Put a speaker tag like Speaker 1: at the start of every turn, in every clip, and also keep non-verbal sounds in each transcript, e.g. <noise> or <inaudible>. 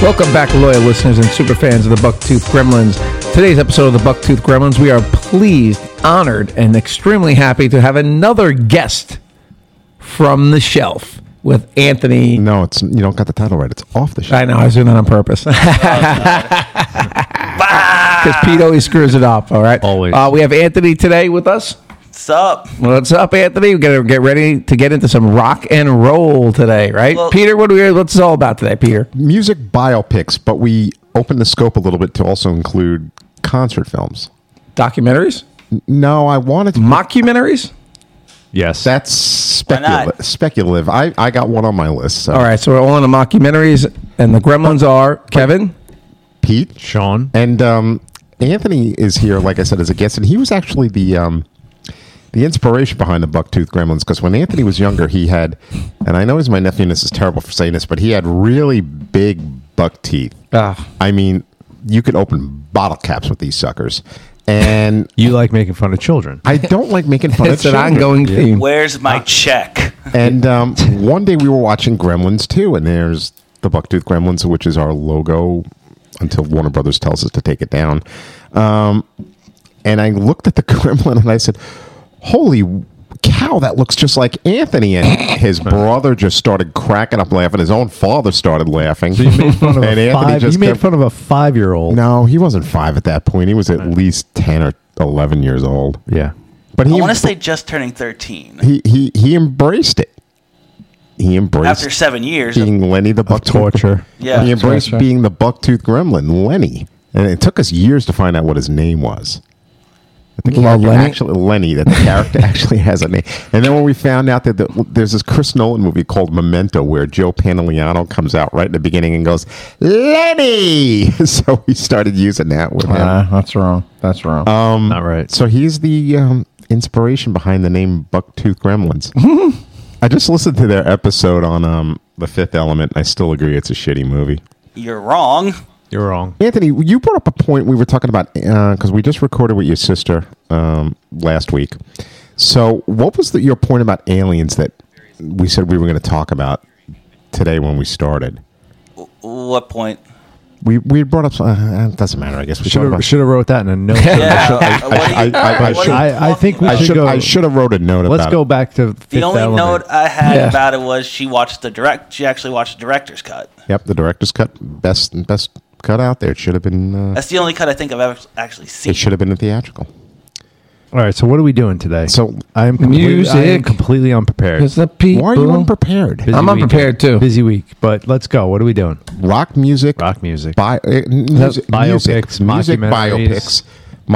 Speaker 1: Welcome back, loyal listeners and super fans of the Bucktooth Gremlins. Today's episode of the Bucktooth Gremlins, we are pleased, honored, and extremely happy to have another guest from the shelf with Anthony.
Speaker 2: No, it's you don't got the title right. It's off the shelf.
Speaker 1: I know, I was doing that on purpose. <laughs> Because Pete always screws it up, all right?
Speaker 3: Always.
Speaker 1: Uh, we have Anthony today with us.
Speaker 4: What's up?
Speaker 1: What's up, Anthony? We're going to get ready to get into some rock and roll today, right?
Speaker 4: Well-
Speaker 1: Peter, what are we, what's this all about today, Peter?
Speaker 2: Music biopics, but we open the scope a little bit to also include concert films.
Speaker 1: Documentaries?
Speaker 2: No, I wanted to.
Speaker 1: Mockumentaries?
Speaker 3: Yes.
Speaker 2: That's
Speaker 4: not?
Speaker 2: speculative. Speculative. I, I got one on my list. So.
Speaker 1: All right, so we're all into mockumentaries, and the Gremlins are Kevin.
Speaker 2: Pete
Speaker 3: Sean.
Speaker 2: and um, Anthony is here. Like I said, as a guest, and he was actually the um, the inspiration behind the Bucktooth Gremlins. Because when Anthony was younger, he had, and I know he's my nephew, and this is terrible for saying this, but he had really big buck teeth.
Speaker 1: Ah,
Speaker 2: I mean, you could open bottle caps with these suckers.
Speaker 1: <laughs>
Speaker 2: And
Speaker 3: You like making fun of children.
Speaker 2: I don't like making fun
Speaker 1: it's
Speaker 2: of
Speaker 1: an
Speaker 2: children.
Speaker 1: ongoing theme.
Speaker 4: Where's my
Speaker 2: Ah.
Speaker 4: check?
Speaker 2: And
Speaker 3: <laughs>
Speaker 2: um, one day we were watching Gremlins too, and there's the Bucktooth Gremlins, which is our logo until Warner Brothers tells us to take it down. Um, and I looked at the <laughs> Gremlin and I said, "Holy cow, that looks just like Anthony." And
Speaker 3: <laughs>
Speaker 2: his brother just started cracking up laughing. His own father started laughing.
Speaker 3: So you made
Speaker 2: <laughs>
Speaker 3: fun of
Speaker 2: And
Speaker 3: a
Speaker 2: Anthony
Speaker 3: five.
Speaker 2: just
Speaker 3: You made
Speaker 2: kept-
Speaker 3: fun of a five-year-old.
Speaker 2: No, he wasn't five at that point. He was at least ten or eleven years old.
Speaker 3: Yeah.
Speaker 2: But he
Speaker 4: I want to say just turning 13.
Speaker 2: he he he embraced it. He embraced
Speaker 4: After seven years,
Speaker 2: being Lenny the Buck <laughs>
Speaker 3: torture.
Speaker 4: Yeah.
Speaker 2: he embraced
Speaker 3: Torture.
Speaker 2: being the Bucktooth Gremlin, Lenny, and it took us years to find out what his name was. I think he
Speaker 1: Well,
Speaker 2: actually-
Speaker 1: Lenny-
Speaker 2: actually Lenny that the character <laughs> actually has a name. And then when we found out that the, there's this Chris Nolan movie called Memento where Joe Pantoliano comes out right at the beginning and goes Lenny, <laughs> so we started using that with him.
Speaker 1: that's wrong. That's wrong.
Speaker 3: Not right.
Speaker 2: So he's the um, inspiration behind the name Bucktooth Gremlins. I just listened to their episode on um, The Fifth Element, and I still agree it's a shitty movie.
Speaker 4: you're wrong.
Speaker 3: You're wrong.
Speaker 2: Anthony, you brought up a point we were talking about because we just recorded with your sister um, last week. So, what was the, your point about aliens that we said we were going to talk about today when we started?
Speaker 4: What point?
Speaker 2: We we brought up. Uh, it doesn't matter. I guess we
Speaker 3: Should
Speaker 2: talked
Speaker 3: have
Speaker 2: about-
Speaker 3: should have wrote that in
Speaker 2: <laughs>
Speaker 3: a note.
Speaker 4: Yeah. what are you-
Speaker 2: I- I- I
Speaker 4: what are you
Speaker 2: should-
Speaker 4: talking
Speaker 3: I- I think we
Speaker 2: I
Speaker 4: about?
Speaker 3: should
Speaker 2: should
Speaker 3: go-
Speaker 2: I should have wrote a note about.
Speaker 3: Let's
Speaker 2: it.
Speaker 3: go back to Fifth
Speaker 4: The only
Speaker 3: Element.
Speaker 4: note I had
Speaker 1: Yeah.
Speaker 4: about it was she watched the direct. She actually watched the director's cut.
Speaker 2: Yep, the director's cut, best best cut out there. It should have been. Uh,
Speaker 4: That's the only cut I think I've ever actually seen.
Speaker 2: it should have been a theatrical.
Speaker 3: All right. So what are we doing today?
Speaker 2: So-
Speaker 3: I am completely, I am
Speaker 1: Music.
Speaker 3: completely unprepared.
Speaker 1: It's the people.
Speaker 2: Why are you unprepared?
Speaker 3: Busy
Speaker 1: I'm unprepared, too.
Speaker 3: Busy week, but let's go. What are we doing?
Speaker 2: Rock music,
Speaker 3: Rock music.
Speaker 2: bi- uh, music,
Speaker 3: Biopics,
Speaker 2: music, music
Speaker 3: mockumentaries.
Speaker 2: biopics,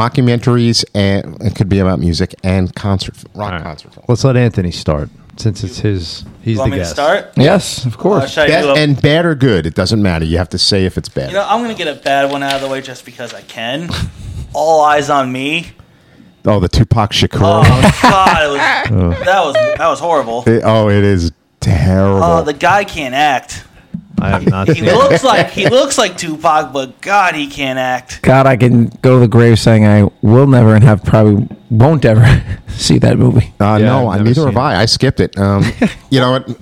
Speaker 2: mockumentaries, and it could be about music and concert, f- rock
Speaker 3: All right.
Speaker 2: concert films.
Speaker 3: Let's let Anthony start since it's his. He's
Speaker 4: you want
Speaker 3: the
Speaker 4: me
Speaker 3: guest.
Speaker 4: to start?
Speaker 1: Yes, of
Speaker 4: Or
Speaker 1: course.
Speaker 4: should I do
Speaker 2: Bad-
Speaker 4: a-
Speaker 2: and bad or good, it doesn't matter. You have to say if it's bad.
Speaker 4: you know, I'm gonna get a bad one out of the way just because I can. All eyes on me.
Speaker 2: <laughs> oh, the Tupac Shakur.
Speaker 4: Oh
Speaker 2: one.
Speaker 4: God, it was,
Speaker 2: Oh.
Speaker 4: that was that was horrible.
Speaker 2: It- oh, it is terrible.
Speaker 4: Oh, the guy can't act.
Speaker 3: I have
Speaker 4: <laughs>
Speaker 3: not
Speaker 4: He
Speaker 3: seen. it.
Speaker 4: looks
Speaker 2: <laughs>
Speaker 4: like he looks like Tupac, but God, he can't act.
Speaker 1: God, I can go to the grave saying I will never and have probably won't ever <laughs> see that movie.
Speaker 2: Uh,
Speaker 3: Yeah,
Speaker 2: no,
Speaker 3: I've
Speaker 2: I,
Speaker 3: never
Speaker 2: neither
Speaker 3: seen
Speaker 2: have
Speaker 3: it.
Speaker 2: I. I skipped it. Um,
Speaker 3: <laughs>
Speaker 2: you know, it,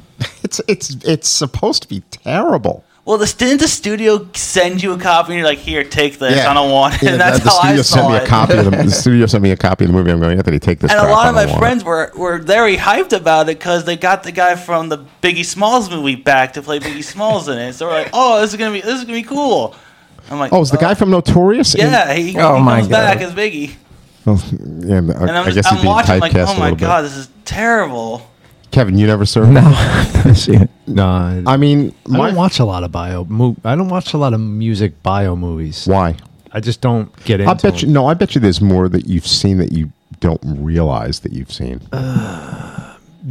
Speaker 2: it's it's it's supposed to be terrible.
Speaker 4: Well, this, didn't the studio send you a copy? and You're like, here, take this. I don't want it.
Speaker 2: Yeah,
Speaker 4: and <laughs> that's
Speaker 2: the, the
Speaker 4: how
Speaker 2: studio
Speaker 4: I
Speaker 2: sent
Speaker 4: saw
Speaker 2: me
Speaker 4: it.
Speaker 2: a copy. Of the,
Speaker 4: <laughs>
Speaker 2: the studio sent me a copy of the movie. I'm going, Anthony, take this.
Speaker 4: And a
Speaker 2: crap.
Speaker 4: lot
Speaker 2: I
Speaker 4: of my
Speaker 2: don't want
Speaker 4: friends
Speaker 2: it."
Speaker 4: were, were very hyped about it because they got the guy from the Biggie Smalls movie back to play Biggie Smalls in it. So we're like, oh, this is gonna be this is gonna be cool. I'm like,
Speaker 2: Oh, is the guy from Notorious? in-
Speaker 4: yeah, he,
Speaker 1: Oh,
Speaker 4: he
Speaker 1: my
Speaker 4: comes back
Speaker 1: God.
Speaker 4: as Biggie.
Speaker 2: Oh, yeah, and I,
Speaker 4: And I'm
Speaker 2: I guess
Speaker 4: just,
Speaker 2: he's
Speaker 4: I'm
Speaker 2: being
Speaker 4: watching
Speaker 2: typecast
Speaker 4: like, oh
Speaker 2: a
Speaker 4: my
Speaker 2: little
Speaker 4: god,
Speaker 2: bit.
Speaker 4: this is terrible.
Speaker 2: Kevin, you never served.
Speaker 1: No, <laughs> I've seen it.
Speaker 3: No, I,
Speaker 2: <laughs> I mean,
Speaker 3: I
Speaker 2: my,
Speaker 3: don't watch a lot of bio. Mo- I don't watch a lot of music bio movies.
Speaker 2: why?
Speaker 3: I just don't get into.
Speaker 2: I bet you.
Speaker 3: them.
Speaker 2: No, I bet you. There's more that you've seen that you don't realize that you've seen.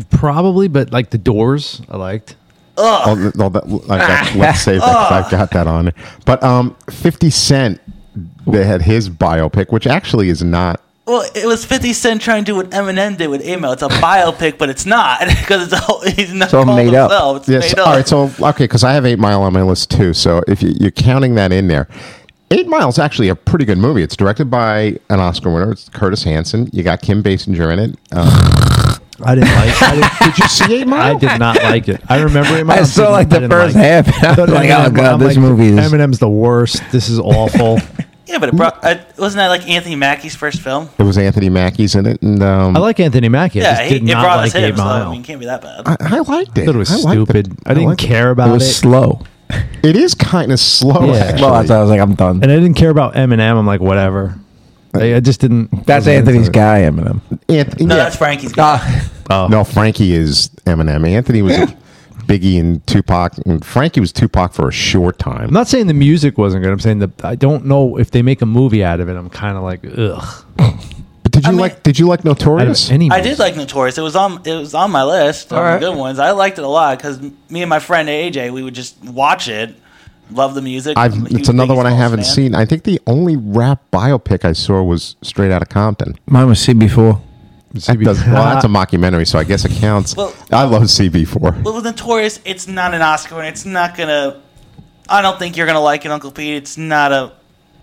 Speaker 3: probably, but like the Doors, I liked.
Speaker 2: Oh, th- no, that, I've
Speaker 4: <laughs>
Speaker 2: got, let's say that 'cause I've got that on. it. But um, Fifty Cent, they had his biopic, which actually is not.
Speaker 4: Well, it was 50 Cent trying to do what Eminem did with Amo. It's a biopic, but it's not <laughs> because it's all he's not
Speaker 1: all
Speaker 4: called
Speaker 1: made up.
Speaker 4: himself. It's
Speaker 2: Yes.
Speaker 4: made
Speaker 2: All
Speaker 4: up.
Speaker 2: right. So okay, because I have Eight Mile on my list too. So if you, you're counting that in there, Eight Mile is actually a pretty good movie. It's directed by an Oscar winner. It's Curtis Hanson. You got Kim Basinger in it. Um,
Speaker 3: I didn't <laughs> like. I didn't, did you
Speaker 2: see Eight Mile?
Speaker 3: I did not like it. I remember Eight Mile.
Speaker 1: I saw like the
Speaker 3: didn't
Speaker 1: first
Speaker 3: like it.
Speaker 1: half. And I
Speaker 3: But
Speaker 1: was like, oh
Speaker 3: Eminem,
Speaker 1: god,
Speaker 3: I'm
Speaker 1: this
Speaker 3: like,
Speaker 1: movie is.
Speaker 3: Eminem's the worst. This is awful.
Speaker 4: Yeah, but it brought, uh, wasn't that like Anthony Mackie's first film?
Speaker 2: There was Anthony Mackie's in it, and um,
Speaker 3: I like Anthony Mackie. I
Speaker 4: Yeah,
Speaker 3: just
Speaker 4: he,
Speaker 3: did
Speaker 4: it
Speaker 3: not
Speaker 4: brought
Speaker 3: like
Speaker 4: us him.
Speaker 3: Eight
Speaker 4: So, I
Speaker 3: Mile.
Speaker 4: mean, it can't be that bad.
Speaker 2: I, I liked it.
Speaker 3: I thought it was
Speaker 2: I liked
Speaker 3: stupid. I didn't
Speaker 2: liked it.
Speaker 3: care
Speaker 1: It
Speaker 3: about
Speaker 1: was
Speaker 3: it.
Speaker 1: slow.
Speaker 2: It is kind of slow.
Speaker 3: Yeah.
Speaker 2: actually.
Speaker 1: Well, that's why I was like, I'm done.
Speaker 3: and I didn't care about Eminem. I'm like, whatever. I, I just didn't.
Speaker 1: That's
Speaker 3: wasn't into
Speaker 1: Anthony's
Speaker 3: it.
Speaker 1: guy, Eminem.
Speaker 2: Anthony,
Speaker 4: No,
Speaker 2: yeah.
Speaker 4: that's Frankie's guy.
Speaker 1: Ah,
Speaker 2: No, Frankie is Eminem. Anthony was Biggie and Tupac, and Frankie was Tupac for a short time.
Speaker 3: I'm not saying the music wasn't good. I'm saying the I don't know if they make a movie out of it. I'm kind of like ugh.
Speaker 2: But did you
Speaker 4: I mean-
Speaker 2: like? Did you like
Speaker 3: Out of
Speaker 2: Notorious?
Speaker 3: any
Speaker 4: I
Speaker 3: movie.
Speaker 4: did like Notorious. It was on it was on my list. All
Speaker 1: All right.
Speaker 4: right. good ones. I liked it a lot because me and my friend AJ, we would just watch it, love the music.
Speaker 2: I've,
Speaker 4: I'm a huge
Speaker 2: it's another
Speaker 4: Biggie
Speaker 2: one I
Speaker 4: Smalls
Speaker 2: haven't
Speaker 4: fan.
Speaker 2: seen. I think the only rap biopic I saw was Straight Outta Compton.
Speaker 1: mine was CB4.
Speaker 2: That
Speaker 3: <laughs>
Speaker 2: does, well, that's a mockumentary, so I guess it counts.
Speaker 4: Well-
Speaker 2: I love CB4.
Speaker 4: But with Notorious, it's not an Oscar, and it's not gonna. I don't think you're gonna like it, Uncle Pete. It's not a.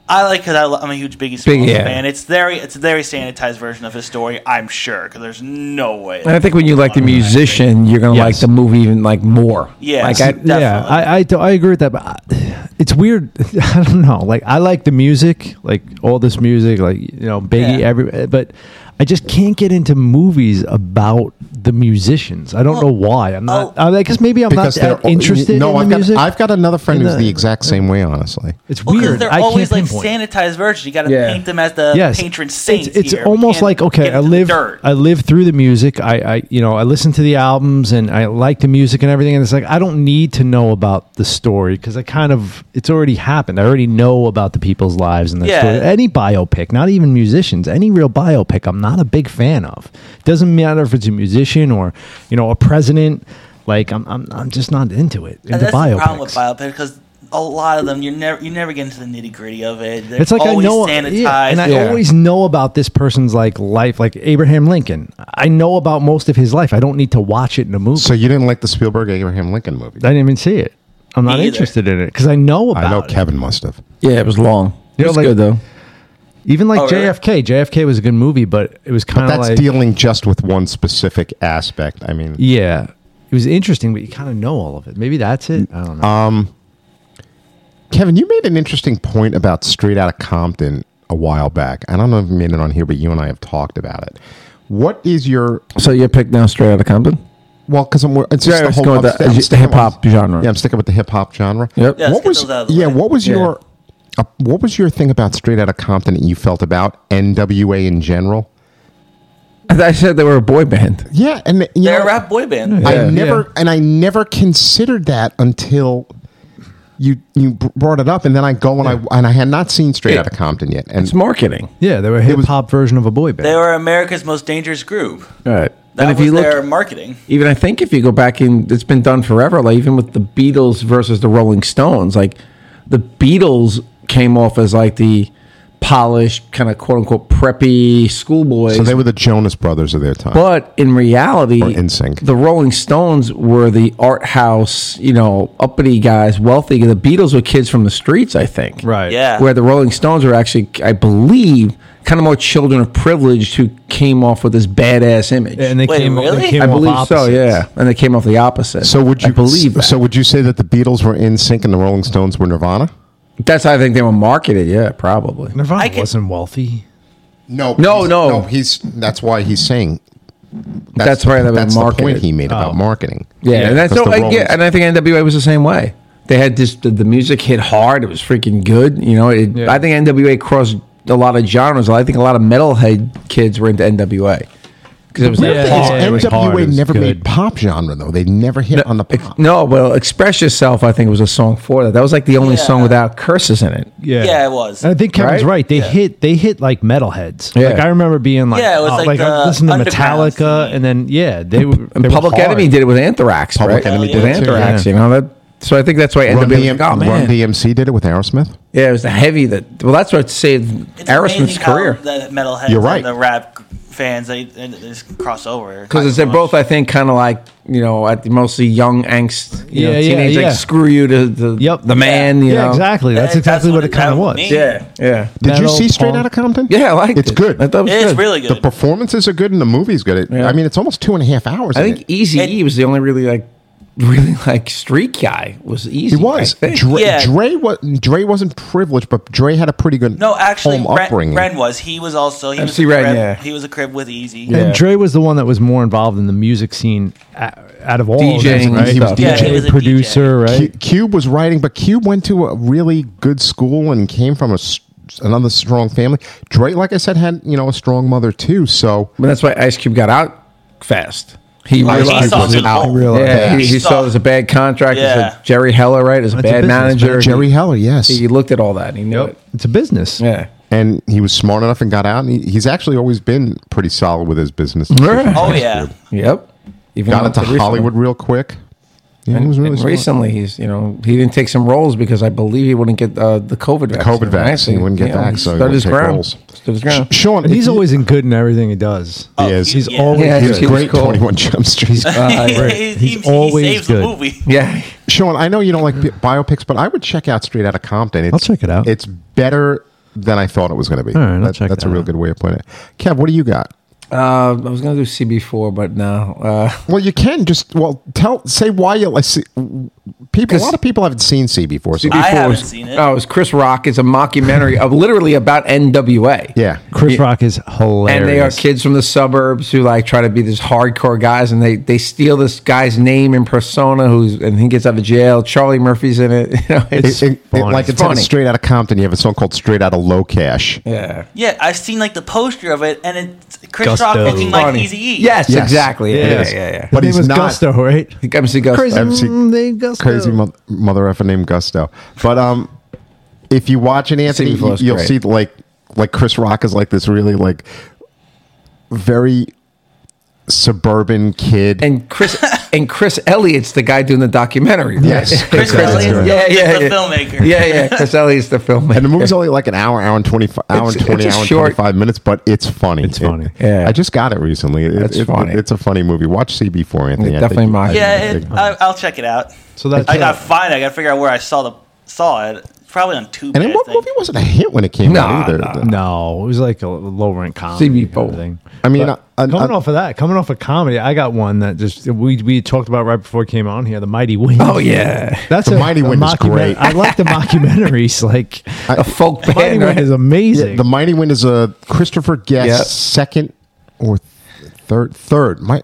Speaker 4: I like because I'm a huge Biggie Smalls
Speaker 1: Big- yeah.
Speaker 4: fan. It's very it's a very sanitized version of his story. I'm sure because there's no way.
Speaker 1: And I think when you like the musician, you're gonna
Speaker 3: Yes.
Speaker 1: like the movie even like more.
Speaker 4: Yes.
Speaker 1: Like I,
Speaker 4: Definitely.
Speaker 3: Yeah, I I, do- I agree with that, but I, it's weird. <laughs> I don't know. Like I like the music, like all this music, like you know Biggie,
Speaker 4: Yeah.
Speaker 3: every. But I just can't get into movies about the musicians. I don't know why. I'm not.
Speaker 4: oh.
Speaker 3: I guess maybe I'm not that
Speaker 2: all-
Speaker 3: interested
Speaker 2: No,
Speaker 3: in the
Speaker 2: I've
Speaker 3: music.
Speaker 2: got I've got another friend
Speaker 3: In
Speaker 2: who's
Speaker 3: the- uh,
Speaker 2: the exact same way. Honestly,
Speaker 3: it's
Speaker 4: Well, 'cause
Speaker 3: weird.
Speaker 4: they're
Speaker 3: I
Speaker 4: always
Speaker 3: can't
Speaker 4: like
Speaker 3: pinpoint.
Speaker 4: sanitized versions. You got to
Speaker 1: Yeah.
Speaker 4: paint them as the patron saints.
Speaker 3: It's, it's
Speaker 4: here. We
Speaker 3: almost
Speaker 4: can't
Speaker 3: like okay,
Speaker 4: get
Speaker 3: I
Speaker 4: into the
Speaker 3: live
Speaker 4: dirt.
Speaker 3: I live through the music. I, I you know I listen to the albums and I like the music and everything. And it's like I don't need to know about the story because I kind of it's already happened. I already know about the people's lives and the
Speaker 4: Yeah.
Speaker 3: story. Any biopic, not even musicians, any real biopic, I'm not a big fan of. Doesn't matter if it's a musician or you know a president. Like I'm I'm, I'm just not into it. Into
Speaker 4: And that's the problem with
Speaker 3: biopics.
Speaker 4: biopics because a lot of them you never you never get into the nitty gritty of it. They're
Speaker 3: It's like I
Speaker 4: always
Speaker 3: know,
Speaker 4: sanitized.
Speaker 3: yeah, and I
Speaker 1: Yeah.
Speaker 3: always know about this person's like life, like Abraham Lincoln. I know about most of his life. I don't need to watch it in a movie.
Speaker 2: so you didn't like the Spielberg Abraham Lincoln movie?
Speaker 3: I didn't even see it. I'm not
Speaker 4: either.
Speaker 3: interested in it because I know about.
Speaker 2: I know
Speaker 3: it.
Speaker 2: Kevin must have.
Speaker 1: yeah, it was long. It
Speaker 3: You're
Speaker 1: was
Speaker 3: like-
Speaker 1: good though.
Speaker 3: Even like
Speaker 4: Oh, really?
Speaker 3: JFK. JFK was a good movie, but it was kind of
Speaker 2: That's
Speaker 3: like
Speaker 2: dealing just with one specific aspect. I mean,
Speaker 3: yeah, it was interesting, but you kind of know all of it. Maybe that's it. I don't know.
Speaker 2: Kevin, you made an interesting point about Straight Outta Compton a while back. I don't know if you made it on here, but you and I have talked about it. What is your
Speaker 1: So you picked now straight out of Compton.
Speaker 2: well? Because I'm it's just
Speaker 1: Yeah,
Speaker 2: the
Speaker 1: let's
Speaker 2: whole
Speaker 1: go with
Speaker 2: I'm
Speaker 1: the-
Speaker 2: sta- I'm
Speaker 1: the
Speaker 2: sticking
Speaker 1: hip-hop
Speaker 2: with-
Speaker 1: genre.
Speaker 2: Yeah, I'm sticking with the hip hop genre.
Speaker 1: Yep. Yeah,
Speaker 4: let's
Speaker 2: what
Speaker 4: get
Speaker 2: was
Speaker 4: those out of the
Speaker 2: yeah?
Speaker 4: way.
Speaker 2: What was
Speaker 1: Yeah.
Speaker 2: your uh, what was your thing about Straight Outta Compton that you felt about NWA in general?
Speaker 1: I said they were a boy band.
Speaker 2: Yeah, and you
Speaker 4: They're
Speaker 2: know,
Speaker 4: a rap boy band.
Speaker 2: I
Speaker 1: Yeah.
Speaker 2: never and I never considered that until you you br- brought it up, and then I go and I and I had not seen Straight
Speaker 1: Yeah.
Speaker 2: Outta Compton yet, and
Speaker 1: It's marketing.
Speaker 3: yeah, they were a hip hop version of a boy band.
Speaker 4: They were America's most dangerous group.
Speaker 1: All right.
Speaker 4: That
Speaker 1: and if
Speaker 4: was
Speaker 1: you look,
Speaker 4: their marketing.
Speaker 1: even I think if you go back in, it's been done forever. Like even with the Beatles versus the Rolling Stones, like the Beatles came off as like the polished kind of quote unquote preppy schoolboys.
Speaker 2: So they were the Jonas Brothers of their time.
Speaker 1: But in reality,
Speaker 2: Or NSYNC.
Speaker 1: the Rolling Stones were the art house, you know, uppity guys, wealthy. The Beatles were kids from the streets, I think.
Speaker 3: right.
Speaker 4: Yeah.
Speaker 1: Where the Rolling Stones were actually, I believe, kind of more children of privilege who came off with this badass image.
Speaker 3: And they
Speaker 4: Wait,
Speaker 3: came.
Speaker 4: really?
Speaker 3: They came
Speaker 1: I
Speaker 3: off
Speaker 1: believe so,
Speaker 3: opposites.
Speaker 1: yeah. And they came off the opposite.
Speaker 2: so would you
Speaker 1: I believe that.
Speaker 2: So would you say that the Beatles were in sync and the Rolling Stones were Nirvana?
Speaker 1: That's how I think they were marketed. Yeah, probably.
Speaker 3: Nirvana
Speaker 4: I can-
Speaker 3: wasn't wealthy.
Speaker 2: No,
Speaker 1: No,
Speaker 2: he's-
Speaker 1: no.
Speaker 2: He's that's why he's saying.
Speaker 1: That's why they were
Speaker 2: that's the point
Speaker 1: marketed. Oh.
Speaker 2: he made about marketing.
Speaker 1: Yeah, and that's
Speaker 2: Because
Speaker 1: no,
Speaker 2: the
Speaker 1: I,
Speaker 2: Rolling-
Speaker 1: yeah, and I think NWA was the same way. They had just the, the music hit hard. It was freaking good. You know, it,
Speaker 3: Yeah.
Speaker 1: I think NWA crossed a lot of genres. I think a lot of metalhead kids were into NWA because it was
Speaker 3: Yeah,
Speaker 1: that
Speaker 3: yeah,
Speaker 1: hard.
Speaker 3: yeah. it was
Speaker 2: NWA
Speaker 3: hard, it was
Speaker 2: never made
Speaker 3: good.
Speaker 2: pop genre though. They never hit on the pop.
Speaker 1: No, well, Express Yourself, I think, was a song for that. That was like the only
Speaker 4: Yeah.
Speaker 1: song without curses in it.
Speaker 3: Yeah,
Speaker 4: Yeah, it was.
Speaker 3: And I think Kevin's
Speaker 1: Right?
Speaker 3: right. They hit they hit like metalheads.
Speaker 1: Yeah.
Speaker 3: Like I remember being like,
Speaker 4: Yeah, it was
Speaker 3: oh,
Speaker 4: like
Speaker 3: like, I
Speaker 4: the
Speaker 3: listened to
Speaker 4: underground
Speaker 3: Metallica,
Speaker 4: scene.
Speaker 3: and then yeah, they were.
Speaker 1: And
Speaker 3: they were
Speaker 1: Public
Speaker 3: hard.
Speaker 1: Enemy did it with Anthrax,
Speaker 2: Public
Speaker 1: right?
Speaker 2: Enemy
Speaker 1: with
Speaker 4: did it
Speaker 3: too,
Speaker 1: Anthrax,
Speaker 3: yeah.
Speaker 1: you know that. So I think that's why
Speaker 2: Run,
Speaker 1: NWA. was
Speaker 2: DM,
Speaker 1: like, oh man,
Speaker 2: Run DMC did it with Aerosmith.
Speaker 1: yeah, it was the heavy that. Well, that's what saved
Speaker 4: It's amazing
Speaker 1: Aerosmith's
Speaker 4: how
Speaker 1: career.
Speaker 4: The metalheads
Speaker 2: You're right.
Speaker 4: and the rap g- fans. They, they just cross over
Speaker 1: Because they're both, I think, kind of like you know, at the mostly young angst, you know,
Speaker 3: Yeah, yeah,
Speaker 1: teenage
Speaker 3: yeah.
Speaker 1: like screw you to the
Speaker 3: Yep.
Speaker 1: the man, you
Speaker 3: yeah,
Speaker 1: know,
Speaker 3: exactly. That's
Speaker 4: That-
Speaker 3: exactly
Speaker 4: that's
Speaker 3: what
Speaker 4: what
Speaker 3: it
Speaker 4: it-
Speaker 3: kind of
Speaker 4: that
Speaker 3: was.
Speaker 4: would mean.
Speaker 1: yeah, yeah,
Speaker 2: Did you
Speaker 3: Metal
Speaker 2: see Straight
Speaker 3: punk.
Speaker 2: Out of Compton?
Speaker 1: yeah. I like
Speaker 2: It's good.
Speaker 1: I thought it was
Speaker 4: It's
Speaker 1: good.
Speaker 4: really good.
Speaker 2: The performances are good and the movie's good. It,
Speaker 1: Yeah.
Speaker 2: I mean, it's almost two and a half hours.
Speaker 1: I
Speaker 2: in
Speaker 1: think
Speaker 2: it.
Speaker 1: Easy
Speaker 4: And-
Speaker 1: E was the only really like <laughs> really like street guy was Easy.
Speaker 2: He was.
Speaker 1: I think.
Speaker 2: Dre,
Speaker 4: Yeah.
Speaker 2: Dre, was, Dre wasn't privileged, but Dre had a pretty good
Speaker 4: No, actually,
Speaker 2: home
Speaker 4: Ren,
Speaker 2: upbringing.
Speaker 4: Ren was. He was also. He was
Speaker 1: MC
Speaker 4: a
Speaker 1: Ren,
Speaker 4: crib,
Speaker 1: yeah.
Speaker 4: He was a crib with Easy.
Speaker 3: And Dre was the one that was more involved in the music scene a- out of all of them,
Speaker 1: DJing
Speaker 3: right?
Speaker 1: and
Speaker 2: He was
Speaker 1: stuff.
Speaker 4: Yeah,
Speaker 3: DJ,
Speaker 4: he was a
Speaker 3: producer,
Speaker 2: Cu-
Speaker 3: right?
Speaker 2: Cube was writing, but Cube went to a really good school and came from a s- another strong family. Dre, like I said, had you know a strong mother too. So
Speaker 1: But that's why Ice Cube got out fast. He
Speaker 4: he
Speaker 1: realized
Speaker 4: saw
Speaker 1: was
Speaker 4: through the
Speaker 1: out.
Speaker 4: hole.
Speaker 3: Realized
Speaker 1: Yeah,
Speaker 2: that.
Speaker 1: he, he
Speaker 4: He
Speaker 1: saw
Speaker 4: saw-
Speaker 1: it as a bad contract. as
Speaker 4: Yeah.
Speaker 1: a Jerry Heller, right, as a
Speaker 3: That's a
Speaker 1: bad
Speaker 3: business,
Speaker 1: manager.
Speaker 3: man.
Speaker 2: Jerry Heller, yes,
Speaker 1: he, he looked at all that. And he knew it.
Speaker 3: It's a business.
Speaker 1: Yeah.
Speaker 2: and he was smart enough and got out. And he, he's actually always been pretty solid with his business. decisions.
Speaker 4: Oh yeah. <laughs>
Speaker 1: Yep. Even
Speaker 2: got
Speaker 1: up to
Speaker 2: into
Speaker 1: recently.
Speaker 2: Hollywood real quick. Yeah, he was really
Speaker 1: And
Speaker 2: smart.
Speaker 1: recently, he's you know he didn't take some roles because I believe he wouldn't get uh, the COVID vaccine.
Speaker 2: COVID vaccine, he wouldn't get that, so he
Speaker 1: stood
Speaker 2: wouldn't
Speaker 1: his
Speaker 2: take
Speaker 1: ground.
Speaker 2: roles.
Speaker 1: Stood his ground.
Speaker 2: Sean,
Speaker 3: And
Speaker 2: if
Speaker 3: he's
Speaker 2: you-
Speaker 3: always in good in everything he does.
Speaker 2: he is. He's,
Speaker 4: he's-
Speaker 3: He's
Speaker 4: Yeah.
Speaker 3: always
Speaker 1: Yeah,
Speaker 2: he
Speaker 3: good.
Speaker 2: was
Speaker 1: he was
Speaker 2: great.
Speaker 1: cool.
Speaker 2: Twenty One Jump Street.
Speaker 4: uh, he, he-
Speaker 3: He's
Speaker 4: he
Speaker 3: always
Speaker 4: saves
Speaker 3: good.
Speaker 4: the movie.
Speaker 1: Yeah.
Speaker 2: <laughs> Sean, I know you don't like bi- biopics, but I would check out Straight Outta Compton. It's,
Speaker 3: check it out.
Speaker 2: It's better than I thought it was going to be.
Speaker 3: All right, I'll
Speaker 2: That-
Speaker 3: check
Speaker 2: that's
Speaker 3: that
Speaker 2: a real
Speaker 3: out.
Speaker 2: good way of putting it. Kev, what do you got?
Speaker 1: Uh, I was gonna do CB4, but no. Uh,
Speaker 2: Well, you can just well tell say why you like see, people. A
Speaker 1: 'Cause-
Speaker 2: lot of people haven't seen CB before. So
Speaker 1: CB4
Speaker 4: haven't
Speaker 1: was,
Speaker 4: seen it.
Speaker 1: Oh, it was Chris Rock. It's a mockumentary of literally about NWA.
Speaker 2: yeah,
Speaker 3: Chris Rock is hilarious.
Speaker 1: And they are kids from the suburbs who like try to be these hardcore guys, and they they steal this guy's name and persona. Who's and he gets out of jail. Charlie Murphy's in it. <laughs> You know, it's,
Speaker 2: It- it- it-
Speaker 3: funny.
Speaker 2: like
Speaker 1: It's
Speaker 2: it's
Speaker 1: funny.
Speaker 2: Straight Outta Compton. You have a song called Straight Outta Low Cash.
Speaker 1: yeah,
Speaker 4: Yeah, I've seen like the poster of it, and it's Chris
Speaker 3: Gusto.
Speaker 4: Rock looking like
Speaker 1: Funny.
Speaker 4: Easy E.
Speaker 1: Yes,
Speaker 2: Yes.
Speaker 1: exactly. Yeah,
Speaker 3: It
Speaker 1: yeah,
Speaker 3: is.
Speaker 1: yeah, yeah.
Speaker 2: But
Speaker 3: But
Speaker 2: he's
Speaker 3: he was
Speaker 2: not-
Speaker 3: Gusto, right?
Speaker 1: I think MC Ghost.
Speaker 3: Crazy,
Speaker 2: MC
Speaker 3: mm, Gusto.
Speaker 2: Crazy mo- mother effer named Gusto. But um, if you watch an Anthony,
Speaker 1: Steve Lowe's
Speaker 2: you, will
Speaker 1: great.
Speaker 2: see like like Chris Rock is like this really like very suburban kid.
Speaker 1: and
Speaker 4: <laughs>
Speaker 1: Chris and Chris Elliott's the guy doing the documentary. Right? <laughs>
Speaker 2: Yes.
Speaker 4: Chris
Speaker 2: Exactly.
Speaker 4: Elliott,
Speaker 1: yeah, yeah,
Speaker 4: the
Speaker 1: yeah.
Speaker 4: filmmaker.
Speaker 1: yeah, yeah. Chris Elliott's the filmmaker.
Speaker 2: and the movie's only like an hour, hour and twenty, hour and
Speaker 1: It's-
Speaker 2: twenty,
Speaker 1: it's a
Speaker 2: hour and
Speaker 1: short-
Speaker 2: twenty-five minutes, but it's funny.
Speaker 3: It's
Speaker 2: It-
Speaker 3: funny.
Speaker 1: Yeah.
Speaker 2: I just got it recently. It-
Speaker 1: That's
Speaker 2: it- it-
Speaker 1: funny.
Speaker 2: It's a funny movie. Watch CB four, Anthony.
Speaker 1: It
Speaker 2: I think
Speaker 1: definitely
Speaker 2: you-
Speaker 1: might.
Speaker 4: Yeah, it,
Speaker 2: think-
Speaker 4: I, I'll check it out.
Speaker 3: So that's
Speaker 4: I got to find. it. I got to figure out where I saw the saw it. Probably on Tubi.
Speaker 2: and then
Speaker 4: I
Speaker 2: what
Speaker 4: think.
Speaker 2: movie wasn't a hit when it came
Speaker 1: Nah,
Speaker 2: out either?
Speaker 1: nah.
Speaker 2: The-
Speaker 3: No, it was like a low rent comedy.
Speaker 1: CB4.
Speaker 3: kind of thing.
Speaker 2: I mean,
Speaker 3: But
Speaker 2: uh, uh,
Speaker 3: coming
Speaker 2: uh,
Speaker 3: off of that, coming off of comedy, I got one that just we we talked about right before it came on here, the Mighty Wind.
Speaker 1: Oh yeah,
Speaker 3: That's
Speaker 2: The
Speaker 3: a,
Speaker 2: Mighty
Speaker 3: a
Speaker 2: Wind is
Speaker 3: mockument-
Speaker 2: great.
Speaker 3: I like the
Speaker 2: <laughs>
Speaker 3: mockumentaries. Like
Speaker 1: a folk band.
Speaker 3: Mighty Wind
Speaker 1: right?
Speaker 3: is amazing.
Speaker 2: The Mighty Wind is a Christopher Guest
Speaker 1: Yeah.
Speaker 2: second or th- third. Third. My,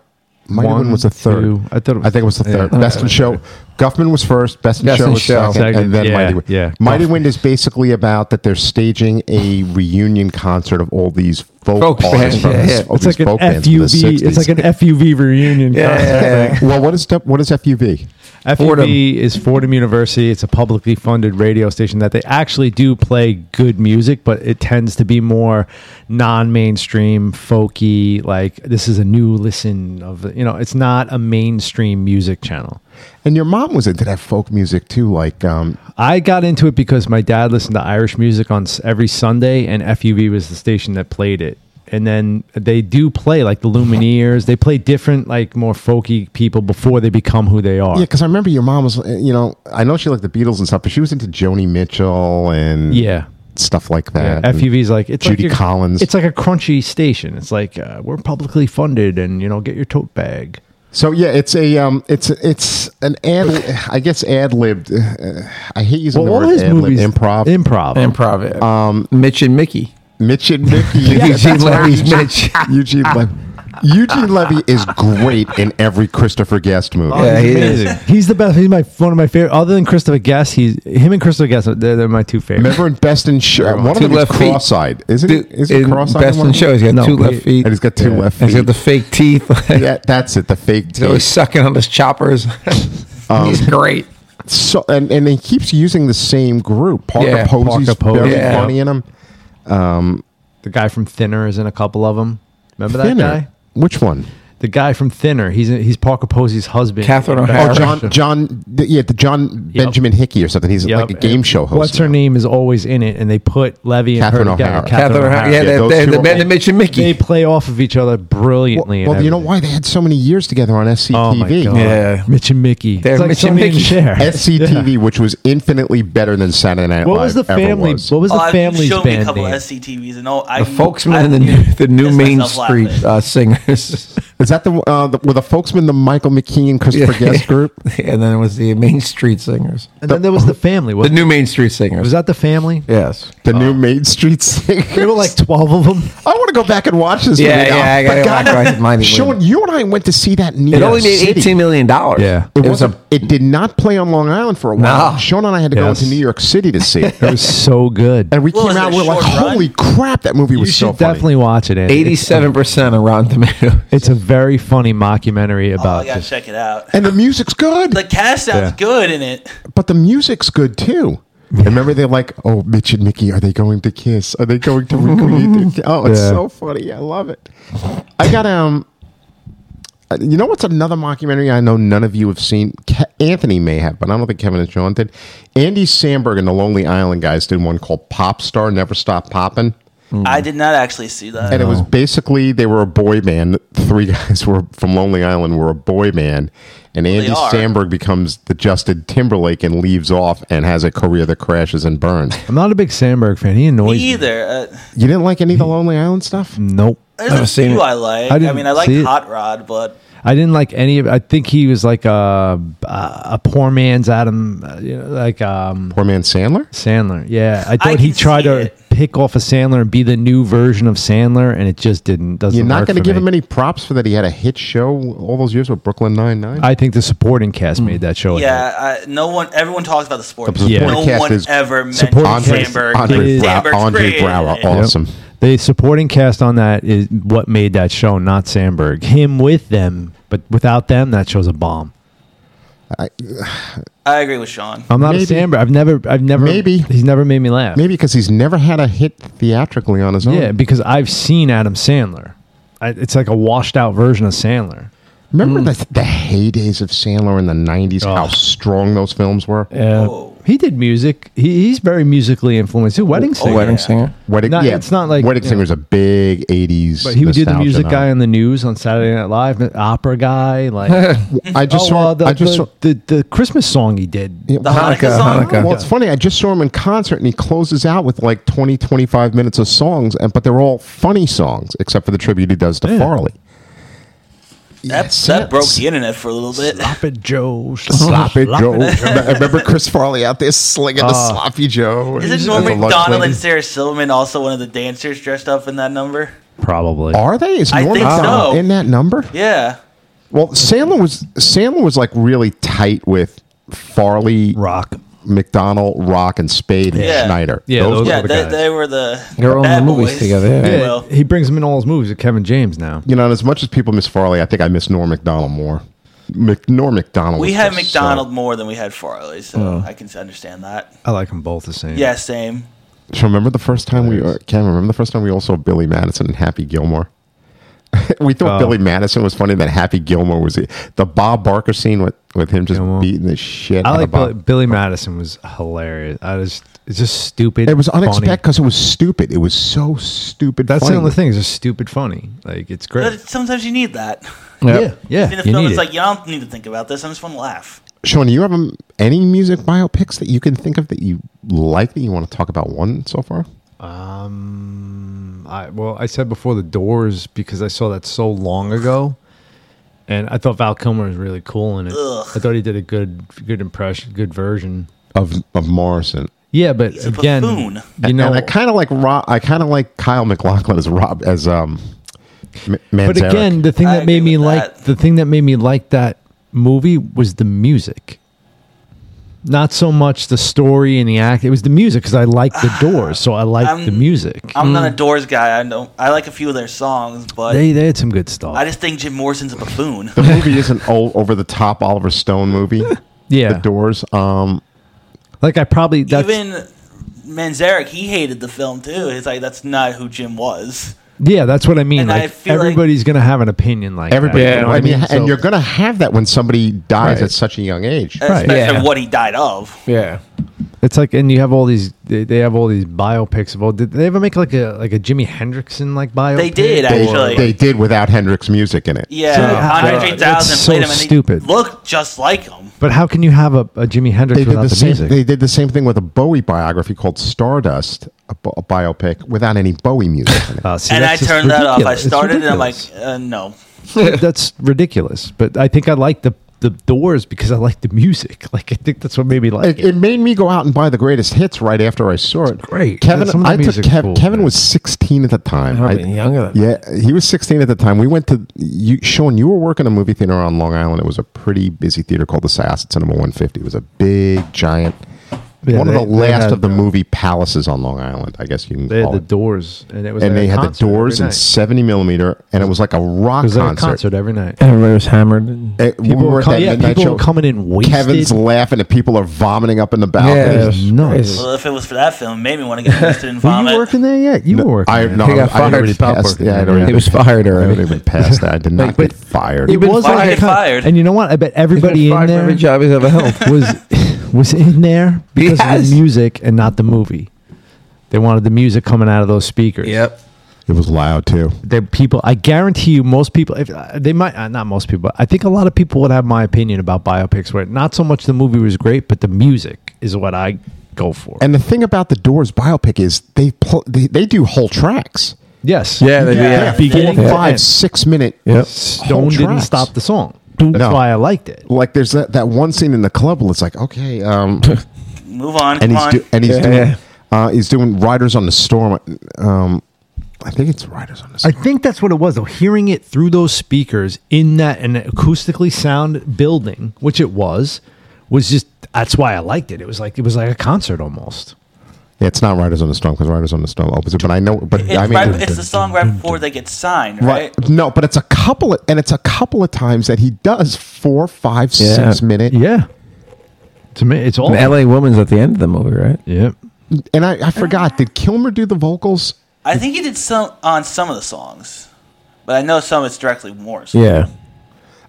Speaker 2: Mighty
Speaker 3: One,
Speaker 2: Wind was the third.
Speaker 3: two. I thought it was-
Speaker 2: I think it was the
Speaker 3: yeah.
Speaker 2: third. Best in Show. Guffman was first. Best in
Speaker 1: Best
Speaker 2: Show
Speaker 1: in
Speaker 2: was
Speaker 1: Show.
Speaker 2: second, and then
Speaker 3: Second,
Speaker 2: Mighty
Speaker 3: yeah,
Speaker 2: Wind.
Speaker 3: yeah.
Speaker 2: Mighty Wind is basically about that they're staging a reunion concert of all these folk,
Speaker 1: Folk bands,
Speaker 2: artists from
Speaker 1: yeah,
Speaker 2: this-
Speaker 1: yeah.
Speaker 2: all
Speaker 3: it's
Speaker 2: these
Speaker 3: like an
Speaker 2: folk bands from the
Speaker 3: FUV. It's
Speaker 2: 60s.
Speaker 3: like an FUV reunion.
Speaker 1: Yeah,
Speaker 3: concert.
Speaker 1: yeah, yeah.
Speaker 2: well, what is step- what is FUV?
Speaker 3: FUV
Speaker 1: Fordham.
Speaker 3: is Fordham University. It's a publicly funded radio station that they actually do play good music, but it tends to be more non-mainstream, folky. Like this is a new listen of you know, it's not a mainstream music channel.
Speaker 2: And your mom was into that folk music too, like um,
Speaker 3: I got into it because my dad listened to Irish music on s- every Sunday, and FUV was the station that played it. And then they do play like the Lumineers. They play different, like more folky people before they become who they are.
Speaker 2: Yeah, because I remember your mom was, uh, you know, I know she liked the Beatles and stuff, but she was into Joni Mitchell and
Speaker 3: Yeah.
Speaker 2: stuff like
Speaker 3: Yeah,
Speaker 2: that.
Speaker 1: E
Speaker 2: And
Speaker 3: FUV's like it's
Speaker 2: Judy
Speaker 3: like your-
Speaker 2: Collins.
Speaker 3: It's like a crunchy station. It's like uh, we're publicly funded, and you know, get your tote bag.
Speaker 2: so yeah, it's a um, it's it's an ad, I guess ad libbed. Uh, I hate using the word ad libbed improv.
Speaker 3: improv,
Speaker 1: improv. Um, Mitch and Mickey.
Speaker 2: Mitch and Mickey,
Speaker 1: <laughs>
Speaker 2: Yeah,
Speaker 1: Eugene
Speaker 2: that's right, <laughs>
Speaker 1: Levy's
Speaker 2: Eugene-
Speaker 1: Mitch.
Speaker 2: Eugene Levy. Eugene Levy is great in every Christopher Guest movie.
Speaker 1: Oh, Yeah, he is.
Speaker 3: Oh, He's the best. He's my one of my favorite. Other than Christopher Guest, he's him and Christopher Guest. They're, they're my two favorites.
Speaker 2: Remember in Best in Show, one of
Speaker 1: Two
Speaker 2: them is
Speaker 1: left feet.
Speaker 2: cross-eyed, isn't
Speaker 1: Dude,
Speaker 2: it? Isn't
Speaker 1: in
Speaker 2: cross-eyed?
Speaker 1: Best
Speaker 2: one
Speaker 1: in
Speaker 2: of them?
Speaker 1: show. He's got
Speaker 3: No,
Speaker 1: two
Speaker 3: he-
Speaker 1: left feet.
Speaker 2: and he's got two
Speaker 1: Yeah.
Speaker 2: left
Speaker 1: He's got
Speaker 2: feet.
Speaker 1: the fake teeth. <laughs>
Speaker 2: Yeah, that's it. The fake.
Speaker 1: He's always
Speaker 2: teeth.
Speaker 1: sucking on his choppers. <laughs> he's great.
Speaker 2: so and, and he keeps using the same group. Parker
Speaker 1: Yeah,
Speaker 2: Posey's
Speaker 3: Parker
Speaker 2: very
Speaker 3: Posey.
Speaker 1: Yeah.
Speaker 2: funny in him.
Speaker 3: The guy from Thinner is in a couple of them. Remember that
Speaker 2: Thinner.
Speaker 3: guy?
Speaker 2: Which one?
Speaker 3: The guy from Thinner. He's he's Parker Posey's husband.
Speaker 1: Catherine
Speaker 3: Oh,
Speaker 1: O'Hara.
Speaker 2: Oh, John, John, th- yeah, the John Benjamin Hickey or something. He's
Speaker 3: Yep.
Speaker 2: like a game show host.
Speaker 3: What's her name is always in it, and they put Levy and
Speaker 2: Catherine
Speaker 3: her together.
Speaker 2: O'Hara.
Speaker 1: Catherine, O'Hara. yeah,
Speaker 2: Yeah,
Speaker 1: they're-
Speaker 2: those
Speaker 1: they're
Speaker 2: two
Speaker 1: the
Speaker 2: are-
Speaker 1: man that mentioned
Speaker 3: They
Speaker 1: Mickey.
Speaker 3: play off of each other brilliantly.
Speaker 2: Well,
Speaker 3: and
Speaker 2: well, you know
Speaker 3: everything.
Speaker 2: why they had so many years together on SCTV.
Speaker 3: Oh my god!
Speaker 1: Yeah.
Speaker 3: Mitch and Mickey.
Speaker 1: They're
Speaker 3: It's like
Speaker 1: Mitch and
Speaker 3: Sony and
Speaker 1: Mickey.
Speaker 2: <laughs>
Speaker 3: Cher.
Speaker 2: SCTV, which was infinitely better than Saturday Night
Speaker 3: What
Speaker 2: Live.
Speaker 3: was the
Speaker 2: ever
Speaker 3: family?
Speaker 2: was.
Speaker 3: What was the
Speaker 4: oh,
Speaker 3: family's
Speaker 4: I've shown me a
Speaker 3: band
Speaker 4: couple
Speaker 3: name?
Speaker 4: of SCTVs, and all I,
Speaker 1: The folksman
Speaker 4: I
Speaker 1: and the new, the new
Speaker 4: pissed
Speaker 1: Main
Speaker 4: myself
Speaker 1: Street
Speaker 4: laughing. Oh,
Speaker 1: uh, singers. <laughs>
Speaker 2: Is that the, uh, the were the folksmen the Michael McKean Christopher Guest group?
Speaker 1: and then it was the Main Street Singers.
Speaker 3: and then there was the family.
Speaker 1: The
Speaker 3: What,
Speaker 1: new Main Street Singers.
Speaker 3: was that the family?
Speaker 1: yes.
Speaker 2: The
Speaker 3: Uh.
Speaker 2: new Main Street Singers.
Speaker 3: There were like twelve of them.
Speaker 2: <laughs> I want to go back and watch this.
Speaker 1: Yeah,
Speaker 2: movie now.
Speaker 1: yeah, I got
Speaker 2: But
Speaker 1: it.
Speaker 2: God,
Speaker 1: Right, mine
Speaker 2: Sean, you and I went to see that. In New
Speaker 1: It
Speaker 2: York
Speaker 1: only made
Speaker 2: City.
Speaker 1: eighteen million dollars.
Speaker 3: Yeah.
Speaker 1: it,
Speaker 2: It,
Speaker 1: was a.
Speaker 2: It did not play on Long Island for a while.
Speaker 1: No.
Speaker 2: Sean and I had to
Speaker 3: Yes.
Speaker 2: go into New York City to see it,
Speaker 3: It was so good.
Speaker 2: <laughs> and we
Speaker 4: Well,
Speaker 2: came
Speaker 4: it's
Speaker 2: out.
Speaker 4: a
Speaker 2: We're like,
Speaker 4: short run.
Speaker 2: "Holy crap! That movie
Speaker 3: You
Speaker 2: was
Speaker 3: should
Speaker 2: so funny."
Speaker 3: definitely watch it. Andy. It's-
Speaker 1: Eighty-seven percent on Rotten Tomatoes.
Speaker 3: It's a very funny mockumentary
Speaker 4: Oh, I
Speaker 3: about
Speaker 4: gotta
Speaker 3: just
Speaker 4: check it out.
Speaker 2: And the music's good,
Speaker 4: The cast sounds
Speaker 3: Yeah.
Speaker 4: good in it.
Speaker 2: but the music's good too. And Remember, they're like, "Oh, Mitch and Mickey, are they going to kiss? Are they going to recreate?" their- Oh, it's
Speaker 3: Yeah.
Speaker 2: so funny. I love it. I got um. uh, You know what's another mockumentary I know none of you have seen? Ke- Anthony may have, but I don't think Kevin and Sean did. Andy Samberg and the Lonely Island guys did one called Pop Star Never Stop Poppin'.
Speaker 4: I did not actually see that.
Speaker 2: And it was
Speaker 3: Oh.
Speaker 2: basically they were a boy band. Three <laughs> guys were from Lonely Island were a boy band, and Andy
Speaker 4: are.
Speaker 2: Samberg becomes the Justin Timberlake and leaves off and has a career that crashes and
Speaker 3: <laughs>
Speaker 2: burns.
Speaker 3: I'm not a big Sandberg fan. He
Speaker 4: Me
Speaker 3: annoys me.
Speaker 4: either. Uh,
Speaker 2: You didn't like
Speaker 3: Mm.
Speaker 2: any of the Lonely Island stuff?
Speaker 3: Nope.
Speaker 4: there's
Speaker 1: Never
Speaker 4: a
Speaker 1: seen
Speaker 4: few
Speaker 1: it.
Speaker 4: I like.
Speaker 3: I
Speaker 4: I,
Speaker 3: didn't
Speaker 4: mean, I like
Speaker 3: see it.
Speaker 4: Hot Rod, but
Speaker 3: I didn't like any of. I think he was like a a poor man's Adam, uh, you know, like um,
Speaker 2: Poor man Sandler.
Speaker 3: Sandler. Yeah, I thought
Speaker 4: can
Speaker 3: he tried
Speaker 4: see
Speaker 3: to
Speaker 4: it.
Speaker 3: pick off a Sandler and be the new version of Sandler, and it just didn't. Doesn't.
Speaker 2: You're not
Speaker 3: going to
Speaker 2: give him any props for that. He had a hit show all those years with Brooklyn Nine Nine.
Speaker 3: I think the supporting cast made that show. a hit.
Speaker 4: yeah, I, no one. Everyone talks about the sport.
Speaker 2: The
Speaker 3: Yeah.
Speaker 4: No
Speaker 2: supporting cast
Speaker 4: one
Speaker 2: is
Speaker 4: ever mentioned
Speaker 3: Supporting
Speaker 2: Andre,
Speaker 4: Sandberg.
Speaker 2: Andre,
Speaker 4: Like,
Speaker 2: Brow-
Speaker 4: Sandberg's
Speaker 2: Andre
Speaker 4: great.
Speaker 2: Brow are
Speaker 4: Yeah.
Speaker 3: Yep.
Speaker 2: awesome.
Speaker 3: The supporting cast on that is what made that show, not Sandberg. Him with them, but without them, that show's a bomb.
Speaker 4: I agree with Sean.
Speaker 3: I'm not a
Speaker 2: Maybe.
Speaker 3: Sandberg. I've never, I've never,
Speaker 2: Maybe.
Speaker 3: he's never made me laugh.
Speaker 2: Maybe because he's never had a hit theatrically on his own.
Speaker 3: Yeah, because I've seen Adam Sandler. I, it's like a washed out version of Sandler.
Speaker 2: Remember
Speaker 3: Mm.
Speaker 2: the, the heydays of Sandler in the 90s, how
Speaker 3: Ugh.
Speaker 2: strong those films were?
Speaker 3: Uh,
Speaker 4: Whoa.
Speaker 3: he did music. He, he's very musically influenced. He's a
Speaker 1: a
Speaker 3: wedding
Speaker 4: Oh,
Speaker 3: singer.
Speaker 1: wedding singer.
Speaker 2: Wedding,
Speaker 3: Not-
Speaker 2: yeah,
Speaker 3: it's not like,
Speaker 2: Wedding
Speaker 3: you
Speaker 2: Singer's a big '80s.
Speaker 3: But he would do the
Speaker 2: nostalgia
Speaker 3: music
Speaker 2: novel.
Speaker 3: guy on the news on Saturday Night Live, the opera guy. Like,
Speaker 2: I <laughs> just
Speaker 3: oh,
Speaker 2: saw.
Speaker 3: uh, the,
Speaker 2: I just
Speaker 3: the,
Speaker 2: saw.
Speaker 3: the, the Christmas song he did.
Speaker 2: Yeah,
Speaker 4: The Hanukkah song.
Speaker 1: Hanukkah.
Speaker 2: Well, it's funny. I just saw him in concert, and he closes out with like 20, 25 minutes of songs, and but they're all funny songs, except for the tribute he does to
Speaker 3: Yeah.
Speaker 2: Farley.
Speaker 4: That, that broke the internet for a little bit.
Speaker 3: Slap it,
Speaker 2: <laughs>
Speaker 3: Joe.
Speaker 2: Sloppy
Speaker 4: <laughs>
Speaker 2: Joe. I remember Chris Farley out there slinging
Speaker 3: Uh,
Speaker 2: the sloppy Joe.
Speaker 4: Isn't Norman Donald and Sarah Silverman also one of the dancers dressed up in that number?
Speaker 3: Probably.
Speaker 2: Are they? Is
Speaker 4: I
Speaker 2: Norman
Speaker 4: think so.
Speaker 2: Donald in that number?
Speaker 4: Yeah.
Speaker 2: Well, Sandler was Sandler was like really tight with Farley,
Speaker 3: Rock.
Speaker 2: McDonald, Rock, and Spade, and
Speaker 4: Yeah.
Speaker 2: Schneider.
Speaker 3: Yeah, those
Speaker 4: Yeah,
Speaker 3: the
Speaker 4: they,
Speaker 3: guys.
Speaker 4: they were the.
Speaker 1: They were all in
Speaker 4: bad
Speaker 1: the movies
Speaker 4: boys,
Speaker 1: together, yeah.
Speaker 4: if you
Speaker 3: Yeah,
Speaker 4: will.
Speaker 3: he brings him in all his movies with Kevin James now.
Speaker 2: You know, and as much as people miss Farley, I think I miss Norm McDonald more. Mc, Norm McDonald.
Speaker 4: We
Speaker 2: was
Speaker 4: had
Speaker 2: just so-
Speaker 4: McDonald more than we had Farley, so I can understand that.
Speaker 3: I like them both the same.
Speaker 4: Yeah, same.
Speaker 2: Do you remember the first time we uh, Cam? Remember the first time we all saw Billy Madison and Happy Gilmore? <laughs> we thought
Speaker 3: Oh.
Speaker 2: Billy Madison was funny. That Happy Gilmore was the, the Bob Barker scene with, with him just
Speaker 3: Gilmore.
Speaker 2: beating the shit.
Speaker 3: I
Speaker 2: out
Speaker 3: like
Speaker 2: of Bob.
Speaker 3: Billy, Billy Madison was hilarious. I just it's just stupid.
Speaker 2: It was
Speaker 3: funny.
Speaker 2: unexpected because it was stupid. It was so stupid.
Speaker 3: That's
Speaker 2: funny.
Speaker 3: the only thing. It's just stupid funny. Like it's
Speaker 4: But
Speaker 3: great.
Speaker 4: sometimes you need that.
Speaker 3: Yeah, yeah.
Speaker 4: In a
Speaker 3: You
Speaker 4: film,
Speaker 3: need
Speaker 4: it's
Speaker 3: it.
Speaker 4: like, you don't need to think about this. I just want to laugh.
Speaker 2: Sean, do you have um, any music biopics that you can think of that you like that you want to talk about? One so far.
Speaker 3: um, I well, I said before the Doors because I saw that so long ago, and I thought Val Kilmer was really cool in it.
Speaker 4: Ugh.
Speaker 3: I thought he did a good good impression, good version.
Speaker 2: of of Morrison.
Speaker 3: Yeah, but
Speaker 4: a
Speaker 3: again,
Speaker 4: buffoon.
Speaker 3: you know,
Speaker 2: and <laughs> I kind of like Rob. I kind of like Kyle McLaughlin as Rob as um. M-
Speaker 3: but
Speaker 2: Manzarek.
Speaker 3: again, the thing
Speaker 4: I
Speaker 3: that made
Speaker 4: agree
Speaker 3: me
Speaker 4: with
Speaker 3: like
Speaker 4: that.
Speaker 3: the thing that made me like that movie was the music. Not so much the story and the act. It was the music because I liked
Speaker 4: <sighs>
Speaker 3: the Doors, so I liked the
Speaker 4: I'm-
Speaker 3: music.
Speaker 4: I'm not a Doors guy. I don't. I like a few of their songs, but
Speaker 3: they they had some good stuff.
Speaker 4: I just think Jim Morrison's a buffoon.
Speaker 2: the movie is an old, over the top Oliver Stone
Speaker 3: <laughs>
Speaker 2: movie.
Speaker 3: yeah,
Speaker 2: The Doors. Um,
Speaker 3: like I probably that's
Speaker 4: Even Manzarek, he hated the film too. He's like, that's not who Jim was.
Speaker 3: Yeah, that's what I mean.
Speaker 4: And I
Speaker 3: like
Speaker 4: feel like-
Speaker 3: everybody's gonna have an opinion like
Speaker 2: Everybody,
Speaker 3: that,
Speaker 1: Yeah.
Speaker 3: you know what I
Speaker 2: and,
Speaker 3: mean?
Speaker 2: you-
Speaker 3: So-
Speaker 2: and you're going to have that when somebody dies
Speaker 3: Right.
Speaker 2: at such a young age.
Speaker 4: Uh,
Speaker 1: Right.
Speaker 4: Especially
Speaker 1: Yeah.
Speaker 4: what he died of.
Speaker 1: Yeah.
Speaker 3: It's like, and you have all these. They, they have all these biopics of. All, did they ever make like a like a Jimi Hendrixon like biopic?
Speaker 4: They did,
Speaker 3: Or-
Speaker 2: They,
Speaker 4: Actually.
Speaker 2: they did without Hendrix music in it.
Speaker 4: Yeah,
Speaker 3: So-
Speaker 4: Andre
Speaker 3: God.
Speaker 4: 3000
Speaker 3: That's
Speaker 4: played
Speaker 3: so
Speaker 4: him and
Speaker 3: stupid.
Speaker 4: he looked just like him.
Speaker 3: But how can you have a, a Jimi Hendrix
Speaker 2: They did
Speaker 3: without
Speaker 2: the,
Speaker 3: the,
Speaker 2: same.
Speaker 3: music?
Speaker 2: They did the same thing with a Bowie biography called Stardust, a, bi- a biopic without any Bowie music in it.
Speaker 3: Uh, see,
Speaker 4: and I
Speaker 3: that's just
Speaker 4: turned that off. I
Speaker 3: ridiculous. It's
Speaker 4: started and I'm like,
Speaker 3: ridiculous.
Speaker 4: uh, no. <laughs>
Speaker 3: that's ridiculous. But I think I like the the Doors because I like the music. <laughs> Like I think that's what made me like
Speaker 2: It,
Speaker 3: it.
Speaker 2: it made me go out and buy the greatest hits right after I saw it.
Speaker 3: great.
Speaker 2: Kevin.
Speaker 3: Some of the
Speaker 2: I took
Speaker 3: music's
Speaker 2: Kev,
Speaker 3: cool,
Speaker 2: Kevin
Speaker 3: man.
Speaker 2: was 16 at the time.
Speaker 1: I've
Speaker 2: I-
Speaker 1: been younger than
Speaker 2: yeah, he was 16 at the time. We went to you, Sean. You were working a movie theater on Long Island. It was a pretty busy theater called the Syosset Cinema 150. It was a big, giant,
Speaker 3: Yeah,
Speaker 2: one
Speaker 3: they-
Speaker 2: of the
Speaker 3: they
Speaker 2: last
Speaker 3: had,
Speaker 2: of the
Speaker 3: uh,
Speaker 2: movie palaces on Long Island. I guess you can
Speaker 3: They had
Speaker 2: call
Speaker 3: the
Speaker 2: it.
Speaker 3: Doors, and it was
Speaker 2: oh. and
Speaker 3: at a
Speaker 2: they had the
Speaker 3: concert
Speaker 2: doors
Speaker 3: every
Speaker 2: in
Speaker 3: night.
Speaker 2: 70 millimeter, and it was like a rock
Speaker 3: It was at a
Speaker 2: concert.
Speaker 3: concert every night.
Speaker 1: Everybody was hammered.
Speaker 2: It- we
Speaker 3: People
Speaker 2: were
Speaker 3: were,
Speaker 2: at
Speaker 3: com-
Speaker 2: that
Speaker 3: yeah,
Speaker 2: midnight
Speaker 3: people
Speaker 2: show.
Speaker 3: were coming in wasted.
Speaker 2: Kevin's laughing, and people are vomiting up in the
Speaker 1: Yeah,
Speaker 2: balcony.
Speaker 3: was nuts.
Speaker 4: Well, if it was for that film, it made me want to get twisted and
Speaker 3: were
Speaker 4: vomit.
Speaker 3: you working there yet? You were working.
Speaker 2: I,
Speaker 3: there.
Speaker 2: no,
Speaker 1: He got
Speaker 2: I had
Speaker 1: fired.
Speaker 2: already
Speaker 1: Stop
Speaker 2: passed.
Speaker 1: working.
Speaker 2: Yeah, I'd already
Speaker 1: He was
Speaker 2: been-
Speaker 1: fired
Speaker 2: I'd already
Speaker 1: already.
Speaker 2: been past that. I
Speaker 1: <laughs>
Speaker 2: did not
Speaker 1: But-
Speaker 2: get fired.
Speaker 3: It was
Speaker 4: fired.
Speaker 3: like
Speaker 4: Why'd
Speaker 3: a
Speaker 4: they
Speaker 3: con-
Speaker 4: fired?
Speaker 3: And you know what? I bet everybody in there
Speaker 1: every job he's ever <laughs> held.
Speaker 3: was was <laughs> in there because of
Speaker 1: Yes.
Speaker 3: the music and not the movie. They wanted the music coming out of those speakers.
Speaker 2: It was loud too.
Speaker 3: They people. I guarantee you, most people. If uh, they might uh, not most people, but I think a lot of people would have my opinion about biopics. Where not so much the movie was great, but the music is what I go for.
Speaker 2: And the thing about the Doors biopic is they pl- they, they do whole tracks.
Speaker 3: yes,
Speaker 1: Yeah, they do, yeah.
Speaker 2: They have
Speaker 3: Beginning
Speaker 2: four,
Speaker 3: to
Speaker 2: five,
Speaker 3: end.
Speaker 2: six minute.
Speaker 1: Yep.
Speaker 2: whole
Speaker 3: Stone didn't
Speaker 2: tracks.
Speaker 3: stop the song. That's why I liked it.
Speaker 2: Like there's that, that one scene in the club where it's like okay, um,
Speaker 4: Move on.
Speaker 2: and
Speaker 4: come
Speaker 2: he's
Speaker 4: on.
Speaker 2: do, and he's
Speaker 1: Yeah,
Speaker 2: doing
Speaker 1: yeah.
Speaker 2: Uh, he's doing Riders on the Storm. Um, I think it's Riders on the
Speaker 3: I
Speaker 2: Storm.
Speaker 3: think that's what it was though. Hearing it through those speakers in that an acoustically sound building, which it was, was just that's why I liked it. It was like it was like a concert almost.
Speaker 2: yeah, it's not Riders on the Storm because Riders on the Storm opens it, but I know. But
Speaker 4: it's,
Speaker 2: I mean,
Speaker 4: right, it's the song right before they get signed, right?
Speaker 2: No, but it's a couple, of, and it's a couple of times that he does four, five, six
Speaker 1: Yeah.
Speaker 2: minute.
Speaker 3: Yeah. To me it's all
Speaker 1: The LA woman's at the end of the movie, right?
Speaker 3: Yeah.
Speaker 2: And I, I forgot, did Kilmer do the vocals?
Speaker 4: I think he did some on some of the songs, but I know some it's directly Morris.
Speaker 1: Yeah.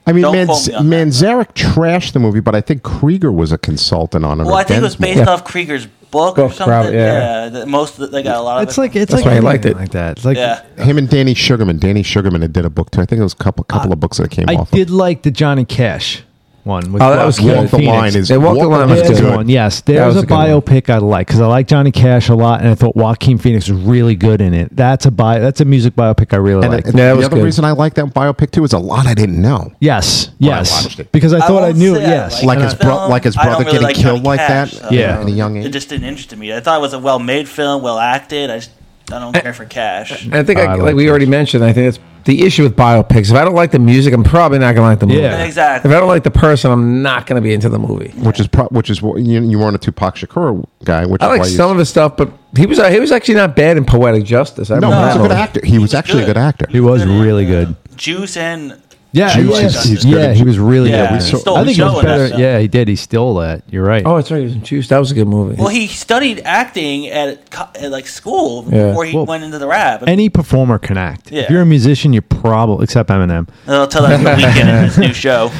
Speaker 2: I mean,
Speaker 4: Don't
Speaker 2: Man-
Speaker 4: quote me on that.
Speaker 2: Manzarek trashed the movie, but I think Krieger was a consultant on it.
Speaker 4: Well,
Speaker 2: or
Speaker 4: I think it was
Speaker 2: Densmore.
Speaker 4: based off Krieger's book or
Speaker 1: Book,
Speaker 4: something.
Speaker 1: probably, yeah.
Speaker 4: yeah, that most of the, they got a lot of.
Speaker 3: It's
Speaker 4: it.
Speaker 3: like it's
Speaker 1: That's
Speaker 3: like
Speaker 1: why I
Speaker 3: anything
Speaker 1: liked it.
Speaker 3: like that. It's like
Speaker 4: yeah.
Speaker 2: Him and Danny Sugarman. Danny Sugarman had did a book too. I think it was a couple couple of books that came
Speaker 3: I
Speaker 2: off.
Speaker 3: did like the Johnny Cash one with
Speaker 1: Oh, that
Speaker 3: Joaquin
Speaker 1: was
Speaker 2: Walk
Speaker 1: good.
Speaker 2: the
Speaker 3: Phoenix.
Speaker 2: line is
Speaker 1: They Walk the Line was
Speaker 2: is
Speaker 3: There's
Speaker 1: good.
Speaker 3: one, yes.
Speaker 1: That
Speaker 3: There's
Speaker 1: was
Speaker 3: a,
Speaker 1: a good one.
Speaker 3: biopic I like because I like Johnny Cash a lot, and I thought Joaquin Phoenix was really good in it. That's a bi- That's a music biopic I really
Speaker 2: And
Speaker 3: like.
Speaker 2: I-
Speaker 1: Yeah, it
Speaker 2: the
Speaker 1: was
Speaker 2: other
Speaker 1: good.
Speaker 2: reason I like that biopic too is a lot I didn't know.
Speaker 3: Yes,
Speaker 2: I
Speaker 3: yes.
Speaker 2: watched it.
Speaker 3: Because I
Speaker 4: I
Speaker 3: thought I,
Speaker 4: won't
Speaker 3: knew. it,
Speaker 4: say I
Speaker 3: yes,
Speaker 4: like
Speaker 2: Like
Speaker 4: the
Speaker 2: his bro-
Speaker 4: film.
Speaker 2: like his
Speaker 4: I don't
Speaker 2: brother
Speaker 4: really
Speaker 2: getting
Speaker 4: like
Speaker 2: killed
Speaker 4: Johnny
Speaker 2: like
Speaker 4: Cash,
Speaker 2: that.
Speaker 4: so-
Speaker 3: Yeah.
Speaker 2: at a young
Speaker 4: It
Speaker 2: age.
Speaker 4: just didn't interest me. I thought it was a well-made film, well acted. I just I don't care
Speaker 2: <laughs>
Speaker 4: for Cash.
Speaker 1: And I think,
Speaker 3: I
Speaker 1: Ah, I, like,
Speaker 3: like
Speaker 1: we
Speaker 3: that.
Speaker 1: already mentioned, I think that's the issue with biopics. If I don't like the music, I'm probably not going to like the movie.
Speaker 3: Yeah.
Speaker 4: Exactly.
Speaker 1: If I don't like the person, I'm not going to be into the movie.
Speaker 2: Which is pro- which is wh- you, you weren't a Tupac Shakur guy. Which
Speaker 1: I
Speaker 2: is
Speaker 1: like
Speaker 2: why you-
Speaker 1: some of his stuff, but he was uh, he was actually not bad in Poetic Justice. I
Speaker 2: No,
Speaker 1: remember that
Speaker 2: he was a good
Speaker 1: movie.
Speaker 2: actor. He, was,
Speaker 4: was
Speaker 2: actually a
Speaker 4: good.
Speaker 2: good actor.
Speaker 3: he was really good.
Speaker 4: Juice and
Speaker 3: Yeah,
Speaker 2: Juice
Speaker 3: yeah,
Speaker 2: is- he's good
Speaker 3: yeah.
Speaker 2: at
Speaker 3: He
Speaker 2: Juice.
Speaker 3: was really
Speaker 4: Yeah,
Speaker 3: good.
Speaker 4: he
Speaker 3: in it.
Speaker 4: stole
Speaker 3: I think he
Speaker 4: the show
Speaker 3: was
Speaker 4: in that
Speaker 3: better.
Speaker 4: stuff.
Speaker 3: Yeah, he did. He stole that. You're right.
Speaker 1: Oh, that's right. He was in Juice. That was a good movie.
Speaker 4: well, he studied acting at, co- at like school
Speaker 1: Yeah.
Speaker 4: before he
Speaker 3: Well,
Speaker 4: went into the rap. And
Speaker 3: Any performer can act.
Speaker 4: Yeah.
Speaker 3: If you're a musician, you're probably except Eminem.
Speaker 4: I'll tell that for the weekend in this new
Speaker 3: <laughs>
Speaker 4: show.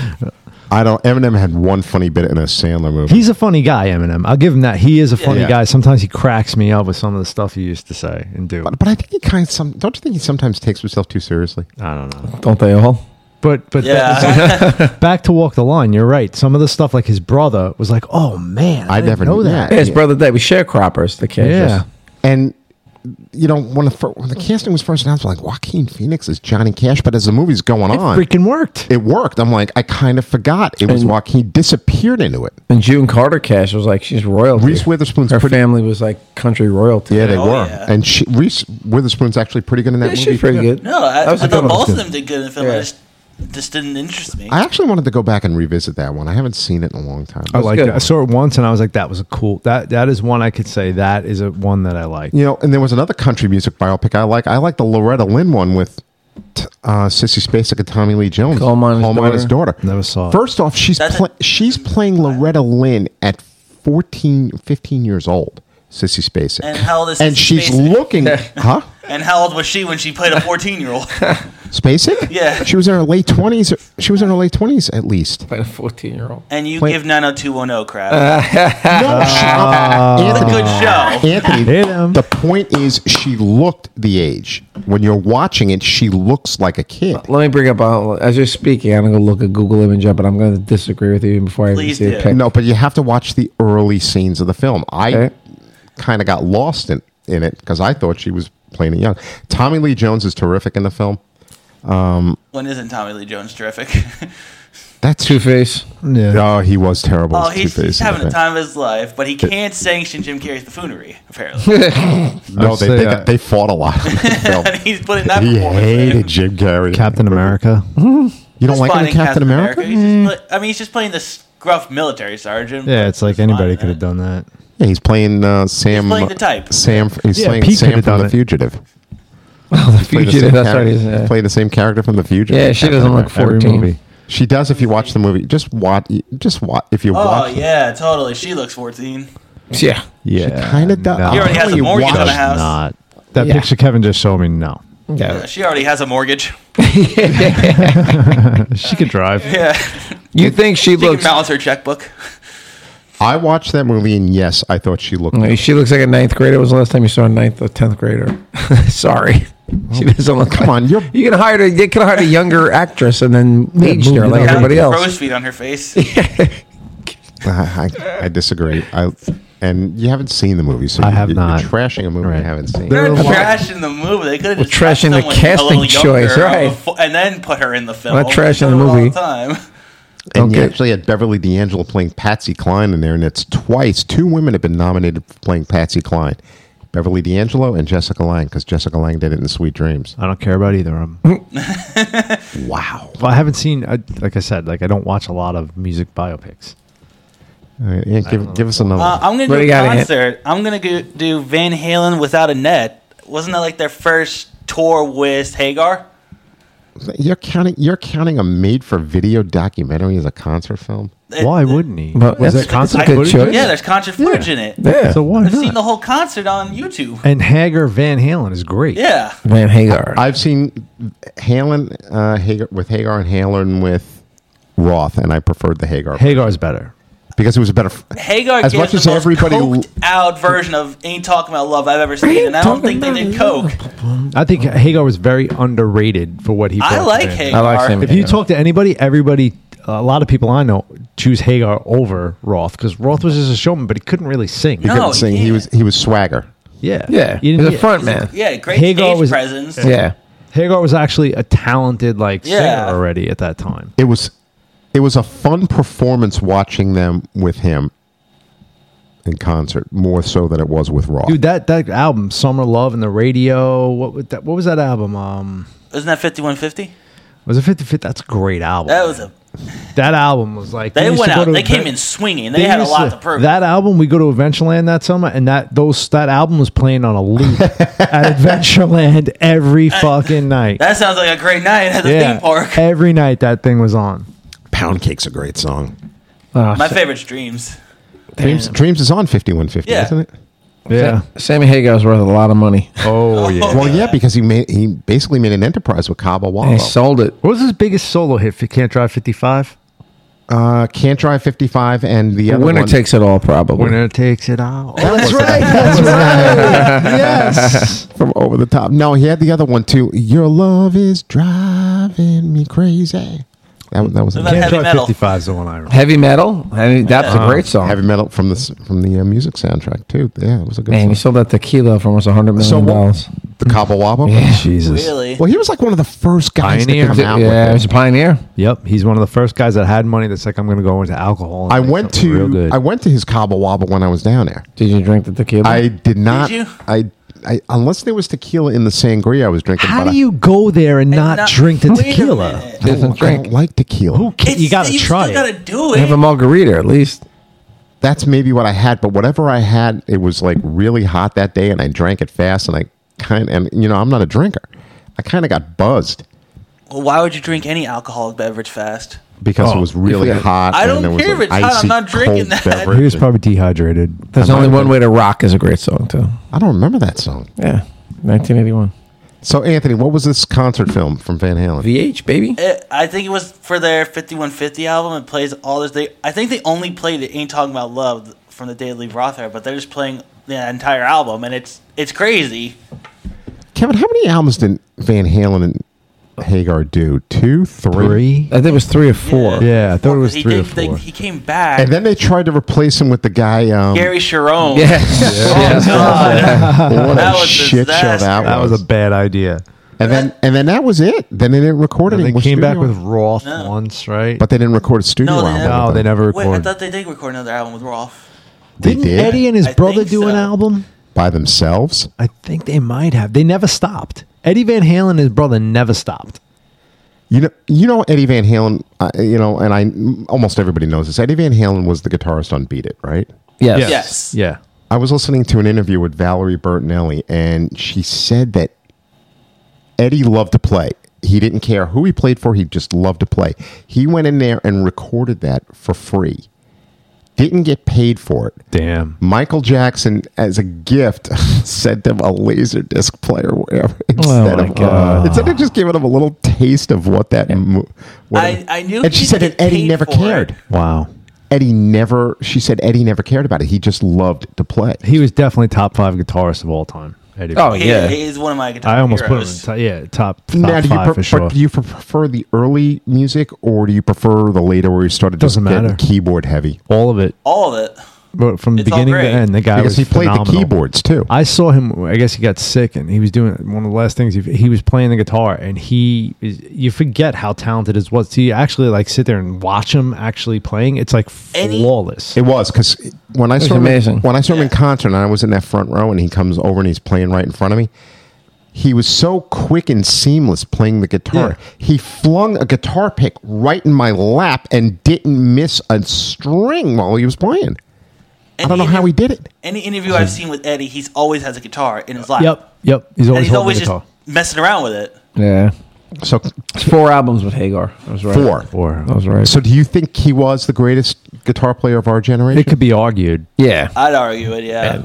Speaker 2: I don't. Eminem had one funny bit in a Sandler movie.
Speaker 3: He's a funny guy, Eminem. I'll give him that. He is a funny
Speaker 2: Yeah.
Speaker 3: guy. Sometimes he cracks me up with some of the stuff he used to say and do.
Speaker 2: but, but I think he kind of some. Don't you think he sometimes takes himself too seriously?
Speaker 3: I don't know.
Speaker 1: don't they all?
Speaker 3: But but
Speaker 4: Yeah,
Speaker 3: back to walk the line. You're right. Some of the stuff like his brother was like, oh man, I,
Speaker 2: I
Speaker 3: didn't
Speaker 2: never
Speaker 3: know
Speaker 2: knew
Speaker 3: that.
Speaker 1: Yeah, his
Speaker 2: Yeah.
Speaker 1: brother Dave was sharecroppers. The kid.
Speaker 3: Yeah.
Speaker 1: just-
Speaker 2: And you know when the fir- when the casting was first announced, I'm like Joaquin Phoenix is Johnny Cash. But as the movie's going
Speaker 3: It
Speaker 2: on,
Speaker 3: freaking worked.
Speaker 2: it worked. I'm like I kind of forgot it was Joaquin. He disappeared into it.
Speaker 1: And June Carter Cash was like she's royalty.
Speaker 2: Reese Witherspoon's
Speaker 1: her
Speaker 2: pretty-
Speaker 1: family was like country royalty.
Speaker 2: Yeah, they
Speaker 4: Oh,
Speaker 2: were.
Speaker 4: yeah.
Speaker 2: And she, Reese Witherspoon's actually pretty good in that
Speaker 1: Yeah,
Speaker 2: movie.
Speaker 1: she's pretty
Speaker 2: too.
Speaker 1: good.
Speaker 4: no, I,
Speaker 1: That
Speaker 4: I
Speaker 1: was a
Speaker 4: thought
Speaker 1: good one.
Speaker 4: both of them did good in the film.
Speaker 1: Yeah.
Speaker 4: I just this didn't interest me.
Speaker 2: I actually wanted to go back and revisit that one. I haven't seen it in a long time.
Speaker 3: I like
Speaker 1: good.
Speaker 3: that. I saw it once and I was like, that was a cool. That that is one I could say that is a one that I like.
Speaker 2: You know, and there was another country music biopic I like. I like the Loretta Lynn one with t- uh, Sissy Spacek and Tommy Lee Jones.
Speaker 1: Coal Miner's Daughter.
Speaker 3: Never saw it.
Speaker 2: First off, she's
Speaker 4: That's
Speaker 2: pla-
Speaker 4: a-
Speaker 2: she's playing Loretta Lynn at 14, 15 years old. Sissy Spacek.
Speaker 4: And how old is
Speaker 2: And
Speaker 4: Sissy
Speaker 2: she's
Speaker 4: Spacek? <laughs>
Speaker 2: looking, huh?
Speaker 4: And how old was she when she played a 14 year
Speaker 2: <laughs>
Speaker 4: old?
Speaker 2: Spacek?
Speaker 4: Yeah.
Speaker 2: She was in her late 20s. She was in her late 20s at
Speaker 4: <laughs>
Speaker 2: least.
Speaker 1: By a 14 year old.
Speaker 4: And you
Speaker 2: Wait. Uh,
Speaker 4: give 90210 crap.
Speaker 2: No, she, uh,
Speaker 4: It's a
Speaker 2: Anthony, <laughs>
Speaker 4: good show.
Speaker 2: Anthony,
Speaker 3: Hit him.
Speaker 2: the point is she looked the age. When you're watching it, she looks like a kid.
Speaker 1: Let me bring up, uh, as you're speaking, I'm going to look a Google image up, and I'm going to disagree with you even before I even
Speaker 4: Please
Speaker 1: see
Speaker 4: do.
Speaker 1: the pic.
Speaker 2: No, but you have to watch the early scenes of the film. I
Speaker 1: Okay.
Speaker 2: kind of got lost in, in it because I thought she was playing it young. Tommy Lee Jones is terrific in the film.
Speaker 4: When isn't Tommy Lee Jones terrific? <laughs>
Speaker 2: That's
Speaker 1: Two Face.
Speaker 3: Yeah.
Speaker 2: Oh, he was terrible.
Speaker 4: oh,
Speaker 2: as
Speaker 4: he's,
Speaker 2: Two-Face
Speaker 4: he's
Speaker 2: in
Speaker 4: having the
Speaker 2: film.
Speaker 4: time of his life, but he can't sanction Jim Carrey's buffoonery,
Speaker 2: <laughs>
Speaker 4: apparently. <laughs>
Speaker 2: No,
Speaker 3: I'd
Speaker 2: they,
Speaker 3: say,
Speaker 2: they,
Speaker 3: uh,
Speaker 2: got- they fought a lot. In the film.
Speaker 4: and he's putting that
Speaker 2: he
Speaker 4: performance in.
Speaker 2: hated Jim Carrey.
Speaker 3: Captain America.
Speaker 4: Mm-hmm.
Speaker 2: you don't
Speaker 4: He's
Speaker 2: like him
Speaker 4: fine
Speaker 2: in Captain, America?
Speaker 4: He's just play- I mean, he's just playing the scruff military sergeant.
Speaker 3: Yeah,
Speaker 4: but
Speaker 3: it's like
Speaker 4: he's fine
Speaker 3: anybody
Speaker 4: in
Speaker 3: could have
Speaker 4: it.
Speaker 3: done that.
Speaker 2: Yeah, he's playing uh, Sam.
Speaker 4: playing the type.
Speaker 2: Sam. He's
Speaker 3: Yeah,
Speaker 2: playing
Speaker 3: Pete
Speaker 2: Sam
Speaker 3: could've
Speaker 2: from
Speaker 3: done
Speaker 2: The
Speaker 3: it.
Speaker 2: Fugitive.
Speaker 1: Oh, the <laughs>
Speaker 2: Played the
Speaker 1: fugitive.
Speaker 2: same
Speaker 1: That's
Speaker 2: character-
Speaker 1: right. He's, uh,
Speaker 2: Play the same character from The Fugitive.
Speaker 1: yeah, she
Speaker 2: Captain
Speaker 1: doesn't look
Speaker 2: America.
Speaker 3: Every
Speaker 1: 14.
Speaker 3: movie.
Speaker 2: She does if you watch the movie. Just watch. Just watch if you
Speaker 4: Oh
Speaker 2: watch.
Speaker 4: yeah, totally. She looks 14.
Speaker 1: Yeah.
Speaker 3: Yeah,
Speaker 2: kinda does.
Speaker 3: No,
Speaker 2: He
Speaker 4: already has
Speaker 2: Really
Speaker 4: a mortgage on
Speaker 2: watched
Speaker 4: the house.
Speaker 3: not. That
Speaker 1: Yeah. Mm-hmm.
Speaker 3: picture Kevin just showed me. No,
Speaker 1: yeah.
Speaker 4: She already has a mortgage.
Speaker 3: she could drive.
Speaker 4: Yeah,
Speaker 1: You think she
Speaker 4: she can
Speaker 1: looks.
Speaker 4: balance her checkbook.
Speaker 2: I watched that movie and yes, I thought she looked.
Speaker 1: No, She looks like a ninth grader. When was the last time you saw a ninth or tenth grader? <laughs> Sorry, she doesn't look.
Speaker 2: Come on, you're-
Speaker 1: you can hire a, you can hire a younger actress and then age
Speaker 3: move
Speaker 1: her
Speaker 3: it
Speaker 1: like
Speaker 3: up.
Speaker 1: everybody
Speaker 4: Down to
Speaker 1: else.
Speaker 4: Crow's feet on
Speaker 1: <laughs>
Speaker 4: her face.
Speaker 2: <laughs> I, I, I disagree. I and you haven't seen the movie, so
Speaker 3: I
Speaker 2: you-
Speaker 3: have
Speaker 2: you're
Speaker 3: not.
Speaker 2: trashing a movie
Speaker 3: Right.
Speaker 2: you haven't seen.
Speaker 3: There-
Speaker 4: They're
Speaker 3: Well,
Speaker 4: trashing the movie. They could have just
Speaker 1: trashing the
Speaker 4: someone a little
Speaker 1: casting
Speaker 4: younger
Speaker 1: choice,
Speaker 4: or
Speaker 1: right.
Speaker 4: befo- And then put her in the film.
Speaker 1: Not trashing the
Speaker 4: Put her all
Speaker 1: movie.
Speaker 4: Time. <laughs>
Speaker 2: and you
Speaker 1: Okay.
Speaker 2: actually had Beverly D'Angelo playing Patsy Cline in there, and it's twice. Two women have been nominated for playing Patsy Cline. Beverly D'Angelo and Jessica Lange, because Jessica Lange did it in Sweet Dreams.
Speaker 3: I don't care about either of
Speaker 4: Mm-hmm.
Speaker 3: them.
Speaker 2: Wow.
Speaker 3: well, I haven't seen. I, like I said, like I don't watch a lot of music biopics.
Speaker 2: All right, yeah, give, give us another.
Speaker 4: Uh, I'm gonna
Speaker 1: What do
Speaker 4: do
Speaker 1: you
Speaker 4: a
Speaker 1: got, Ant?
Speaker 4: concert. I'm gonna go, do Van Halen without a net. Wasn't that like their first tour with Hagar?
Speaker 2: you're counting. You're counting a made-for-video documentary as a concert film.
Speaker 4: It-
Speaker 3: Why wouldn't he?
Speaker 1: But
Speaker 3: Was
Speaker 1: that's-
Speaker 3: that concert
Speaker 1: that's a good
Speaker 3: footage?
Speaker 1: choice.
Speaker 4: Yeah, there's concert footage in it.
Speaker 1: Yeah,
Speaker 3: So why
Speaker 4: I've seen the
Speaker 3: not?
Speaker 4: whole concert on YouTube.
Speaker 3: And Hager Van Halen is great.
Speaker 4: Yeah.
Speaker 1: Van Hagar.
Speaker 2: I've seen Halen uh, Hagar, with Hagar and Halen with Roth, and I preferred the Hagar
Speaker 3: Hagar's better.
Speaker 2: because it was a better. f-
Speaker 4: Hagar
Speaker 2: As
Speaker 4: gives
Speaker 2: much
Speaker 4: the
Speaker 2: as
Speaker 4: most
Speaker 2: everybody-
Speaker 4: coked out version of "Ain't Talking About Love" I've ever seen, and I don't think they did coke.
Speaker 3: I think Hagar was very underrated for what he.
Speaker 4: I
Speaker 3: brought to
Speaker 4: like
Speaker 3: Van Halen.
Speaker 4: Hagar.
Speaker 1: like him.
Speaker 3: If you talk to anybody, everybody, a lot of people I know choose Hagar over Roth because Roth was just a showman, but he couldn't really sing.
Speaker 2: He
Speaker 4: No,
Speaker 2: couldn't sing.
Speaker 4: Oh, yeah.
Speaker 2: He was he was swagger.
Speaker 3: Yeah,
Speaker 1: yeah,
Speaker 3: You
Speaker 1: he's
Speaker 3: didn't-
Speaker 1: a front man. Yeah.
Speaker 4: Yeah, great
Speaker 3: Hagar
Speaker 4: stage
Speaker 3: was-
Speaker 4: presence.
Speaker 3: Hagar was actually a talented like
Speaker 4: Yeah.
Speaker 3: singer already at that time.
Speaker 2: It was it was a fun performance watching them with him in concert more so than it was with Roth.
Speaker 3: Dude, that that album, Summer Love and the Radio. What was that? What was that album? Um,
Speaker 4: Isn't that 5150?
Speaker 3: was it Fifty Fifth? That's a great album.
Speaker 4: That was a.
Speaker 3: that album was like
Speaker 4: They
Speaker 3: used
Speaker 4: went
Speaker 3: to go
Speaker 4: out.
Speaker 3: to
Speaker 4: They came
Speaker 3: event-
Speaker 4: in swinging. They, had a
Speaker 3: used
Speaker 4: lot to prove.
Speaker 3: That album, we go to Adventureland that summer, and that those that album was playing on
Speaker 4: <laughs>
Speaker 3: a loop at Adventureland every fucking night.
Speaker 4: That sounds like a great night at the theme park.
Speaker 3: <laughs> Every night that thing was on.
Speaker 2: Pound Cake's a great song.
Speaker 1: Oh,
Speaker 4: My
Speaker 1: Sa-
Speaker 4: favorite's Dreams.
Speaker 2: Dreams, Dreams is on fifty one fifty,
Speaker 4: Yeah.
Speaker 2: isn't it?
Speaker 3: Yeah.
Speaker 1: Sammy Hagar's worth a lot of money.
Speaker 3: Oh
Speaker 4: <laughs>
Speaker 3: yeah.
Speaker 2: Well, yeah, because he made he basically made an enterprise with Cabo
Speaker 1: And
Speaker 2: Wabo.
Speaker 1: he sold it.
Speaker 3: What was his biggest solo hit? If you can't drive fifty five.
Speaker 2: uh, Can't Drive fifty five and the
Speaker 1: The
Speaker 2: other
Speaker 1: winner
Speaker 2: one-
Speaker 1: takes it all, probably.
Speaker 3: Winner takes it all.
Speaker 2: was-
Speaker 3: That's right. yes.
Speaker 2: <laughs> from over the top. No, he had the other one too. Your love is driving me crazy. That was that was
Speaker 4: That
Speaker 3: Can't
Speaker 4: heavy
Speaker 3: drive
Speaker 4: metal.
Speaker 3: fifty five is the one I remember.
Speaker 1: Heavy metal. Heavy, that's a great song.
Speaker 2: heavy metal from the s- from the uh, music soundtrack too. Yeah, it was a good
Speaker 1: Man, he
Speaker 2: song.
Speaker 1: sold that tequila for almost hundred million
Speaker 2: So
Speaker 1: dollars.
Speaker 2: what, the Cabo Wabo.
Speaker 4: <laughs>
Speaker 3: Jesus.
Speaker 4: Really?
Speaker 2: Well, he was like one of the first guys
Speaker 3: Pioneer.
Speaker 2: to come out
Speaker 1: Yeah, he
Speaker 2: with
Speaker 1: was
Speaker 2: it.
Speaker 1: a pioneer.
Speaker 3: Yep. He's one of the first guys that had money that's like I'm going to go into alcohol. and
Speaker 2: I
Speaker 3: make
Speaker 2: went
Speaker 3: something real
Speaker 2: to
Speaker 3: good.
Speaker 2: I went to his Cabo Wabo when I was down there.
Speaker 1: Did you drink the tequila?
Speaker 2: I did not.
Speaker 4: you?
Speaker 2: I, I unless there was tequila in the sangria I was drinking.
Speaker 3: How
Speaker 2: but
Speaker 3: do you go there and, not,
Speaker 4: not-
Speaker 3: drink the
Speaker 4: Wait a
Speaker 3: tequila?
Speaker 4: minute.
Speaker 2: I,
Speaker 1: Doesn't
Speaker 2: don't, I don't
Speaker 1: drink.
Speaker 2: like tequila.
Speaker 3: Who ca- you got to try
Speaker 4: You gotta
Speaker 3: it.
Speaker 4: do
Speaker 1: have a
Speaker 4: it.
Speaker 1: margarita at least.
Speaker 2: that's maybe what I had, but whatever I had, it was like really hot that day, and I drank it fast, and I kind and you know I'm not a drinker, I kind of got buzzed
Speaker 4: Well, why would you drink any alcoholic beverage fast?
Speaker 2: because it
Speaker 3: Oh,
Speaker 2: was really
Speaker 1: yeah.
Speaker 2: hot.
Speaker 4: I
Speaker 2: and
Speaker 4: don't
Speaker 2: there was
Speaker 4: care if
Speaker 2: an
Speaker 4: it's hot, I'm
Speaker 2: icy
Speaker 4: not drinking
Speaker 2: cold
Speaker 4: that.
Speaker 2: beverage.
Speaker 3: He was probably dehydrated.
Speaker 1: There's only
Speaker 2: might
Speaker 1: one
Speaker 2: have been.
Speaker 1: way to rock is a great song too.
Speaker 2: I don't remember that song.
Speaker 1: Yeah, 1981.
Speaker 2: So, Anthony, what was this concert film from Van Halen?
Speaker 1: VH, baby.
Speaker 4: It, I think it was for their 5150 album. It plays all this. They, I think they only played it. Ain't talking about love from the day they leave Roth but they're just playing the entire album, and it's it's crazy.
Speaker 2: Kevin, how many albums did Van Halen and Hagar do? Two, three?
Speaker 3: Three.
Speaker 1: I think it was three or four.
Speaker 3: Yeah, I thought it was
Speaker 4: he
Speaker 3: three or
Speaker 4: did- they-
Speaker 3: four.
Speaker 4: he came back.
Speaker 2: And then they tried to replace him with the guy. Um,
Speaker 4: Gary Sharon.
Speaker 1: <laughs>
Speaker 4: Oh,
Speaker 2: what
Speaker 4: That
Speaker 2: a
Speaker 4: was a
Speaker 2: shit show
Speaker 4: disaster.
Speaker 2: that,
Speaker 3: that was a bad idea.
Speaker 2: and then and then that was it. Then they didn't record
Speaker 3: They
Speaker 2: anything.
Speaker 3: came back with Roth
Speaker 4: No.
Speaker 3: once, right?
Speaker 2: but they didn't record a studio
Speaker 4: No, they
Speaker 2: album.
Speaker 4: didn't.
Speaker 3: no,
Speaker 2: with
Speaker 3: they
Speaker 2: them.
Speaker 3: never
Speaker 4: Wait, I
Speaker 3: recorded.
Speaker 4: thought they did record another album with Rolf.
Speaker 2: They
Speaker 3: Didn't
Speaker 2: did?
Speaker 3: Eddie and his
Speaker 4: I
Speaker 3: brother
Speaker 4: think
Speaker 3: do an
Speaker 4: so.
Speaker 3: album?
Speaker 2: by themselves.
Speaker 3: I think they might have. They never stopped. Eddie Van Halen and his brother never stopped.
Speaker 2: You know, you know Eddie Van Halen. Uh, you know, and I almost everybody knows this. Eddie Van Halen was the guitarist on Beat It, right?
Speaker 1: Yes.
Speaker 4: Yes.
Speaker 3: Yeah.
Speaker 2: I was listening to an interview with Valerie Bertinelli, and she said that Eddie loved to play. He didn't care who he played for, he just loved to play. He went in there and recorded that for free, didn't get paid for it.
Speaker 3: Damn.
Speaker 2: Michael Jackson, as a gift, <laughs> sent him a laser disc player wherever
Speaker 3: Oh
Speaker 2: instead
Speaker 1: my
Speaker 2: of uh,
Speaker 1: God.
Speaker 2: instead of just giving him a little taste of what that. mo- What
Speaker 4: I- I knew
Speaker 2: and she
Speaker 4: he
Speaker 2: said
Speaker 4: didn't
Speaker 2: that
Speaker 4: get
Speaker 2: Eddie
Speaker 4: paid
Speaker 2: never
Speaker 4: for it.
Speaker 2: cared.
Speaker 3: Wow.
Speaker 2: Eddie never. She said Eddie never cared about it. He just loved to play.
Speaker 3: He was definitely top five guitarist of all time. Eddie.
Speaker 1: Oh,
Speaker 3: Van Halen.
Speaker 4: He,
Speaker 1: yeah.
Speaker 4: he is one of my guitar
Speaker 3: I almost
Speaker 4: heroes.
Speaker 3: put him in the top, yeah, top, top
Speaker 2: Now, do you,
Speaker 3: five
Speaker 2: pre-
Speaker 3: for sure.
Speaker 2: pre- do you pre- prefer the early music or do you prefer the later where you started just
Speaker 3: Doesn't
Speaker 2: getting
Speaker 3: matter.
Speaker 2: keyboard heavy?
Speaker 3: all of it.
Speaker 4: all of it.
Speaker 3: But from
Speaker 4: It's all
Speaker 3: beginning to
Speaker 4: great.
Speaker 3: end, the guy
Speaker 2: Because
Speaker 3: was
Speaker 2: he played
Speaker 3: phenomenal.
Speaker 2: the keyboards too.
Speaker 3: I saw him. I guess he got sick, and he was doing one of the last things. He, he was playing the guitar, and he is- you forget how talented it was. So you actually like sit there and watch him actually playing. It's like
Speaker 4: And he-
Speaker 3: flawless.
Speaker 2: it was because when I saw
Speaker 1: amazing.
Speaker 2: him, when I saw him in
Speaker 4: Yeah.
Speaker 2: concert and I was in that front row and he comes over and he's playing right in front of me. He was so quick and seamless playing the guitar. He flung a guitar pick right in my lap and didn't miss a string while he was playing. I
Speaker 4: And
Speaker 2: don't know
Speaker 4: he-
Speaker 2: how he did it.
Speaker 4: Any interview I've seen with Eddie, he's always has a guitar in his lap.
Speaker 3: yep, yep. He's
Speaker 4: And
Speaker 3: always
Speaker 4: he's
Speaker 3: holding
Speaker 4: always
Speaker 3: the
Speaker 4: just
Speaker 3: guitar.
Speaker 4: messing around with it.
Speaker 1: Yeah.
Speaker 2: So
Speaker 1: It's four albums with Hagar. I was right.
Speaker 2: four.
Speaker 3: Or
Speaker 1: I was right.
Speaker 2: So do you think he was the greatest guitar player of our generation?
Speaker 3: it could be argued.
Speaker 1: yeah.
Speaker 4: I'd argue it, yeah.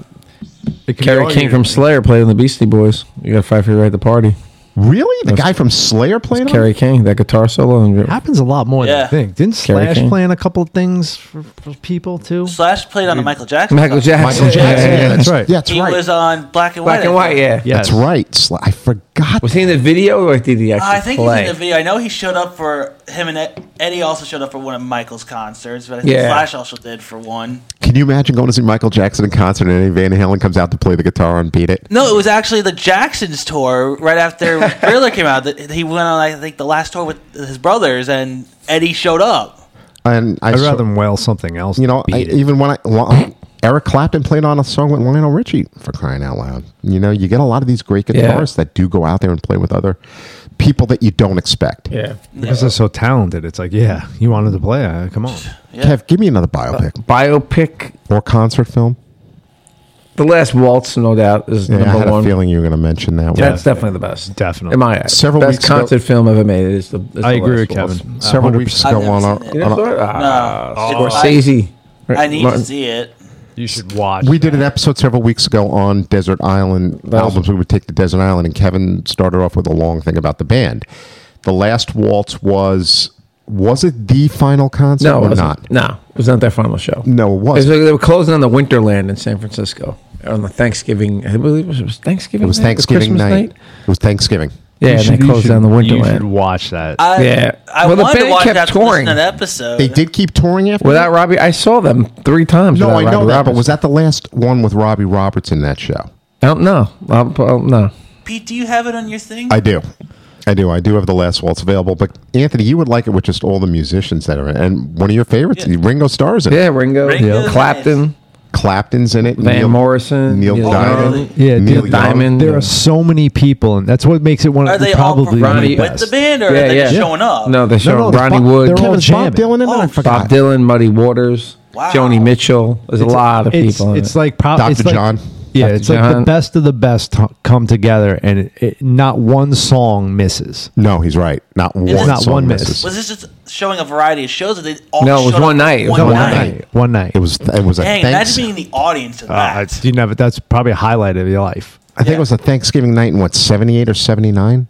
Speaker 3: It could
Speaker 1: Kerry
Speaker 3: be
Speaker 1: Uh, King
Speaker 3: argued.
Speaker 1: from Slayer played on the Beastie Boys. You got five for your right to party.
Speaker 2: Really? The guy from Slayer playing on it?
Speaker 1: Kerry King, that guitar solo. And
Speaker 3: happens a lot more than
Speaker 4: Yeah.
Speaker 3: you think. Didn't
Speaker 1: Kerry
Speaker 3: Slash
Speaker 1: King.
Speaker 3: play in a couple of things for, for people too?
Speaker 4: Slash played on the Michael Jackson.
Speaker 1: Michael
Speaker 4: song.
Speaker 1: Jackson.
Speaker 2: Michael Jackson.
Speaker 1: Yeah, yeah, yeah.
Speaker 3: that's right.
Speaker 2: Oh, Yeah, that's
Speaker 4: He
Speaker 2: right.
Speaker 4: was on Black and White.
Speaker 1: Black and
Speaker 4: I
Speaker 1: white,
Speaker 4: think.
Speaker 1: yeah.
Speaker 3: Yes.
Speaker 2: That's right. Sla- I forgot.
Speaker 1: Was he in the video or did he actually
Speaker 4: Uh, I think
Speaker 1: play?
Speaker 4: he's in the video. I know he showed up for him and Ed- Eddie also showed up for one of Michael's concerts, but I think
Speaker 1: Yeah.
Speaker 4: Slash also did for one.
Speaker 2: Can you imagine going to see Michael Jackson in concert and Eddie Van Halen comes out to play the guitar and beat it?
Speaker 4: No, it was actually the Jacksons tour right after <laughs> Thriller came out. that He went on, I think, the last tour with his brothers, and Eddie showed up.
Speaker 2: And I
Speaker 3: I'd
Speaker 2: saw-
Speaker 3: rather him wail something else.
Speaker 2: you
Speaker 3: than
Speaker 2: know,
Speaker 3: beat
Speaker 2: I,
Speaker 3: it.
Speaker 2: even when I well, Eric Clapton played on a song with Lionel Richie for crying out loud. You know, you get a lot of these great
Speaker 1: Yeah.
Speaker 2: guitarists that do go out there and play with other people that you don't expect.
Speaker 1: yeah.
Speaker 3: because they're so talented. It's like, yeah, you wanted to play. Uh, come on.
Speaker 4: Yeah.
Speaker 2: Kev, give me another biopic
Speaker 1: Biopic.
Speaker 4: Uh,
Speaker 2: or concert film.
Speaker 1: The Last Waltz, no doubt, is
Speaker 2: Yeah, I
Speaker 1: number
Speaker 2: had a
Speaker 1: one.
Speaker 2: feeling you were going to mention that one.
Speaker 1: That's definitely the best.
Speaker 3: Definitely.
Speaker 1: In my eyes.
Speaker 2: Several
Speaker 1: uh, best
Speaker 2: weeks ago-
Speaker 1: concert film ever made is the. Is
Speaker 3: I
Speaker 1: The
Speaker 3: agree
Speaker 1: Last
Speaker 3: with
Speaker 1: Waltz.
Speaker 3: Kevin. Uh,
Speaker 2: Several
Speaker 3: 100%.
Speaker 2: weeks
Speaker 4: I've
Speaker 2: ago
Speaker 4: never
Speaker 2: on
Speaker 4: seen
Speaker 2: our,
Speaker 4: it.
Speaker 1: You
Speaker 2: on
Speaker 1: never
Speaker 2: our-
Speaker 1: saw it? Ah,
Speaker 4: No.
Speaker 1: Scorsese.
Speaker 4: I need
Speaker 1: Martin-
Speaker 4: to see it.
Speaker 3: You should watch.
Speaker 2: We did an episode several weeks ago on Desert Island albums. We would take the Desert Island, and Kevin started off with a long thing about the band. The last waltz was was it the final concert
Speaker 1: No, it
Speaker 2: or
Speaker 1: was
Speaker 2: not?
Speaker 1: not. No, it was not their final show.
Speaker 2: No, it
Speaker 1: It was
Speaker 2: wasn't.
Speaker 1: like they were closing on the Winterland in San Francisco on the Thanksgiving. I believe it was, it was Thanksgiving.
Speaker 2: It was
Speaker 1: night?
Speaker 2: Thanksgiving
Speaker 1: Christmas
Speaker 2: night. It was Thanksgiving.
Speaker 1: Yeah,
Speaker 3: You
Speaker 1: and
Speaker 3: should-
Speaker 1: they
Speaker 3: you
Speaker 1: closed
Speaker 3: should-
Speaker 1: down the
Speaker 3: You
Speaker 1: Winterland
Speaker 3: should watch that.
Speaker 4: I,
Speaker 1: Yeah.
Speaker 4: I
Speaker 1: Well, the
Speaker 4: wanted to
Speaker 1: band
Speaker 4: watch
Speaker 1: kept
Speaker 4: that to
Speaker 1: touring.
Speaker 4: listen to that episode.
Speaker 2: They did keep touring after
Speaker 1: without Robbie. I saw them three times.
Speaker 2: that? No, I
Speaker 1: without
Speaker 2: know
Speaker 1: Robbie
Speaker 2: that, but
Speaker 1: Roberts.
Speaker 2: was that the last one with Robbie Roberts in that show?
Speaker 1: I don't know. Um, well, no,
Speaker 4: Pete, do you have it on your thing?
Speaker 2: I do. I do. I do have the last waltz available. But Anthony, you would like it with just all the musicians that are in it. And one of your favorites,
Speaker 4: Yeah.
Speaker 2: Ringo Starr's in it.
Speaker 1: yeah, Ringo,
Speaker 4: Ringo's
Speaker 1: yeah. Clapton,
Speaker 2: Clapton's in it.
Speaker 1: Van
Speaker 2: Neil-
Speaker 1: Morrison,
Speaker 2: Neil
Speaker 1: Neil
Speaker 2: Diamond.
Speaker 4: Diamond.
Speaker 3: yeah,
Speaker 2: Neil
Speaker 3: dude,
Speaker 1: Diamond.
Speaker 3: There are so many people, and that's what makes it one
Speaker 4: Are
Speaker 3: of the
Speaker 4: they
Speaker 3: probably
Speaker 1: Ronnie-
Speaker 4: all
Speaker 3: the
Speaker 4: performing with
Speaker 3: best.
Speaker 4: the band, or
Speaker 1: Yeah,
Speaker 4: are they just
Speaker 1: yeah.
Speaker 4: showing up?
Speaker 1: No, they showed
Speaker 3: no, it's
Speaker 1: Ronnie
Speaker 3: Bob-
Speaker 1: Wood,
Speaker 3: they're all
Speaker 2: Kevin's Bob
Speaker 3: jamming.
Speaker 2: Dylan in it.
Speaker 4: Oh,
Speaker 2: I
Speaker 4: Bob
Speaker 2: forgot.
Speaker 1: Bob Dylan, Muddy Waters,
Speaker 4: Wow.
Speaker 1: Joni Mitchell. There's a lot of
Speaker 3: it's,
Speaker 1: people. in
Speaker 3: It's
Speaker 1: it.
Speaker 3: like probably
Speaker 2: Dr.
Speaker 3: It's like-
Speaker 2: John.
Speaker 3: yeah,
Speaker 1: Dr.
Speaker 3: it's like
Speaker 1: John.
Speaker 3: the best of the best t- come together, and it, it, not one song misses.
Speaker 2: No, he's right. Not one.
Speaker 4: this-
Speaker 3: Not
Speaker 2: song
Speaker 3: one miss.
Speaker 2: misses.
Speaker 4: Was this just showing a variety of shows? Or they all
Speaker 1: No, it was
Speaker 4: showed up
Speaker 1: one
Speaker 4: for
Speaker 1: night. It was
Speaker 4: One,
Speaker 1: one
Speaker 4: night.
Speaker 2: night.
Speaker 3: One night.
Speaker 2: It was. It was a
Speaker 4: Dang,
Speaker 2: thanks. Oh,
Speaker 4: imagine being the audience of
Speaker 3: Uh,
Speaker 4: that.
Speaker 3: it's- you never. That's probably a highlight of your life.
Speaker 2: I think
Speaker 4: Yeah.
Speaker 2: it was a Thanksgiving night in what seventy eight or seventy nine.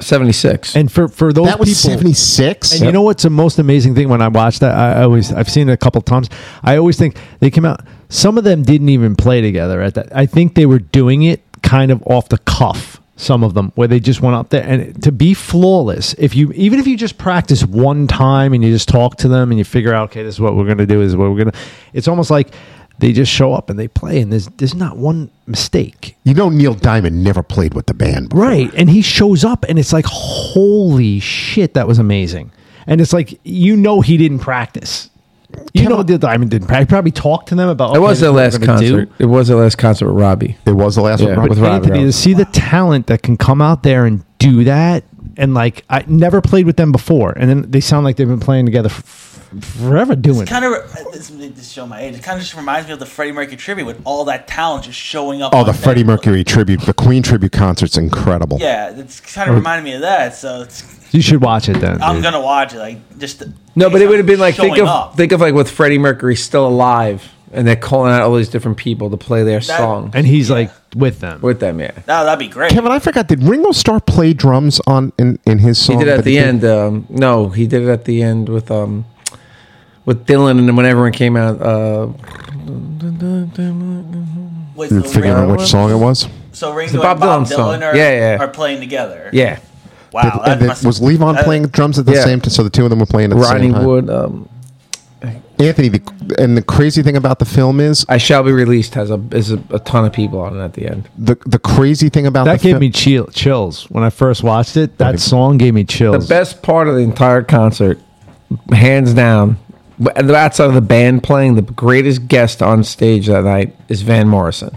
Speaker 1: 76.
Speaker 3: And for for those
Speaker 2: That was
Speaker 3: people,
Speaker 2: seventy six.
Speaker 3: And you know what's the most amazing thing when I watch that? I I always I've seen it a couple times. I always think they came out. Some of them didn't even play together at that. I think they were doing it kind of off the cuff. Some of them where they just went up there and to be flawless. If you even if you just practice one time and you just talk to them and you figure out okay, this is what we're gonna do. This is what we're gonna. It's almost like they just show up and they play and there's there's not one mistake.
Speaker 2: you know Neil Diamond never played with the band. before.
Speaker 3: Right. And he shows up and it's like, holy shit, that was amazing. And it's like, you know, he didn't practice. You know, the Diamond didn't practice. He probably talked to them about.
Speaker 1: it was
Speaker 3: the
Speaker 1: their last concert. It was their last concert with Robbie.
Speaker 2: It was the last
Speaker 1: Yeah,
Speaker 2: one.
Speaker 1: with Rob.
Speaker 3: Anthony,
Speaker 1: Rob.
Speaker 3: to see the talent that can come out there and do that, and like I never played with them before, and then they sound like they've been playing together f- f- forever doing. it.
Speaker 4: Kind of uh, this, this show my age. It kind of just reminds me of the Freddie Mercury tribute with all that talent just showing up.
Speaker 2: Oh,
Speaker 4: on
Speaker 2: the
Speaker 4: that.
Speaker 2: Freddie Mercury tribute, the Queen tribute concert's incredible.
Speaker 4: Yeah, it's kind
Speaker 1: Oh.
Speaker 4: of reminded me of that. So it's,
Speaker 3: You should watch it then.
Speaker 4: I'm
Speaker 3: dude.
Speaker 4: gonna watch it. Like just the-
Speaker 1: No, but it would have been like
Speaker 4: showing
Speaker 1: think of
Speaker 4: up.
Speaker 1: think of like with Freddie Mercury still alive, and they're calling out all these different people to play their song
Speaker 3: and he's like with them.
Speaker 1: with them. Yeah,
Speaker 4: No, that'd be great.
Speaker 2: Kevin, I forgot. Did Ringo Starr play drums on in, in his
Speaker 1: he
Speaker 2: song?
Speaker 1: did it at
Speaker 2: that
Speaker 1: the
Speaker 2: came-
Speaker 1: end. Um, no, he did it at the end with um with Dylan, and then when everyone came out, uh,
Speaker 4: Wait,
Speaker 2: You're
Speaker 4: so,
Speaker 2: figuring out
Speaker 4: Ringo,
Speaker 2: which song it was.
Speaker 4: so Ringo
Speaker 1: the Bob
Speaker 4: and Bob Dylan,
Speaker 1: Dylan song.
Speaker 4: Are,
Speaker 1: Yeah, yeah.
Speaker 4: are playing together.
Speaker 1: yeah,
Speaker 4: Wow.
Speaker 2: Did-
Speaker 4: that
Speaker 2: and then
Speaker 4: must-
Speaker 2: was Levon
Speaker 4: that-
Speaker 2: playing drums at the
Speaker 1: Yeah.
Speaker 2: same time? So the two of them were playing at the
Speaker 1: Rodney
Speaker 2: same time.
Speaker 1: Wood. Um,
Speaker 2: Anthony, the, and the crazy thing about the film is
Speaker 1: I shall be released has a is a, a ton of people on it at the end.
Speaker 2: the the crazy thing about
Speaker 3: That
Speaker 2: the
Speaker 3: gave
Speaker 2: fil-
Speaker 3: me chill, chills when I first watched it. That song gave me
Speaker 1: The
Speaker 3: chills.
Speaker 1: best part of the entire concert, hands down, w- outside of the band playing, the greatest guest on stage that night is Van Morrison.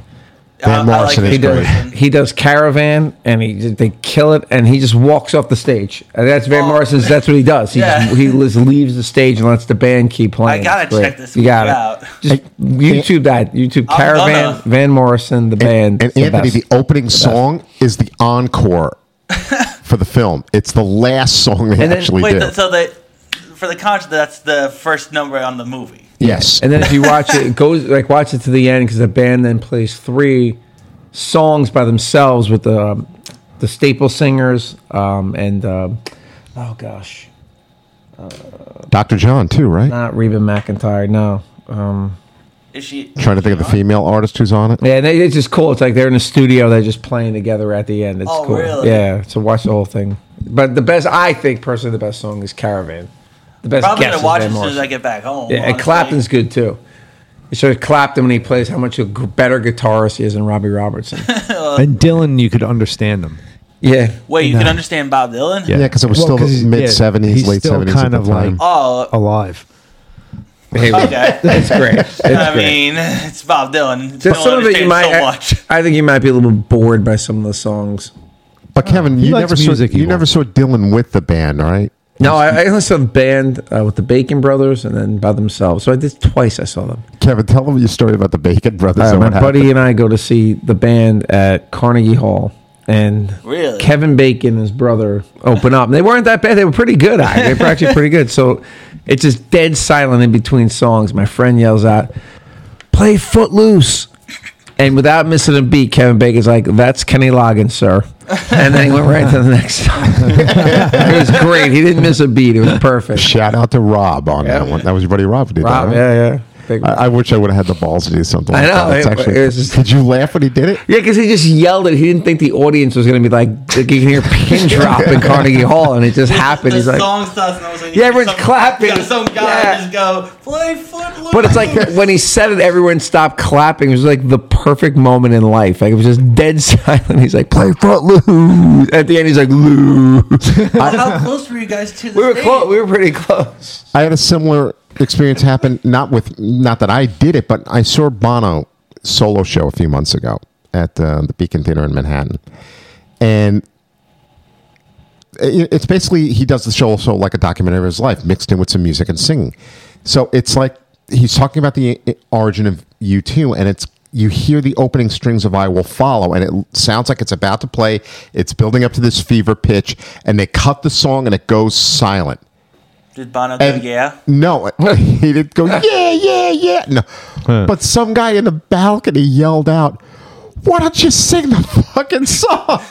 Speaker 2: Van
Speaker 4: I- I
Speaker 2: Morrison
Speaker 4: like
Speaker 2: is
Speaker 1: He
Speaker 4: Van
Speaker 2: great.
Speaker 1: does.
Speaker 4: Morrison.
Speaker 1: He does Caravan, and he they kill it, and he just walks off the stage. And that's Van
Speaker 4: Oh.
Speaker 1: Morrison's. That's what he does. He
Speaker 4: Yeah.
Speaker 1: just, he just leaves the stage and lets the band keep playing.
Speaker 4: I gotta
Speaker 1: It's great.
Speaker 4: check this
Speaker 1: You got
Speaker 4: out.
Speaker 1: it. Just YouTube that. YouTube
Speaker 4: I'm
Speaker 1: Caravan,
Speaker 4: gonna.
Speaker 1: Van Morrison, the band,
Speaker 2: And, and
Speaker 1: the
Speaker 2: Anthony,
Speaker 1: best.
Speaker 2: the opening song is the
Speaker 1: <laughs>
Speaker 2: encore for the film. It's the last song they
Speaker 1: And then-
Speaker 2: actually
Speaker 4: Wait,
Speaker 2: did.
Speaker 4: th- so the for the concert, that's the first number on the movie.
Speaker 2: yes,
Speaker 1: And then if you watch it,
Speaker 4: <laughs>
Speaker 1: it goes like watch it to the end because the band then plays three songs by themselves with the um, the staple singers um, and um oh gosh,
Speaker 2: Dr. John too, right?
Speaker 1: not Reba McIntyre. No. Um,
Speaker 4: Is she
Speaker 2: Trying to think of the female artist who's on it.
Speaker 1: Yeah, and they, it's just cool. It's like they're in a studio. They're just playing together at the end. It's
Speaker 4: Oh,
Speaker 1: cool.
Speaker 4: really?
Speaker 1: Yeah. So watch the whole thing. But the best, I think, personally, the best song is Caravan. The best.
Speaker 4: Probably
Speaker 1: guess
Speaker 4: gonna
Speaker 1: is
Speaker 4: watch
Speaker 1: Van
Speaker 4: it as soon as
Speaker 1: Morrison.
Speaker 4: I get back home.
Speaker 1: Yeah, and
Speaker 4: honestly.
Speaker 1: Clapton's good too. It shows Clapton when he plays how much a g- better guitarist he is than Robbie
Speaker 4: <laughs>
Speaker 1: Robertson.
Speaker 3: and Dylan, you could understand them.
Speaker 1: yeah.
Speaker 4: Wait, you can understand Bob Dylan?
Speaker 2: Yeah, 'cause it was still the mid-seventies, late 70s at
Speaker 3: kind
Speaker 2: the
Speaker 3: of
Speaker 2: time.
Speaker 3: like
Speaker 4: Oh,
Speaker 3: alive.
Speaker 1: Hey, <laughs>
Speaker 4: okay.
Speaker 1: It's great. It's
Speaker 4: <laughs> I
Speaker 1: great.
Speaker 4: mean, it's Bob Dylan.
Speaker 1: Just
Speaker 4: Don't
Speaker 1: some of it you
Speaker 4: understand
Speaker 1: might.
Speaker 4: so
Speaker 1: I-
Speaker 4: much.
Speaker 1: <laughs> I think you might be a little bored by some of the songs.
Speaker 2: But Kevin, you
Speaker 3: likes
Speaker 2: never saw
Speaker 3: music,
Speaker 2: you
Speaker 3: Evil.
Speaker 2: never saw Dylan with the band, all right?
Speaker 1: No, I, I only saw the band uh, with the Bacon Brothers and then by themselves. So I did twice. I saw them.
Speaker 2: Kevin, tell them your story about the Bacon Brothers.
Speaker 1: All right,
Speaker 2: and
Speaker 1: Uh, my
Speaker 2: what happened.
Speaker 1: buddy and I go to see the band at Carnegie Hall, and
Speaker 4: Really?
Speaker 1: Kevin Bacon and his brother open up. And they weren't that bad; they were pretty good. I- They were actually pretty good. So it's just dead silent in between songs. My friend yells out, "Play Footloose!" And without missing a beat, Kevin Bacon's like, "That's Kenny Loggins, sir." And then he went right to the next song. <laughs> it was great. He didn't miss a beat. It was perfect.
Speaker 2: Shout out to Rob on that
Speaker 1: Yeah.
Speaker 2: one. That was your buddy Rob who did
Speaker 1: Rob,
Speaker 2: that. right?
Speaker 1: yeah, yeah. Big-
Speaker 2: I, I wish I would have had the balls to do something.
Speaker 1: I
Speaker 2: Like
Speaker 1: know,
Speaker 2: That. It's
Speaker 1: it-
Speaker 2: actually,
Speaker 1: it was just-
Speaker 2: did you laugh when he did it?
Speaker 1: Yeah, because he just yelled it. He didn't think the audience was going to be like, like you can hear a pin drop in Carnegie Hall, and it just happened.
Speaker 4: The
Speaker 1: He's like,
Speaker 4: song starts, and I was like,
Speaker 1: Yeah, everyone's
Speaker 4: some-
Speaker 1: clapping.
Speaker 4: yeah, Some guy
Speaker 1: Yeah.
Speaker 4: just go play footloose.
Speaker 1: but it's like when he said it, everyone stopped clapping. It was like the perfect moment in life. Like it was just dead silent. He's like, play Footloose. At the end, he's like, lose.
Speaker 4: <laughs>
Speaker 1: <laughs>
Speaker 4: how close were you guys to? The
Speaker 1: we were
Speaker 4: stage?
Speaker 1: close. We were pretty close.
Speaker 2: I had a similar experience happen. Not with not that I did it, but I saw Bono solo show a few months ago at uh, the Beacon Theater in Manhattan, and it- it's basically he does the show so like a documentary of his life mixed in with some music and singing. So it's like he's talking about the i- origin of U two, and it's you hear the opening strings of "I Will Follow," and it sounds like it's about to play. It's building up to this fever pitch, and they cut the song, and it goes silent.
Speaker 4: Did Bono go?
Speaker 2: And-
Speaker 1: uh,
Speaker 4: Yeah.
Speaker 2: No, <laughs> he didn't go, yeah, yeah, yeah. No. But some guy in the balcony yelled out, why don't you sing the fucking song?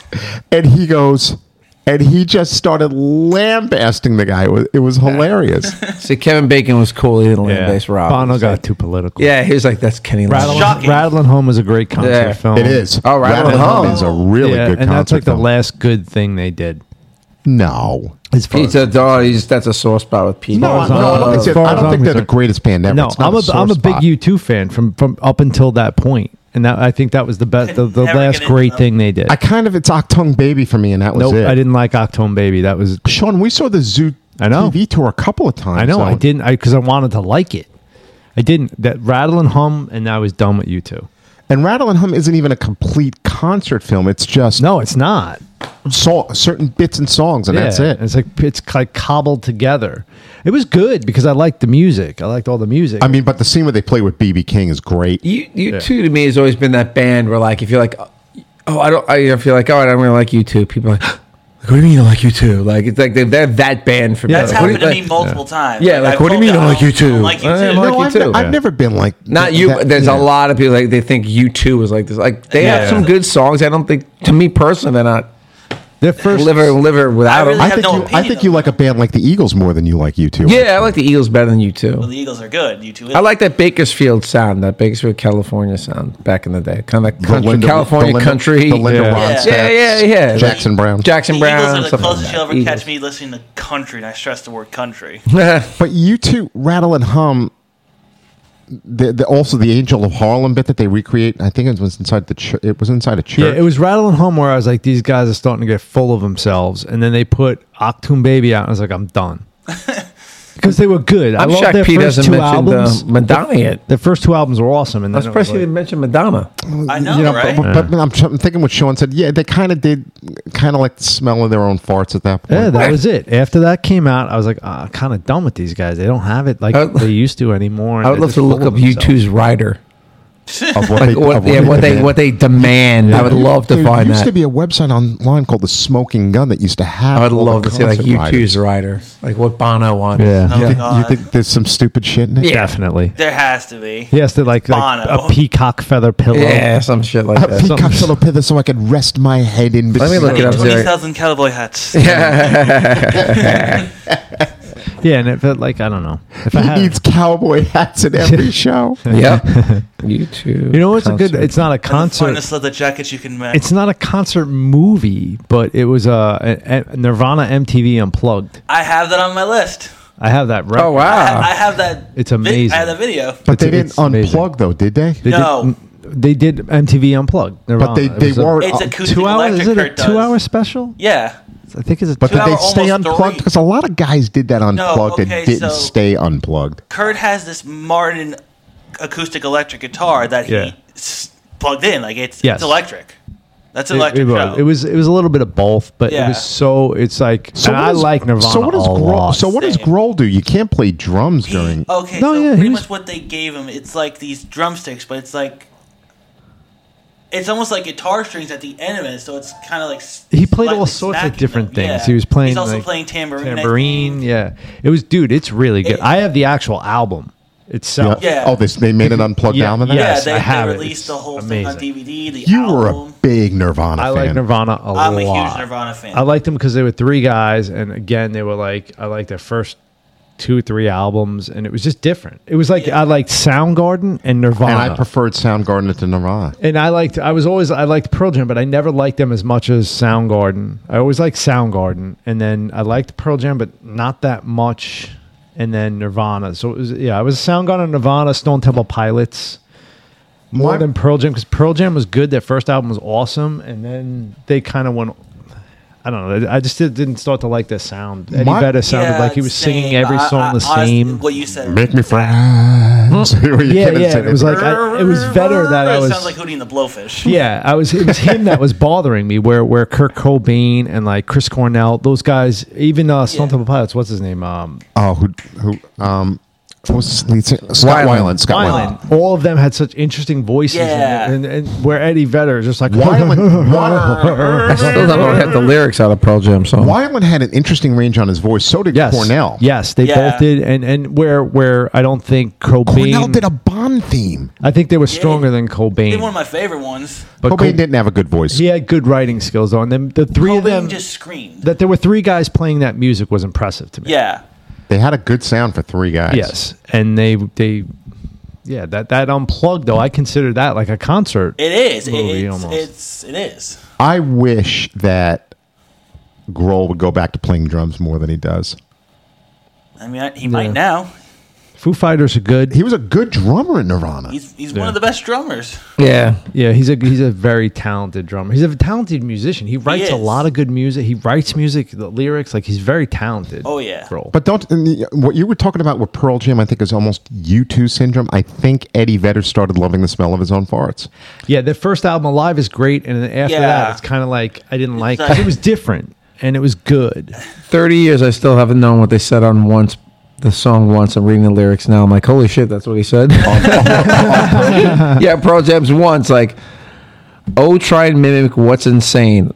Speaker 2: And he goes, and he just started lambasting the guy. It was, it was
Speaker 3: <laughs>
Speaker 2: hilarious.
Speaker 1: See, Kevin Bacon was cool. He didn't land base Rob.
Speaker 3: Bono got too political.
Speaker 1: Yeah, he was like, that's Kenny
Speaker 3: Rattling,
Speaker 1: Loggins.
Speaker 4: Shocking.
Speaker 3: Rattling Home is a great concert
Speaker 1: Yeah.
Speaker 3: film.
Speaker 2: it is.
Speaker 1: Oh, right
Speaker 2: Rabbit
Speaker 1: on.
Speaker 2: Home is a really
Speaker 3: yeah,
Speaker 2: good
Speaker 3: and
Speaker 2: concert.
Speaker 3: that's like the
Speaker 2: film.
Speaker 3: last good thing they did.
Speaker 2: No.
Speaker 3: As far
Speaker 1: He's a dog. He's, that's a sore spot with Pete.
Speaker 2: No,
Speaker 3: as
Speaker 2: no,
Speaker 3: I'm-
Speaker 2: I don't
Speaker 3: as
Speaker 2: think,
Speaker 3: far
Speaker 2: I
Speaker 3: as
Speaker 2: don't
Speaker 3: I'm
Speaker 2: think they're the
Speaker 3: concerned-
Speaker 2: greatest band ever.
Speaker 3: no,
Speaker 2: It's not
Speaker 3: I'm a,
Speaker 2: sore
Speaker 3: I'm a big
Speaker 2: spot.
Speaker 3: U2 fan from from up until that point, and that I think that was the best, the, the
Speaker 4: Never
Speaker 3: last
Speaker 4: gonna-
Speaker 3: great thing they did.
Speaker 2: I kind of it's Octung Baby for me, and that was
Speaker 3: nope,
Speaker 2: it.
Speaker 3: I didn't like Octone Baby. That was
Speaker 2: Sean, we saw the Zoo
Speaker 3: I know.
Speaker 2: TV tour a couple of times.
Speaker 3: I know
Speaker 2: so-
Speaker 3: I didn't I because I wanted to like it. I didn't that rattle and hum, and I was done with U2.
Speaker 2: And Rattle and Hum isn't even a complete concert film. It's just
Speaker 3: No, it's not.
Speaker 2: so, certain bits and songs, and that's
Speaker 3: Yeah,
Speaker 2: it.
Speaker 3: It's like it's like cobbled together. It was good because I liked the music. I liked all the music.
Speaker 2: I mean, but the scene where they play with BB King is great.
Speaker 1: You, you two to me has always been that band where like if you're like, oh I don't, I you know, if you're like oh I don't really like you two, people are like, <gasps> like what do you mean you don't like you two? Like it's like they're, they're that band for me.
Speaker 4: That's
Speaker 1: Like, what do
Speaker 4: happened to
Speaker 1: you- like-
Speaker 4: me multiple times.
Speaker 1: Yeah, like,
Speaker 4: I've
Speaker 1: what do you
Speaker 4: told
Speaker 1: mean I like
Speaker 4: I
Speaker 1: you too?
Speaker 4: don't like you
Speaker 1: I
Speaker 4: too.
Speaker 1: am like-
Speaker 2: No,
Speaker 1: you
Speaker 2: I've, ne-
Speaker 1: too.
Speaker 2: I've
Speaker 1: Yeah.
Speaker 2: never been like
Speaker 1: Not you.
Speaker 2: that-
Speaker 1: there's
Speaker 2: yeah.
Speaker 1: a lot of people like they think you two is like this. Like they have
Speaker 4: Yeah.
Speaker 1: some good songs. I don't think to me personally they're not
Speaker 3: their first
Speaker 1: liver liver without
Speaker 4: I really
Speaker 1: them.
Speaker 2: I
Speaker 4: have
Speaker 2: think,
Speaker 4: no
Speaker 2: you, I
Speaker 4: opinion
Speaker 2: think
Speaker 4: of
Speaker 2: you
Speaker 4: them.
Speaker 2: like a band like the Eagles more than you like you two.
Speaker 1: yeah, I like the Eagles better than you two.
Speaker 4: the Eagles are good. You two.
Speaker 1: I like that Bakersfield sound, that Bakersfield California sound back in the day, kind of like country,
Speaker 2: Linda-
Speaker 1: California
Speaker 2: the Linda-
Speaker 1: country.
Speaker 2: the Linda
Speaker 3: Yeah.
Speaker 2: Ronstadt,
Speaker 1: yeah, yeah, yeah.
Speaker 2: Jackson Brown.
Speaker 1: Jackson
Speaker 4: the
Speaker 1: Brown.
Speaker 4: Eagles are the
Speaker 1: something like
Speaker 4: closest
Speaker 1: that.
Speaker 4: you'll ever
Speaker 1: Eagles.
Speaker 4: catch me listening to country, and I stress the word
Speaker 3: <laughs>
Speaker 4: country.
Speaker 1: <laughs>
Speaker 2: But you two, Rattle and Hum, the, the, also the Angel of Harlem bit that they recreate. I think it was inside the church. It was inside a
Speaker 3: Yeah,
Speaker 2: church.
Speaker 3: it was rattling home where I was like, these guys are starting to get full of themselves, and then they put Octoon Baby out, and I was like,
Speaker 1: <laughs>
Speaker 3: I'm done. Because they were good. I
Speaker 1: I'm
Speaker 3: loved their
Speaker 1: shocked Pete
Speaker 3: first
Speaker 1: hasn't
Speaker 3: two
Speaker 1: mentioned
Speaker 3: albums.
Speaker 1: uh, Madonna yet.
Speaker 3: Their first two albums were awesome, and
Speaker 1: I'm
Speaker 3: then it was
Speaker 1: surprised he didn't
Speaker 3: like,
Speaker 1: mention Madonna.
Speaker 4: I know,
Speaker 2: you know,
Speaker 4: right?
Speaker 2: but, but, I'm, tr- I'm thinking what Sean said. Yeah, they kind of did, kind of like the smell of their own farts at that point.
Speaker 3: yeah, that was it. After that came out, I was like, uh, kind of done with these guys. They don't have it like
Speaker 1: I would-
Speaker 3: they used to anymore. and
Speaker 1: I would
Speaker 3: they're
Speaker 1: love
Speaker 3: just
Speaker 1: to look
Speaker 3: full
Speaker 1: up
Speaker 3: of themselves.
Speaker 1: U2's Rider.
Speaker 2: of what
Speaker 1: Like what,
Speaker 2: of
Speaker 1: yeah, what they
Speaker 2: did.
Speaker 1: what they demand. I would love to
Speaker 2: there
Speaker 1: find
Speaker 2: used
Speaker 1: that.
Speaker 2: to be a website online called the Smoking Gun that used to have.
Speaker 1: I would
Speaker 2: all the
Speaker 1: love to see like
Speaker 2: concert
Speaker 1: U2's
Speaker 2: writers.
Speaker 1: Rider, like what Bono wanted.
Speaker 3: Yeah.
Speaker 4: Oh,
Speaker 2: You
Speaker 4: God.
Speaker 2: think there's some stupid shit in it?
Speaker 1: Yeah.
Speaker 3: Definitely.
Speaker 4: there has to be.
Speaker 3: Yes, they're like, like
Speaker 4: Bono.
Speaker 3: a peacock feather pillow.
Speaker 1: yeah, some shit like
Speaker 2: A <laughs>
Speaker 1: that.
Speaker 2: peacock
Speaker 3: something-
Speaker 2: little pivot so I could rest my head
Speaker 1: me
Speaker 2: in between.
Speaker 1: look it up.
Speaker 4: Twenty thousand cowboy
Speaker 3: <laughs>
Speaker 4: hats.
Speaker 1: <laughs>
Speaker 4: Yeah.
Speaker 3: Yeah, and it felt like, I don't know. If I had,
Speaker 2: He needs cowboy hats at
Speaker 1: <laughs>
Speaker 2: every show.
Speaker 1: yep, U2.
Speaker 3: you know what's a good, it's not a concert.
Speaker 4: Finest leather jacket you can make.
Speaker 3: It's not a concert movie, but it was uh, a, a Nirvana MTV Unplugged.
Speaker 4: I have that on my list.
Speaker 3: I have that record.
Speaker 1: Oh
Speaker 4: I,
Speaker 1: wow!
Speaker 4: have, I have that.
Speaker 3: Ah, It's
Speaker 4: vi-
Speaker 3: amazing.
Speaker 4: I have that video.
Speaker 2: But they
Speaker 3: It's-
Speaker 2: didn't
Speaker 3: it's amazing.
Speaker 2: unplug though, did they?
Speaker 3: They
Speaker 4: No.
Speaker 3: did, they did MTV Unplugged. Nirvana.
Speaker 2: they-
Speaker 3: It
Speaker 2: they
Speaker 3: was a
Speaker 2: were-
Speaker 4: It's
Speaker 2: Uh,
Speaker 4: acoustic
Speaker 3: two hours. Is
Speaker 4: electric.
Speaker 3: it a
Speaker 4: Kurt does.
Speaker 3: two-hour special?
Speaker 4: Yeah.
Speaker 3: I think it's a
Speaker 2: But
Speaker 3: two-
Speaker 2: did
Speaker 4: Two
Speaker 2: they
Speaker 4: hour,
Speaker 2: stay
Speaker 4: almost
Speaker 2: unplugged?
Speaker 4: three.
Speaker 2: Because a lot of guys did that unplugged
Speaker 4: okay,
Speaker 2: and didn't
Speaker 4: so-
Speaker 2: stay unplugged.
Speaker 4: Kurt has this Martin acoustic electric guitar that he
Speaker 3: Yeah.
Speaker 4: s- plugged in. Like it's,
Speaker 3: Yes.
Speaker 4: it's electric. That's an
Speaker 3: It,
Speaker 4: electric
Speaker 3: it,
Speaker 4: show.
Speaker 3: was, it was it was a little bit of both, but
Speaker 4: Yeah.
Speaker 3: it was so it's like
Speaker 2: So
Speaker 3: and
Speaker 2: what
Speaker 3: I
Speaker 2: does-
Speaker 3: like Nirvana
Speaker 2: So what does
Speaker 3: a lot.
Speaker 2: Grohl? So what does
Speaker 4: Same.
Speaker 2: Grohl do? You can't play drums
Speaker 4: He- oh,
Speaker 2: during.
Speaker 4: okay,
Speaker 3: No,
Speaker 4: so
Speaker 3: yeah, he
Speaker 4: pretty
Speaker 3: was-
Speaker 4: much what they gave him, it's like these drumsticks, but it's like it's almost like guitar strings at the end of it, so it's kind of like s-
Speaker 3: He played
Speaker 4: slightly
Speaker 3: all sorts of
Speaker 4: smacking
Speaker 3: different
Speaker 4: them.
Speaker 3: things.
Speaker 4: Yeah.
Speaker 3: He was playing
Speaker 4: He's also
Speaker 3: like,
Speaker 4: playing tambourine. I
Speaker 3: tambourine. Yeah, it was dude. It's really good.
Speaker 4: It-
Speaker 3: I have the actual album itself.
Speaker 4: Yeah.
Speaker 2: Oh, they, they made an unplugged
Speaker 3: Yeah,
Speaker 2: album. of
Speaker 4: think.
Speaker 2: that?
Speaker 4: Yeah,
Speaker 3: Yes,
Speaker 4: they,
Speaker 3: I have it.
Speaker 4: they released the
Speaker 3: It's
Speaker 4: whole thing
Speaker 3: amazing.
Speaker 4: on DVD. The
Speaker 2: You were a
Speaker 4: album.
Speaker 2: big Nirvana
Speaker 3: I
Speaker 2: fan.
Speaker 3: like Nirvana a
Speaker 4: I'm a huge
Speaker 3: lot.
Speaker 4: Nirvana fan.
Speaker 3: I liked them because they were three guys, and again, they were like I liked their first two, three albums, and it was just different. It was like
Speaker 4: Yeah.
Speaker 3: I liked Soundgarden and Nirvana,
Speaker 2: and I preferred Soundgarden to Nirvana.
Speaker 3: And I liked I was always I liked Pearl Jam, but I never liked them as much as Soundgarden. I always liked Soundgarden, and then I liked Pearl Jam, but not that much. And then Nirvana. So it was yeah, I was Soundgarden, Nirvana, Stone Temple Pilots. More
Speaker 2: My-
Speaker 3: than Pearl Jam because Pearl Jam was good. Their first album was awesome, and then they kind of went. I don't know. I just did, didn't start to like their sound. Eddie
Speaker 2: My-
Speaker 3: Vedder sounded
Speaker 4: Yeah,
Speaker 3: like he was singing
Speaker 4: same.
Speaker 3: every
Speaker 4: I-
Speaker 3: song
Speaker 4: I-
Speaker 3: the
Speaker 4: honestly,
Speaker 3: same.
Speaker 4: What you said.
Speaker 2: Make me friends. <laughs> You
Speaker 3: Yeah,
Speaker 2: can't
Speaker 3: yeah.
Speaker 2: say
Speaker 3: It was
Speaker 2: that.
Speaker 3: like I, it was better that I
Speaker 4: It
Speaker 3: was.
Speaker 4: sounds like Hootie and the Blowfish.
Speaker 3: yeah, I was. It was him that was bothering me. Where where Kurt Cobain and like Chris Cornell, those guys, even uh, Stone
Speaker 4: Yeah.
Speaker 3: Temple Pilots. What's his name? Um,
Speaker 2: oh, who, who, um, What was his lead singer? Scott
Speaker 1: Weiland.
Speaker 2: Weiland. Scott Weiland.
Speaker 3: All of them had such interesting voices, in it,
Speaker 4: Yeah.
Speaker 3: and, and, where Eddie Vedder is just
Speaker 2: <laughs>
Speaker 3: like <laughs>
Speaker 2: Weiland.
Speaker 1: I still don't have the lyrics out of Pearl Jam song.
Speaker 2: Weiland had an interesting range on his voice. So did
Speaker 3: yes,
Speaker 2: Cornell.
Speaker 3: Yes, they
Speaker 4: Yeah.
Speaker 3: both did, and and where where I don't think Cobain.
Speaker 2: Cornell did a Bond theme.
Speaker 3: I think they were stronger than
Speaker 4: They're one
Speaker 3: Cobain,
Speaker 4: of my favorite ones.
Speaker 3: but
Speaker 2: Cobain
Speaker 3: Cob-
Speaker 2: didn't have a good voice.
Speaker 3: he had good writing skills. though, and then the three of them
Speaker 4: Cobain just screamed.
Speaker 3: that there were three guys playing that music was impressive to me.
Speaker 4: Yeah.
Speaker 2: They had a good sound for three guys.
Speaker 3: Yes, and they they yeah that that unplugged though I consider that like a concert.
Speaker 4: It is. It-
Speaker 3: Movie
Speaker 4: it's,
Speaker 3: almost.
Speaker 4: it's it is.
Speaker 2: I wish that Grohl would go back to playing drums more than he does.
Speaker 4: I mean, I, he
Speaker 3: Yeah.
Speaker 4: might now.
Speaker 3: Foo Fighters are good.
Speaker 2: He was a good drummer in Nirvana.
Speaker 4: He's he's
Speaker 3: Yeah.
Speaker 4: one of the best drummers.
Speaker 1: Yeah.
Speaker 3: Yeah, he's a he's a very talented drummer. He's a talented musician. He writes a
Speaker 4: is.
Speaker 3: lot of good music. He writes music, the lyrics, like he's very talented.
Speaker 4: Oh, yeah.
Speaker 3: Grohl.
Speaker 2: but don't and the- what you were talking about with Pearl Jam, I think is almost U2 syndrome. I think Eddie Vedder started loving the smell of his own farts.
Speaker 3: yeah, their first album Alive is great, and then after that
Speaker 4: Yeah.
Speaker 3: it's kind of like I didn't like
Speaker 4: like-
Speaker 3: it was different and it was good.
Speaker 1: 30 years, I still haven't known what they said on once, the song once. I'm reading the lyrics now. I'm like, holy shit, that's what he said. yeah, Pearl Jam's once. Like, oh, try and mimic what's insane.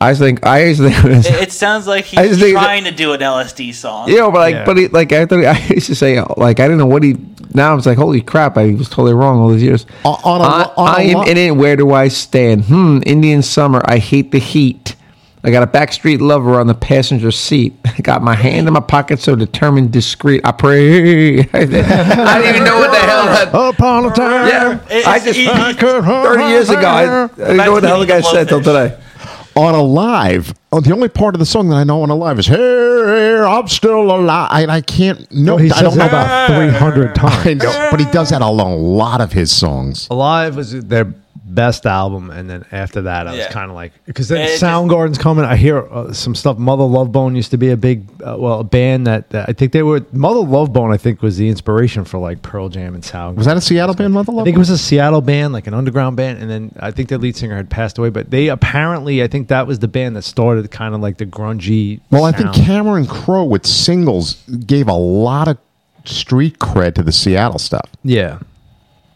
Speaker 1: I think, I used to think, it was-
Speaker 4: It, it sounds like
Speaker 1: I just
Speaker 4: he's
Speaker 1: think that-
Speaker 4: trying to do an LSD song.
Speaker 1: you know, but like,
Speaker 3: Yeah.
Speaker 1: but he, <laughs> like, I thought, I used to say, like, I didn't know what he, now I'm like, holy crap, I was totally wrong all these years.
Speaker 2: On- on a
Speaker 1: I,
Speaker 2: lo- on a
Speaker 1: I am
Speaker 2: lo-
Speaker 1: in it, where do I stand? Hmm, Indian summer, I hate the heat. I got a backstreet lover on the passenger seat. <laughs> I got my hand in my pocket, so determined, discreet. I pray. <laughs> I didn't even know what the hell
Speaker 4: <laughs>
Speaker 1: that.
Speaker 3: Upon a time,
Speaker 1: Yeah,
Speaker 4: It's-
Speaker 1: I just
Speaker 4: he- he-
Speaker 3: <laughs>
Speaker 1: thirty years ago. I, I didn't know what the hell the guy said till today.
Speaker 2: <laughs> On Alive, oh, the only part of the song that I know on Alive is "Hey, I'm still alive," and I can't. No,
Speaker 3: No, he
Speaker 2: I
Speaker 3: says
Speaker 2: don't
Speaker 3: it
Speaker 2: know about.
Speaker 3: about three hundred times.
Speaker 2: <laughs> I know, but he does that on a lot of his songs.
Speaker 3: Alive was their best album, and then after that, I
Speaker 4: Yeah.
Speaker 3: was kind of like, because then
Speaker 4: It just-
Speaker 3: Soundgarden's coming. I hear uh, some stuff. Mother Love Bone used to be a big, uh, well, a band that, that I think they were. Mother Love Bone, I think, was the inspiration for like Pearl Jam and Soundgarden.
Speaker 2: Was that a Seattle band, Mother
Speaker 3: I
Speaker 2: Love?
Speaker 3: think it was a Seattle band, like an underground band, and then I think their lead singer had passed away. But they apparently, I think that was the band that started kind of like the grungy.
Speaker 2: Well, I think
Speaker 3: sound.
Speaker 2: Cameron Crowe with singles gave a lot of street cred to the Seattle stuff.
Speaker 3: Yeah.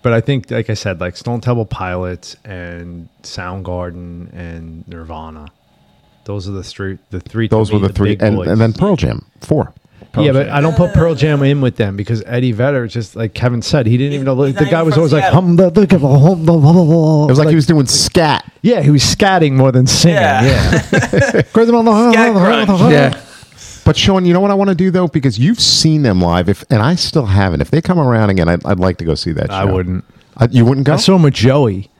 Speaker 3: But I think, like I said, like Stone Temple Pilots and Soundgarden and Nirvana, those are the three. The three. to
Speaker 2: Those
Speaker 3: me,
Speaker 2: were the three,
Speaker 3: big
Speaker 2: and,
Speaker 3: boys.
Speaker 2: and then Pearl Jam four. Pearl
Speaker 3: yeah,
Speaker 2: Jam.
Speaker 3: but I don't put Pearl Jam in with them because Eddie Vedder, just like Kevin said, he didn't even know.
Speaker 4: he's
Speaker 3: The
Speaker 4: not
Speaker 3: guy
Speaker 4: even
Speaker 3: was
Speaker 4: from
Speaker 3: always like,
Speaker 4: Seattle.
Speaker 3: hum, da, da, da, blah, hum, da, blah, blah, blah.
Speaker 2: it was like, he was doing scat.
Speaker 3: yeah, he was scatting more than singing.
Speaker 4: Yeah.
Speaker 3: Yeah,
Speaker 4: <laughs> Scat
Speaker 3: <laughs>
Speaker 4: grunge.
Speaker 1: Yeah,
Speaker 2: But Sean, you know what I want to do though, because you've seen them live, if and I still haven't. If they come around again, I'd, I'd like to go see that.
Speaker 3: I
Speaker 2: show.
Speaker 3: wouldn't.
Speaker 2: I- you wouldn't go.
Speaker 3: I saw him with Joey.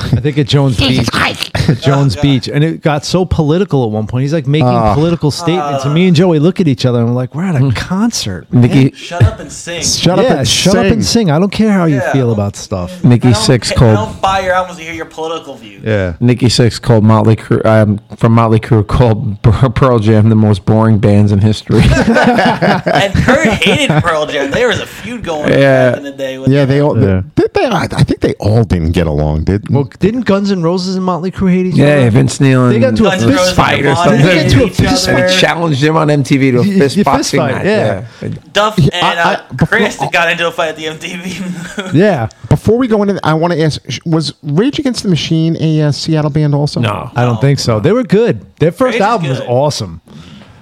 Speaker 3: I think at Jones Beach. <laughs> At Jones Beach. And it got so political at one point. He's like making political statements. and me and Joey look at each other and we're like, we're at a concert. man."
Speaker 1: Nikki
Speaker 4: Shut up and sing.
Speaker 2: shut up
Speaker 3: yeah,
Speaker 2: and
Speaker 3: shut up and sing. I don't care how you
Speaker 4: Yeah.
Speaker 3: feel about stuff.
Speaker 1: Nikki
Speaker 4: I don't
Speaker 1: Six
Speaker 4: ca- I
Speaker 1: called
Speaker 4: don't buy your albums to hear your political views.
Speaker 3: Yeah.
Speaker 1: Nikki Six called Motley Crue um, from Motley Crue called Pearl Jam the most boring bands in history.
Speaker 4: And Kurt hated Pearl Jam. There was a feud going on
Speaker 1: Yeah.
Speaker 4: back in the day. With
Speaker 2: Yeah, they all.
Speaker 3: Yeah.
Speaker 2: Did they, I I think they all didn't get along. Did
Speaker 3: Well, didn't Guns N' Roses and Motley Crue hate each other?
Speaker 1: yeah, Vince Neil and
Speaker 3: They got to a
Speaker 4: Guns N'
Speaker 3: fist
Speaker 4: Roses
Speaker 3: fight or
Speaker 4: and
Speaker 3: something.
Speaker 4: Blondie
Speaker 3: They got to a
Speaker 4: hated each
Speaker 3: fist
Speaker 4: other.
Speaker 3: fight.
Speaker 1: We challenged him on MTV to a
Speaker 3: Y- y-
Speaker 1: fist
Speaker 3: fist
Speaker 1: boxing
Speaker 3: fight,
Speaker 1: match.
Speaker 3: yeah.
Speaker 1: yeah.
Speaker 4: Duff and
Speaker 2: I-
Speaker 4: uh,
Speaker 2: I- before-
Speaker 4: Chris got into a fight at the MTV.
Speaker 3: Yeah.
Speaker 2: before we go into, I want to ask: sh- Was Rage Against the Machine a uh, Seattle band also?
Speaker 1: No.
Speaker 3: I don't think so. They were good. Their first
Speaker 4: Grace is
Speaker 3: album was
Speaker 4: good.
Speaker 3: awesome.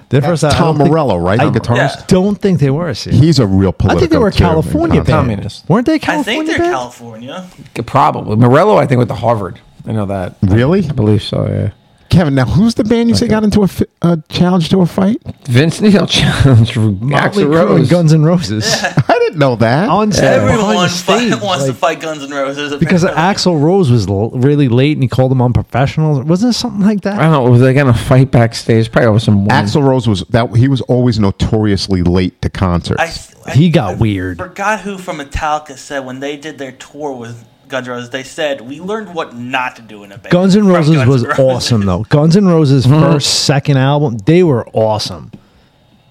Speaker 3: Their first
Speaker 2: Tom
Speaker 3: album. I don't think-
Speaker 2: Morello, right?
Speaker 3: I
Speaker 2: The guitarist?
Speaker 4: Yeah.
Speaker 3: don't think they were a scene.
Speaker 2: He's a real
Speaker 3: I
Speaker 2: political.
Speaker 3: think they were a California band.
Speaker 1: Communist.
Speaker 3: Weren't
Speaker 4: <laughs>
Speaker 3: they a
Speaker 4: I
Speaker 3: California
Speaker 4: think they're
Speaker 3: band?
Speaker 4: California.
Speaker 1: Probably. Morello, I think, went to Harvard. I know that.
Speaker 2: Really,
Speaker 1: I believe so, yeah.
Speaker 2: Kevin? Now, who's the band you say got into a fi- a challenge to a fight?
Speaker 1: Vince Neil <laughs> challenged
Speaker 3: Motley
Speaker 1: Axl
Speaker 3: Crue and
Speaker 1: Rose.
Speaker 3: Guns
Speaker 4: <laughs>
Speaker 3: N' Roses
Speaker 2: <laughs> I didn't know that.
Speaker 3: on stage.
Speaker 4: Everyone
Speaker 3: on
Speaker 4: fi-
Speaker 3: stage,
Speaker 4: wants to
Speaker 3: like,
Speaker 4: fight <laughs> Guns N' Roses.
Speaker 3: because
Speaker 4: apparently.
Speaker 3: Axl Rose was l- really late and he called them unprofessional. Wasn't it something like
Speaker 1: I
Speaker 3: that?
Speaker 1: don't know. Was they going to fight backstage? Probably over some.
Speaker 2: Axl Rose was that he was always notoriously late to concerts.
Speaker 4: I, th- I
Speaker 3: He got weird.
Speaker 4: forgot who from Metallica said when they did their tour with Guns N' Roses, they said we learned what not to do in a band.
Speaker 3: Guns N'
Speaker 4: from
Speaker 3: Roses
Speaker 4: Guns
Speaker 3: was
Speaker 4: N' Roses."
Speaker 3: awesome though. Guns N' Roses first, second album, they were awesome.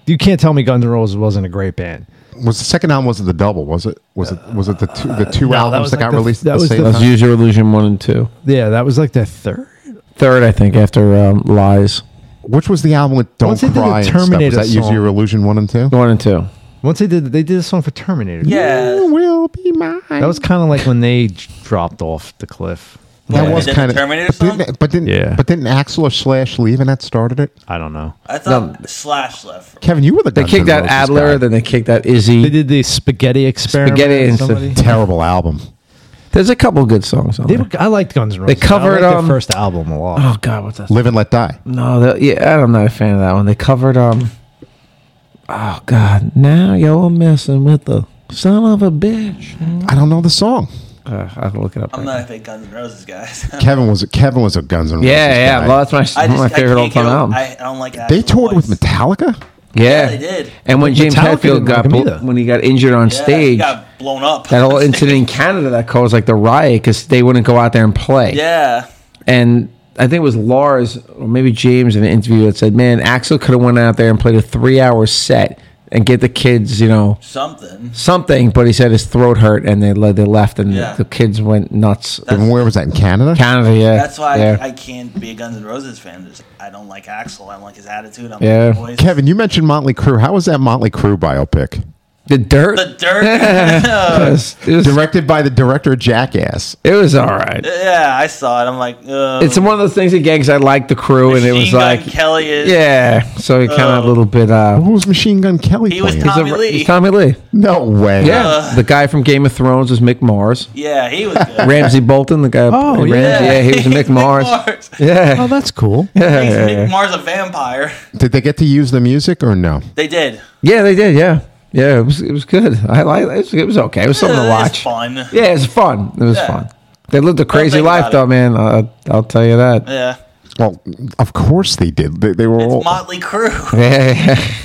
Speaker 3: You can't tell me Guns N' Roses wasn't a great band.
Speaker 2: was the second album wasn't the double? Was it? Was it? Was it the two, the two
Speaker 3: that
Speaker 2: albums
Speaker 3: was
Speaker 2: that,
Speaker 3: like
Speaker 2: got
Speaker 3: the-
Speaker 2: released?
Speaker 3: that
Speaker 2: at the
Speaker 3: was
Speaker 2: same
Speaker 3: the-
Speaker 2: time?
Speaker 1: That's Usual Illusion 1 and 2.
Speaker 3: Yeah, that was like their third.
Speaker 1: Third, I think, after um, Lies.
Speaker 2: Which was the album with "Don't
Speaker 3: Once they did the
Speaker 2: Cry" and stuff? Was
Speaker 3: Terminator
Speaker 2: that "Use
Speaker 3: song-
Speaker 2: Your Illusion" one and two?
Speaker 1: 1 and 2.
Speaker 3: Once they did, they did a song for Terminator.
Speaker 4: <laughs> Yeah.
Speaker 2: will be mine.
Speaker 3: that was kind of like when they j- dropped off the cliff.
Speaker 4: Well,
Speaker 2: That
Speaker 4: they
Speaker 2: was
Speaker 4: did the
Speaker 2: kind of
Speaker 4: Terminator
Speaker 2: but
Speaker 4: song?
Speaker 2: Didn't, but didn't
Speaker 3: Yeah.
Speaker 2: but didn't Axel or Slash leave and that started it?
Speaker 3: I don't know.
Speaker 4: I thought Slash left.
Speaker 2: Kevin, you were the
Speaker 1: They kicked out Adler, then they kicked out
Speaker 3: They
Speaker 1: Izzy.
Speaker 3: did the spaghetti experiment.
Speaker 1: Spaghetti
Speaker 3: with
Speaker 1: and
Speaker 3: somebody.
Speaker 2: terrible album.
Speaker 1: There's a couple good songs on
Speaker 3: They
Speaker 1: there.
Speaker 3: were, I liked Guns N' Roses.
Speaker 1: They covered,
Speaker 3: I liked
Speaker 1: um,
Speaker 3: their first album a lot.
Speaker 1: Oh God, what's that?
Speaker 2: Live and Let Die.
Speaker 3: Mm-hmm.
Speaker 1: No, the, yeah, I'm not a fan of that one. They covered um. Oh God! Now you're messing with the son of a bitch.
Speaker 2: I don't know the song.
Speaker 1: Uh, I'll look it up.
Speaker 4: I'm
Speaker 1: right
Speaker 4: not
Speaker 1: now.
Speaker 4: a big Guns N' Roses guy. <laughs> so.
Speaker 2: Kevin was Kevin was a Guns N' Roses.
Speaker 1: Yeah, yeah.
Speaker 2: guy.
Speaker 1: Well, that's my
Speaker 4: I
Speaker 1: one of
Speaker 4: just
Speaker 1: my favorite
Speaker 4: I
Speaker 1: all
Speaker 4: can't get
Speaker 1: time
Speaker 4: o-
Speaker 1: albums.
Speaker 4: I, I don't like.
Speaker 2: they
Speaker 4: Axl's
Speaker 2: toured with
Speaker 4: voice.
Speaker 2: Metallica.
Speaker 1: yeah.
Speaker 4: they did.
Speaker 1: And when James
Speaker 3: Metallica
Speaker 1: Hetfield
Speaker 3: didn't like
Speaker 1: got
Speaker 3: him
Speaker 1: blo-
Speaker 3: either.
Speaker 1: when he got injured on
Speaker 4: Yeah, he
Speaker 1: stage, that
Speaker 4: got blown up. <laughs>
Speaker 1: whole incident in Canada that caused like the riot because they wouldn't go out there and play.
Speaker 4: Yeah.
Speaker 1: and I think it was Lars or maybe James in an interview that said, "Man, Axel could have went out there and played a three-hour set and get the kids, you know,
Speaker 4: Something.
Speaker 1: something." But he said his throat hurt, and they le- they left, and
Speaker 4: Yeah.
Speaker 1: the kids went nuts.
Speaker 2: And where was that in Canada?
Speaker 1: Canada, yeah,
Speaker 4: That's why
Speaker 1: yeah.
Speaker 4: I, I can't be a Guns N' Roses fan. Just, I don't like Axel. I don't like his attitude. I'm
Speaker 1: Yeah.
Speaker 4: like his voice.
Speaker 2: Kevin, you mentioned Motley Crue. How was that Motley Crue biopic?
Speaker 1: the dirt.
Speaker 4: The dirt.
Speaker 1: it, was, it, was,
Speaker 2: Directed by the director of Jackass.
Speaker 1: it was all right.
Speaker 4: yeah, I saw it. I'm like, Ugh.
Speaker 1: It's one of those things again because I liked the crew, and it was
Speaker 4: Machine Gun
Speaker 1: like,
Speaker 4: Kelly is.
Speaker 1: yeah. So it kind of a little bit. Uh,
Speaker 2: Who was Machine Gun Kelly
Speaker 4: He was
Speaker 2: playing?
Speaker 4: Tommy
Speaker 1: he's a-
Speaker 4: Lee. Uh,
Speaker 1: he's Tommy Lee.
Speaker 2: no way.
Speaker 1: Yeah, the guy from Game of Thrones was Mick
Speaker 4: <laughs>
Speaker 1: Mars.
Speaker 4: Yeah, he was good.
Speaker 1: Ramsey Bolton, the guy.
Speaker 3: Oh, yeah.
Speaker 1: Ramsey, yeah,
Speaker 4: <laughs>
Speaker 1: he was
Speaker 4: He's
Speaker 1: Mick Mars.
Speaker 4: Mars.
Speaker 1: Yeah.
Speaker 3: Oh, that's cool.
Speaker 4: Makes Mick Mars a vampire.
Speaker 2: Did they get to use the music or no?
Speaker 4: They did.
Speaker 1: Yeah, they did. Yeah, yeah. It was it was good. I like it. Was, it was okay. It was something to
Speaker 4: Uh,
Speaker 1: watch.
Speaker 4: it's fun.
Speaker 1: Yeah, it was fun. It was
Speaker 4: Yeah.
Speaker 1: fun. They lived a crazy
Speaker 4: think
Speaker 1: life,
Speaker 4: about
Speaker 1: though,
Speaker 4: it.
Speaker 1: man. I'll, I'll tell you that.
Speaker 4: Yeah.
Speaker 2: Well, of course they did. They, they were all.
Speaker 1: Oh.
Speaker 4: It's Motley Crue.
Speaker 1: <laughs>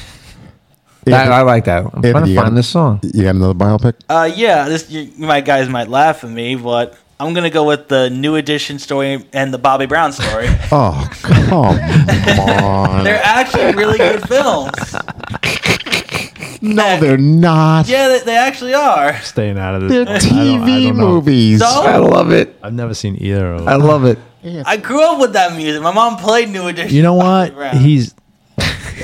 Speaker 1: Yeah, yeah. that, I
Speaker 2: Anthony,
Speaker 1: like that. I'm trying to
Speaker 2: you got-
Speaker 1: find this song.
Speaker 2: you got another biopic?
Speaker 4: Uh, yeah, this you, my guys might laugh at me, but I'm gonna go with the New Edition story and the Bobby
Speaker 1: <laughs>
Speaker 4: Brown story.
Speaker 2: Oh, come on.
Speaker 4: They're actually really good films.
Speaker 2: no, they're not.
Speaker 4: Yeah, they, they actually are.
Speaker 3: Staying out of
Speaker 2: They're
Speaker 3: this. one. I don't- I
Speaker 2: TV
Speaker 3: don't know.
Speaker 2: movies.
Speaker 4: So-
Speaker 1: I love it.
Speaker 3: I've never seen either of
Speaker 1: I
Speaker 3: them.
Speaker 1: love it.
Speaker 4: I grew up with that music. My mom played New Edition.
Speaker 3: You know
Speaker 4: Bobby
Speaker 3: what?
Speaker 4: Brown.
Speaker 3: He's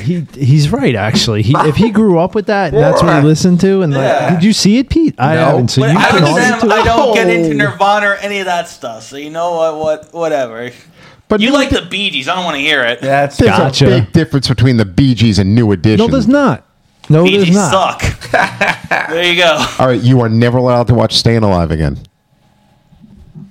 Speaker 3: he he's right actually. He if he grew up with that, and that's what he listened to. And like,
Speaker 4: Yeah.
Speaker 3: did you see it, Pete? I
Speaker 1: No.
Speaker 3: haven't. So
Speaker 4: But
Speaker 3: you
Speaker 4: I,
Speaker 3: can
Speaker 4: was
Speaker 3: all
Speaker 4: them,
Speaker 3: listen to
Speaker 4: I
Speaker 3: it.
Speaker 4: don't get into Nirvana or any of that stuff. So you know what? What? Whatever.
Speaker 2: But
Speaker 4: You
Speaker 2: New
Speaker 4: like
Speaker 2: Edi-
Speaker 4: the Bee Gees. I don't want to hear it.
Speaker 1: That's
Speaker 2: There's
Speaker 3: Gotcha.
Speaker 2: a big difference between the Bee Gees and New Edition.
Speaker 3: No, there's not. No,
Speaker 4: Bee
Speaker 3: there's
Speaker 4: Gees
Speaker 3: not.
Speaker 4: suck. there you go.
Speaker 2: All right, you are never allowed to watch Staying Alive again.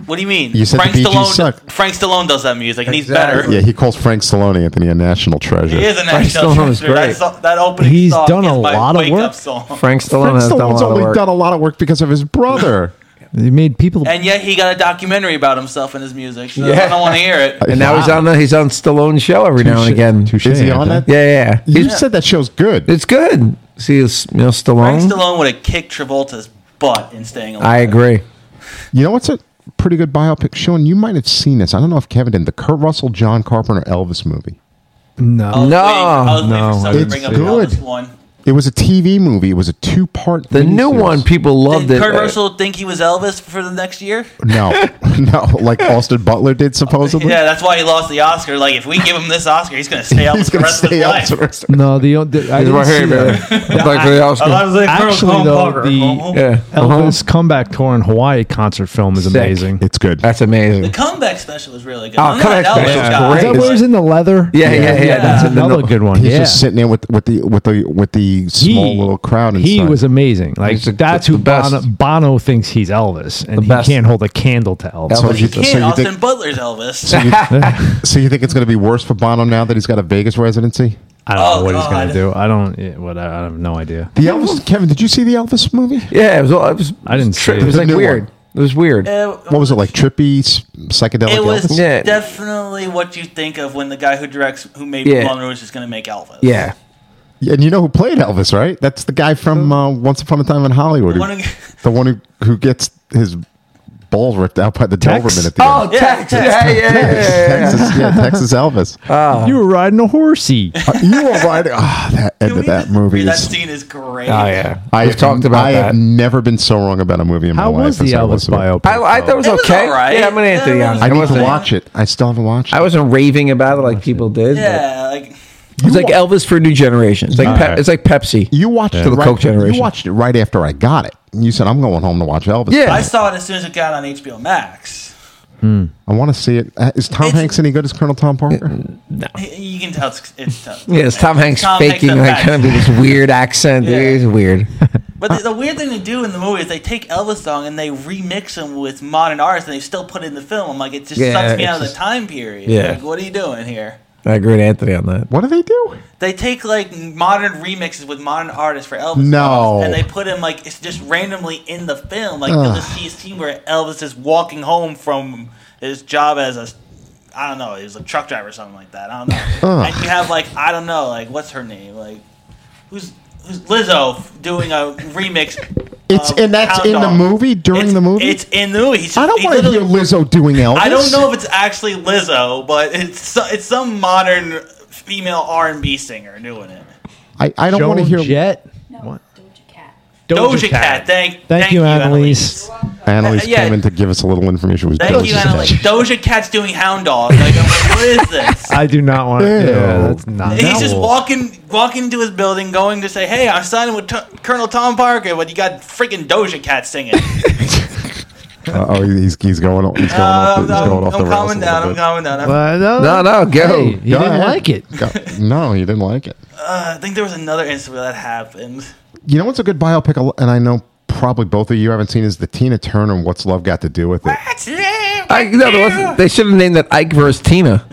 Speaker 4: What do you mean?
Speaker 2: You said the Bee Gees
Speaker 4: Stallone.
Speaker 2: suck.
Speaker 4: Frank Stallone does that music, and he's
Speaker 1: Exactly.
Speaker 4: better.
Speaker 2: Yeah, he calls Frank Stallone Anthony a national treasure.
Speaker 4: He is an
Speaker 1: Frank
Speaker 4: actual
Speaker 1: Stallone is
Speaker 4: actor. That,
Speaker 1: great.
Speaker 4: so- that opening
Speaker 3: He's
Speaker 4: song
Speaker 3: done
Speaker 4: is
Speaker 3: a
Speaker 4: my
Speaker 3: lot of
Speaker 4: wake
Speaker 3: work.
Speaker 4: Up song.
Speaker 1: Frank Stallone
Speaker 2: Frank
Speaker 1: has done a
Speaker 2: Stallone's
Speaker 1: lot of
Speaker 2: only
Speaker 1: work.
Speaker 2: done a lot of work because of
Speaker 1: <laughs>
Speaker 2: his brother.
Speaker 3: It made people.
Speaker 4: And yet he got a documentary about himself and his music. So
Speaker 1: Yeah.
Speaker 4: I don't want
Speaker 2: <laughs>
Speaker 4: to hear it.
Speaker 1: and now he's
Speaker 2: Wow.
Speaker 1: on the he's on Stallone's show every now and
Speaker 3: Touche-
Speaker 1: again.
Speaker 3: touche,
Speaker 2: Is he on
Speaker 3: Anthony.
Speaker 2: that?
Speaker 1: Yeah, yeah. yeah.
Speaker 2: You said that show's good.
Speaker 1: It's good. See, it's, you know,
Speaker 4: Frank
Speaker 1: Stallone.
Speaker 4: Stallone would have kicked Travolta's butt in Staying Alive.
Speaker 1: I agree.
Speaker 2: You know what's a pretty good biopic? Sean, you might have seen this. I don't know if Kevin did. The Kurt Russell, John Carpenter, Elvis movie.
Speaker 3: No,
Speaker 1: No,
Speaker 3: no,
Speaker 4: no,
Speaker 2: it's
Speaker 4: bring up the
Speaker 2: good.
Speaker 4: Elvis one.
Speaker 2: It was a TV movie. It was a two part.
Speaker 1: The new one, people loved
Speaker 4: Did
Speaker 1: it.
Speaker 4: Kurt
Speaker 1: Uh,
Speaker 4: Russell think he was Elvis for the next year?
Speaker 2: No,
Speaker 1: <laughs>
Speaker 2: no, like Austin Butler did supposedly.
Speaker 4: Yeah, that's why he lost the Oscar. Like, if we give him this Oscar, he's going to stay Elvis
Speaker 2: He's
Speaker 4: the
Speaker 2: gonna
Speaker 4: rest of
Speaker 2: stay
Speaker 4: his
Speaker 2: out
Speaker 4: life.
Speaker 2: the rest of-
Speaker 3: no. The, on- the I
Speaker 1: He's
Speaker 3: didn't
Speaker 1: right
Speaker 3: see
Speaker 1: here, man.
Speaker 3: that.
Speaker 1: I'm back
Speaker 4: <laughs>
Speaker 1: for the Oscar.
Speaker 3: Actually, though, the
Speaker 1: Yeah.
Speaker 3: Elvis comeback tour in Hawaii concert film is
Speaker 1: Uh-huh. Sick.
Speaker 3: amazing.
Speaker 2: It's good.
Speaker 1: That's amazing.
Speaker 4: The comeback special was really good.
Speaker 1: Oh,
Speaker 4: I'm not an
Speaker 1: comeback
Speaker 4: Elvis
Speaker 1: special is
Speaker 4: guy.
Speaker 3: Is
Speaker 1: great.
Speaker 3: that where he's in the leather?
Speaker 1: Yeah, yeah, yeah.
Speaker 3: That's
Speaker 1: Yeah.
Speaker 3: another good one.
Speaker 2: He's
Speaker 3: yeah.
Speaker 2: just sitting there with, with the with the with the small little crowd. Inside.
Speaker 3: He was amazing. Like
Speaker 1: He's the-
Speaker 3: that's
Speaker 1: the
Speaker 3: who
Speaker 1: best.
Speaker 3: Bono, Bono thinks he's Elvis, and he
Speaker 1: best.
Speaker 3: can't hold a candle to Elvis.
Speaker 1: Elvis.
Speaker 2: So you, so
Speaker 4: Kid,
Speaker 2: you
Speaker 4: Austin
Speaker 2: think,
Speaker 4: Butler's Elvis.
Speaker 2: so you, <laughs> so you think it's going to be worse for Bono now that he's got a Vegas residency?
Speaker 3: I don't
Speaker 4: Oh,
Speaker 3: know what he's
Speaker 4: God.
Speaker 3: gonna do. I don't. Yeah, what I I have no idea.
Speaker 2: The Elvis, Kevin, did you see the Elvis movie?
Speaker 1: Yeah, it was. all- It was
Speaker 3: I didn't see
Speaker 1: It
Speaker 3: it.
Speaker 1: was
Speaker 2: The
Speaker 1: like
Speaker 2: new
Speaker 1: weird.
Speaker 2: one.
Speaker 1: It was weird.
Speaker 4: Uh,
Speaker 2: What was it like? Trippy, s- psychedelic.
Speaker 4: It was
Speaker 2: Elvis?
Speaker 1: Yeah.
Speaker 4: definitely what you think of when the guy who directs, who made
Speaker 1: Yeah.
Speaker 4: Moulin Rouge, is going to make Elvis.
Speaker 1: yeah,
Speaker 2: and you know who played Elvis, right? That's the guy from uh, Once Upon a Time in Hollywood.
Speaker 4: The
Speaker 2: who-
Speaker 4: one who-
Speaker 2: <laughs> The one who, who gets his balls ripped out by the
Speaker 3: Tex?
Speaker 2: Doberman at the end.
Speaker 4: Yeah, Texas.
Speaker 1: Yeah, yeah, yeah, yeah, yeah.
Speaker 2: Texas, yeah, Texas
Speaker 4: <laughs>
Speaker 2: Elvis.
Speaker 4: Uh,
Speaker 3: you were riding a horsey.
Speaker 2: Uh, you were right. Ah, that
Speaker 4: Can
Speaker 2: end of
Speaker 4: we
Speaker 2: that
Speaker 4: just-
Speaker 2: movie.
Speaker 4: That
Speaker 2: is-
Speaker 4: scene is great.
Speaker 1: Oh yeah,
Speaker 2: I
Speaker 1: I've
Speaker 2: have-
Speaker 1: talked about
Speaker 2: I
Speaker 1: that.
Speaker 2: have never been so wrong about a movie in my
Speaker 3: How
Speaker 2: life.
Speaker 3: was the
Speaker 2: as I
Speaker 3: Elvis
Speaker 2: about-
Speaker 3: biopic?
Speaker 1: I, I thought it was
Speaker 4: It was
Speaker 1: okay.
Speaker 4: all right.
Speaker 1: Yeah, I'm an
Speaker 4: Yeah,
Speaker 1: Anthony.
Speaker 4: it
Speaker 1: on
Speaker 4: was-
Speaker 1: it.
Speaker 2: I need
Speaker 1: wasn't-
Speaker 2: to watch it. I still haven't watched it.
Speaker 1: I wasn't raving about it like people did. but-
Speaker 4: Yeah, like
Speaker 1: It's like Elvis for a new generation. It's like
Speaker 2: All
Speaker 1: Pe-
Speaker 2: right.
Speaker 1: it's like Pepsi.
Speaker 2: You watched
Speaker 1: Yeah. The
Speaker 2: it right,
Speaker 1: Coke generation.
Speaker 2: You watched it right after I got it. And you said I'm going home to watch Elvis.
Speaker 1: Yeah.
Speaker 4: I saw it as soon as it got on HBO Max.
Speaker 2: I want to see it. Uh, Is Tom
Speaker 4: It's-
Speaker 2: Hanks any good as Colonel Tom Parker?
Speaker 4: You can tell it's,
Speaker 1: <laughs>
Speaker 4: it's Tom.
Speaker 1: yeah, it's Tom Hanks faking
Speaker 4: that
Speaker 1: like
Speaker 4: back.
Speaker 1: kind of <laughs> this weird accent.
Speaker 4: Yeah.
Speaker 1: It is weird. <laughs>
Speaker 4: But the, the weird thing they do in the movie is they take Elvis song and they remix them with modern artists, and they still put it in the film. I'm like, it just
Speaker 1: Yeah,
Speaker 4: sucks me
Speaker 1: it's
Speaker 4: out of
Speaker 1: just-
Speaker 4: the time period.
Speaker 1: Yeah.
Speaker 4: Like, what are you doing here?
Speaker 1: I agree with Anthony on that.
Speaker 2: What do they do?
Speaker 4: They take like modern remixes with modern artists for Elvis,
Speaker 2: No.
Speaker 4: songs, and they put him like it's just randomly in the film. Like you'll just see a scene where Elvis is walking home from his job as a, I don't know, he was a truck driver or something like that. I don't know. and you have like I don't know, like what's her name, like who's who's Lizzo f- doing a remix.
Speaker 2: It's
Speaker 4: of
Speaker 2: and that's
Speaker 4: Hound
Speaker 2: in the
Speaker 4: Dog.
Speaker 2: movie during
Speaker 4: It's-
Speaker 2: the movie.
Speaker 4: It's in the movie. He's just,
Speaker 2: I don't
Speaker 4: he
Speaker 2: want to hear
Speaker 4: literally-
Speaker 2: Lizzo doing Elvis.
Speaker 4: I don't know if it's actually Lizzo, but it's so- it's some modern female R and B singer doing it.
Speaker 2: I, I don't
Speaker 3: Joan
Speaker 2: want to hear
Speaker 3: Jet.
Speaker 5: No,
Speaker 3: What?
Speaker 5: Doja Cat.
Speaker 4: Doja, Cat. Thank,
Speaker 3: Thank, you,
Speaker 4: Annalise.
Speaker 3: Annalise.
Speaker 2: Annalise
Speaker 4: Uh, yeah.
Speaker 2: came in to give us a little information. It Was
Speaker 4: Thank you,
Speaker 2: Joan
Speaker 4: Annalise.
Speaker 2: Jett.
Speaker 4: Doja Cat's doing Hound Dog. Like, I'm like, what
Speaker 2: <laughs>
Speaker 4: is this?
Speaker 3: I do not want to.
Speaker 2: Ew.
Speaker 3: Yeah, that's not.
Speaker 4: And He's
Speaker 3: that
Speaker 4: just
Speaker 3: will-
Speaker 4: walking, walking into his building, going to say, "Hey, I'm signing with T- Colonel Tom Parker," but you got freaking Doja Cat singing.
Speaker 2: Uh, oh, he's, he's going. off- He's going
Speaker 4: Uh,
Speaker 2: off.
Speaker 4: I'm,
Speaker 2: The, he's going off the
Speaker 4: I'm
Speaker 2: rails a
Speaker 4: calming
Speaker 2: little
Speaker 4: down. I'm
Speaker 2: bit.
Speaker 4: calming down. I'm-
Speaker 3: Well,
Speaker 1: No, no, go.
Speaker 3: Hey, he
Speaker 2: Go
Speaker 3: didn't
Speaker 2: ahead.
Speaker 3: like it.
Speaker 2: Go- no, he didn't like it.
Speaker 4: Uh, I think there was another instance where that happened.
Speaker 2: You know what's a good biopic? al- And I know probably both of you haven't seen is the Tina Turner and What's Love Got to Do with It?
Speaker 1: I, no, there wasn't, they should have named that Ike versus Tina.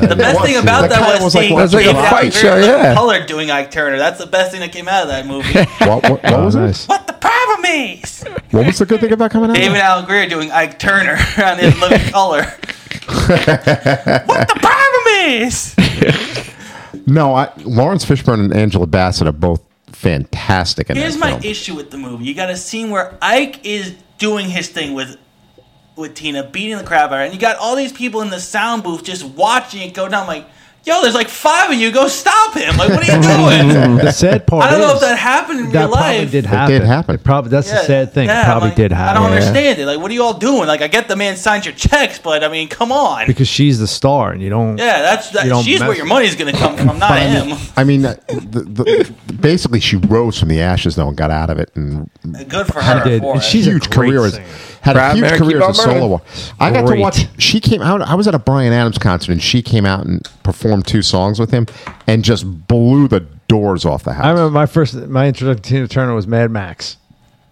Speaker 4: The best thing about
Speaker 2: That
Speaker 4: that,
Speaker 2: kinda
Speaker 4: was,
Speaker 2: was like
Speaker 4: seeing
Speaker 2: watching
Speaker 1: a
Speaker 4: David
Speaker 1: fight
Speaker 4: Attenborough
Speaker 1: show, yeah.
Speaker 4: Colored doing Ike Turner. That's the best thing that came out of that <laughs> movie.
Speaker 2: What, what, what
Speaker 3: Oh,
Speaker 2: was
Speaker 3: nice.
Speaker 4: what the problem is?
Speaker 2: it? What was the good thing about coming out?
Speaker 4: David Alan Greer doing Ike Turner <laughs> on his living color. what the problem is?
Speaker 2: No, I, Lawrence Fishburne and Angela Bassett are both fantastic in
Speaker 4: Here's
Speaker 2: that
Speaker 4: my
Speaker 2: film.
Speaker 4: issue with the movie. You got a scene where Ike is doing his thing with with Tina, beating the crap out of her, and you got all these people in the sound booth just watching it go down. Like, yo, there's like five of you. Go stop him. Like,
Speaker 3: <laughs>
Speaker 4: what are you doing?
Speaker 3: the sad
Speaker 4: <laughs>
Speaker 3: part.
Speaker 4: I don't know
Speaker 3: is
Speaker 4: if that happened in
Speaker 3: that
Speaker 4: real
Speaker 3: probably
Speaker 4: life.
Speaker 3: did happen.
Speaker 2: happen.
Speaker 3: It probably that's the
Speaker 4: Yeah,
Speaker 3: sad thing.
Speaker 4: yeah,
Speaker 3: it
Speaker 4: I'm
Speaker 3: probably
Speaker 4: like,
Speaker 3: did happen.
Speaker 4: I don't understand it. Like, what are you all doing? Like, I get the man signed your checks, but I mean, come on.
Speaker 3: because she's the star, and you don't.
Speaker 4: yeah, that's that,
Speaker 3: you don't
Speaker 4: she's where
Speaker 3: mess-
Speaker 4: your money's gonna come from, not
Speaker 2: I
Speaker 4: him.
Speaker 2: mean, I mean, uh, the, the, basically, she rose from the ashes though and got out of it, and
Speaker 4: <laughs> Good for her.
Speaker 3: did.
Speaker 4: For
Speaker 3: And
Speaker 4: it.
Speaker 3: she's- a
Speaker 2: huge
Speaker 3: great
Speaker 2: career as,
Speaker 3: singer.
Speaker 2: had
Speaker 1: Proud
Speaker 2: a huge
Speaker 1: American
Speaker 2: career as a
Speaker 1: Bummer.
Speaker 2: solo. I got to
Speaker 3: Great.
Speaker 2: watch. She came out. I was at a Brian Adams concert, and she came out and performed two songs with him, and just blew the doors off the house.
Speaker 3: I remember my first my introduction to Tina Turner was Mad Max.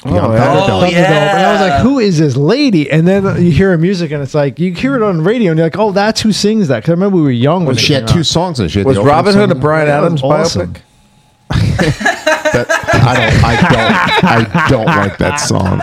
Speaker 2: Yeah,
Speaker 1: Oh,
Speaker 2: Thunderdome.
Speaker 4: Oh,
Speaker 3: Thunderdome, And I was
Speaker 4: yeah.
Speaker 3: like, who is this lady? And then you hear her music, and it's like, you hear it on the radio, and you're like, oh, that's who sings that. Because I remember we were young when it
Speaker 2: She had
Speaker 3: came
Speaker 2: two
Speaker 3: out.
Speaker 2: songs in it. She had
Speaker 1: Was
Speaker 2: the opening
Speaker 1: Robin Hood a
Speaker 2: song-
Speaker 1: Brian
Speaker 3: That
Speaker 1: Adams
Speaker 3: was awesome.
Speaker 1: biopic?
Speaker 2: That- I don't. I don't. I don't like that song.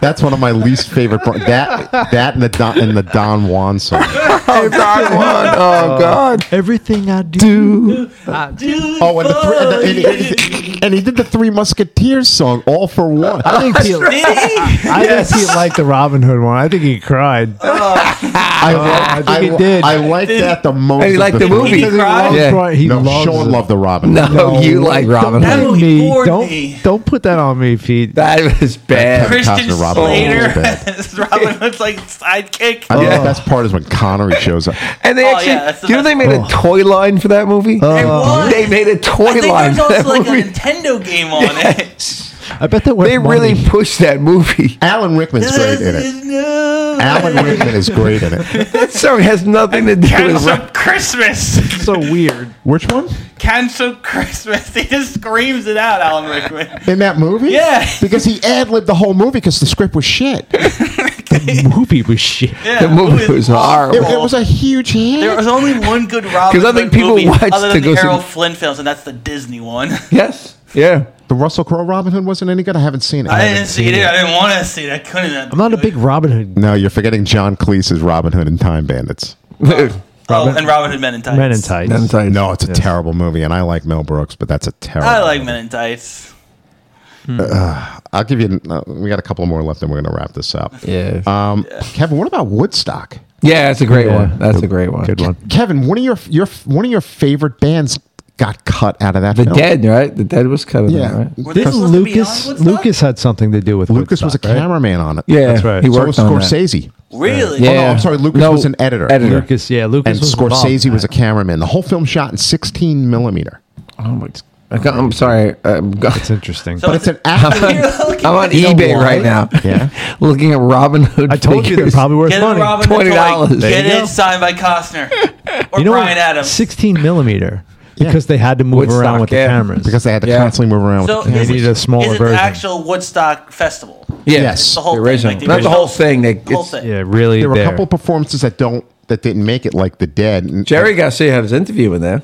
Speaker 2: That's one of my least favorite. Bri- That that and the Don, and the Don Juan song.
Speaker 1: Oh, God, one. <laughs> Oh, God.
Speaker 3: Everything I do.
Speaker 2: Oh, and, the three, and, the, and, he, and he did the Three Musketeers song, all for one.
Speaker 3: I
Speaker 4: <laughs>
Speaker 3: think he, I
Speaker 4: Did
Speaker 3: think he liked the Robin Hood one. I think he cried.
Speaker 1: Oh,
Speaker 2: I, like-
Speaker 3: I think he did.
Speaker 2: I like that the most.
Speaker 1: And he
Speaker 2: of
Speaker 1: liked the movie.
Speaker 4: he cry?
Speaker 3: He
Speaker 1: Yeah.
Speaker 3: cried- he
Speaker 2: No,
Speaker 3: loves
Speaker 2: show
Speaker 3: it.
Speaker 2: and love the Robin.
Speaker 1: No, Oh, you like Robin
Speaker 4: That
Speaker 1: Hood.
Speaker 4: movie
Speaker 3: Me,
Speaker 4: bored
Speaker 3: don't
Speaker 4: me.
Speaker 3: don't put that on me, Pete.
Speaker 1: That was bad.
Speaker 4: <laughs> Christian
Speaker 2: Costner, Robin
Speaker 4: Slater
Speaker 2: Williams
Speaker 4: <laughs>
Speaker 2: was
Speaker 4: as Robin Hood's like sidekick.
Speaker 2: I think the best part is when Connery shows up.
Speaker 1: And they
Speaker 4: Oh,
Speaker 1: actually,
Speaker 4: yeah, that's the
Speaker 1: you know, they made a toy line for that movie.
Speaker 4: was.
Speaker 1: they made a toy
Speaker 4: I think
Speaker 1: line.
Speaker 4: there's
Speaker 1: For that <laughs>
Speaker 4: also like
Speaker 1: movie.
Speaker 4: a Nintendo game on it.
Speaker 3: I bet that went
Speaker 1: they
Speaker 3: money.
Speaker 1: really <laughs> pushed that
Speaker 4: <laughs>
Speaker 1: movie.
Speaker 2: Alan Rickman's great in it. Alan Rickman is great in it.
Speaker 1: That song has nothing to do with.
Speaker 4: Cancel Christmas. <laughs>
Speaker 3: so weird.
Speaker 2: Which one?
Speaker 4: Cancel Christmas. <laughs> He just screams it out, Alan Rickman.
Speaker 2: In that movie?
Speaker 4: Yeah.
Speaker 2: Because he ad libbed the whole movie because the script was shit. It,
Speaker 3: The movie was shit.
Speaker 4: Yeah,
Speaker 1: The movie was
Speaker 2: it
Speaker 1: horrible.
Speaker 2: was a huge hit.
Speaker 4: There was only one good Robin
Speaker 1: 'Cause I think
Speaker 4: Hood
Speaker 1: people
Speaker 4: movie
Speaker 1: watched
Speaker 4: other
Speaker 1: to
Speaker 4: than
Speaker 1: go
Speaker 4: the
Speaker 1: see-
Speaker 4: Harold Flynn films, and that's the Disney one. <laughs>
Speaker 1: Yes. Yeah.
Speaker 2: the Russell Crowe Robin Hood wasn't any good. I haven't seen it.
Speaker 4: I didn't see it. either. I didn't want to see it. I couldn't.
Speaker 3: I'm not a big Robin Hood
Speaker 2: No, you're forgetting John Cleese's Robin Hood and Time Bandits.
Speaker 4: Oh, and Robin Hood Men in Tights.
Speaker 3: Men in Tights.
Speaker 1: None tight.
Speaker 2: No, it's a terrible movie, and I like Mel Brooks, but that's a terrible.
Speaker 4: I like Men in Tights.
Speaker 2: I'll give you. Uh, we got a couple more left, and we're going to wrap this up.
Speaker 1: <laughs> Yeah.
Speaker 2: Um, Kevin, what about Woodstock?
Speaker 1: yeah, that's a great
Speaker 3: Yeah.
Speaker 1: one. That's a great one.
Speaker 3: Good one.
Speaker 2: Kevin, one of your your one of your favorite bands got cut out of that.
Speaker 1: The
Speaker 2: film.
Speaker 1: Dead, right? The Dead was kind of
Speaker 2: Yeah.
Speaker 1: right?
Speaker 4: Were they
Speaker 3: Didn't
Speaker 4: supposed to be on
Speaker 3: Lucas
Speaker 4: Woodstock?
Speaker 3: Lucas had something to do with
Speaker 2: Lucas was a
Speaker 3: Woodstock, right?
Speaker 2: cameraman on it.
Speaker 1: Yeah,
Speaker 3: That's right.
Speaker 1: He
Speaker 2: So
Speaker 1: worked
Speaker 2: was
Speaker 1: on that.
Speaker 2: Scorsese.
Speaker 4: Really?
Speaker 2: Oh, no, I'm sorry. Lucas was an editor.
Speaker 1: Editor.
Speaker 3: Lucas, yeah, Lucas
Speaker 2: and
Speaker 3: was
Speaker 2: Scorsese
Speaker 3: involved.
Speaker 2: was
Speaker 3: <laughs>
Speaker 2: a cameraman. The whole film shot in 16 millimeter.
Speaker 1: Oh my! I got- I'm sorry. I'm, go-
Speaker 3: It's interesting.
Speaker 4: So
Speaker 2: But it's an
Speaker 1: <laughs>
Speaker 4: You're
Speaker 2: action.
Speaker 4: looking
Speaker 1: I'm on
Speaker 4: at these-
Speaker 1: eBay
Speaker 2: why?
Speaker 1: right now.
Speaker 2: <laughs> Yeah.
Speaker 1: <laughs> looking at Robin Hood.
Speaker 3: I told you they're
Speaker 1: figures.
Speaker 3: probably worth
Speaker 4: Get it,
Speaker 3: money.
Speaker 4: Robin. the toy.
Speaker 1: $20.
Speaker 4: Get
Speaker 1: There
Speaker 3: you
Speaker 4: it
Speaker 3: go.
Speaker 4: signed by Costner or
Speaker 3: you know
Speaker 4: Brian
Speaker 3: what?
Speaker 4: Adams.
Speaker 3: 16
Speaker 2: <laughs>
Speaker 3: millimeter because they had to move
Speaker 1: Woodstock,
Speaker 3: around with
Speaker 1: yeah.
Speaker 3: the cameras.
Speaker 2: because they had to
Speaker 1: Yeah.
Speaker 2: constantly move around
Speaker 4: so
Speaker 2: with the
Speaker 4: is
Speaker 2: cameras.
Speaker 3: They
Speaker 4: it,
Speaker 3: needed a smaller
Speaker 4: is it
Speaker 3: version.
Speaker 4: the actual Woodstock Festival?
Speaker 1: Yeah.
Speaker 2: Yes.
Speaker 4: The whole
Speaker 1: The
Speaker 4: thing,
Speaker 1: original.
Speaker 4: like the
Speaker 1: Not the
Speaker 4: original-
Speaker 1: whole thing. They,
Speaker 4: The whole
Speaker 1: it's-
Speaker 4: thing.
Speaker 3: yeah, really.
Speaker 2: there were a
Speaker 3: there.
Speaker 2: couple performances that don't that didn't make it, like The Dead. And-
Speaker 1: Jerry Garcia had his interview in there.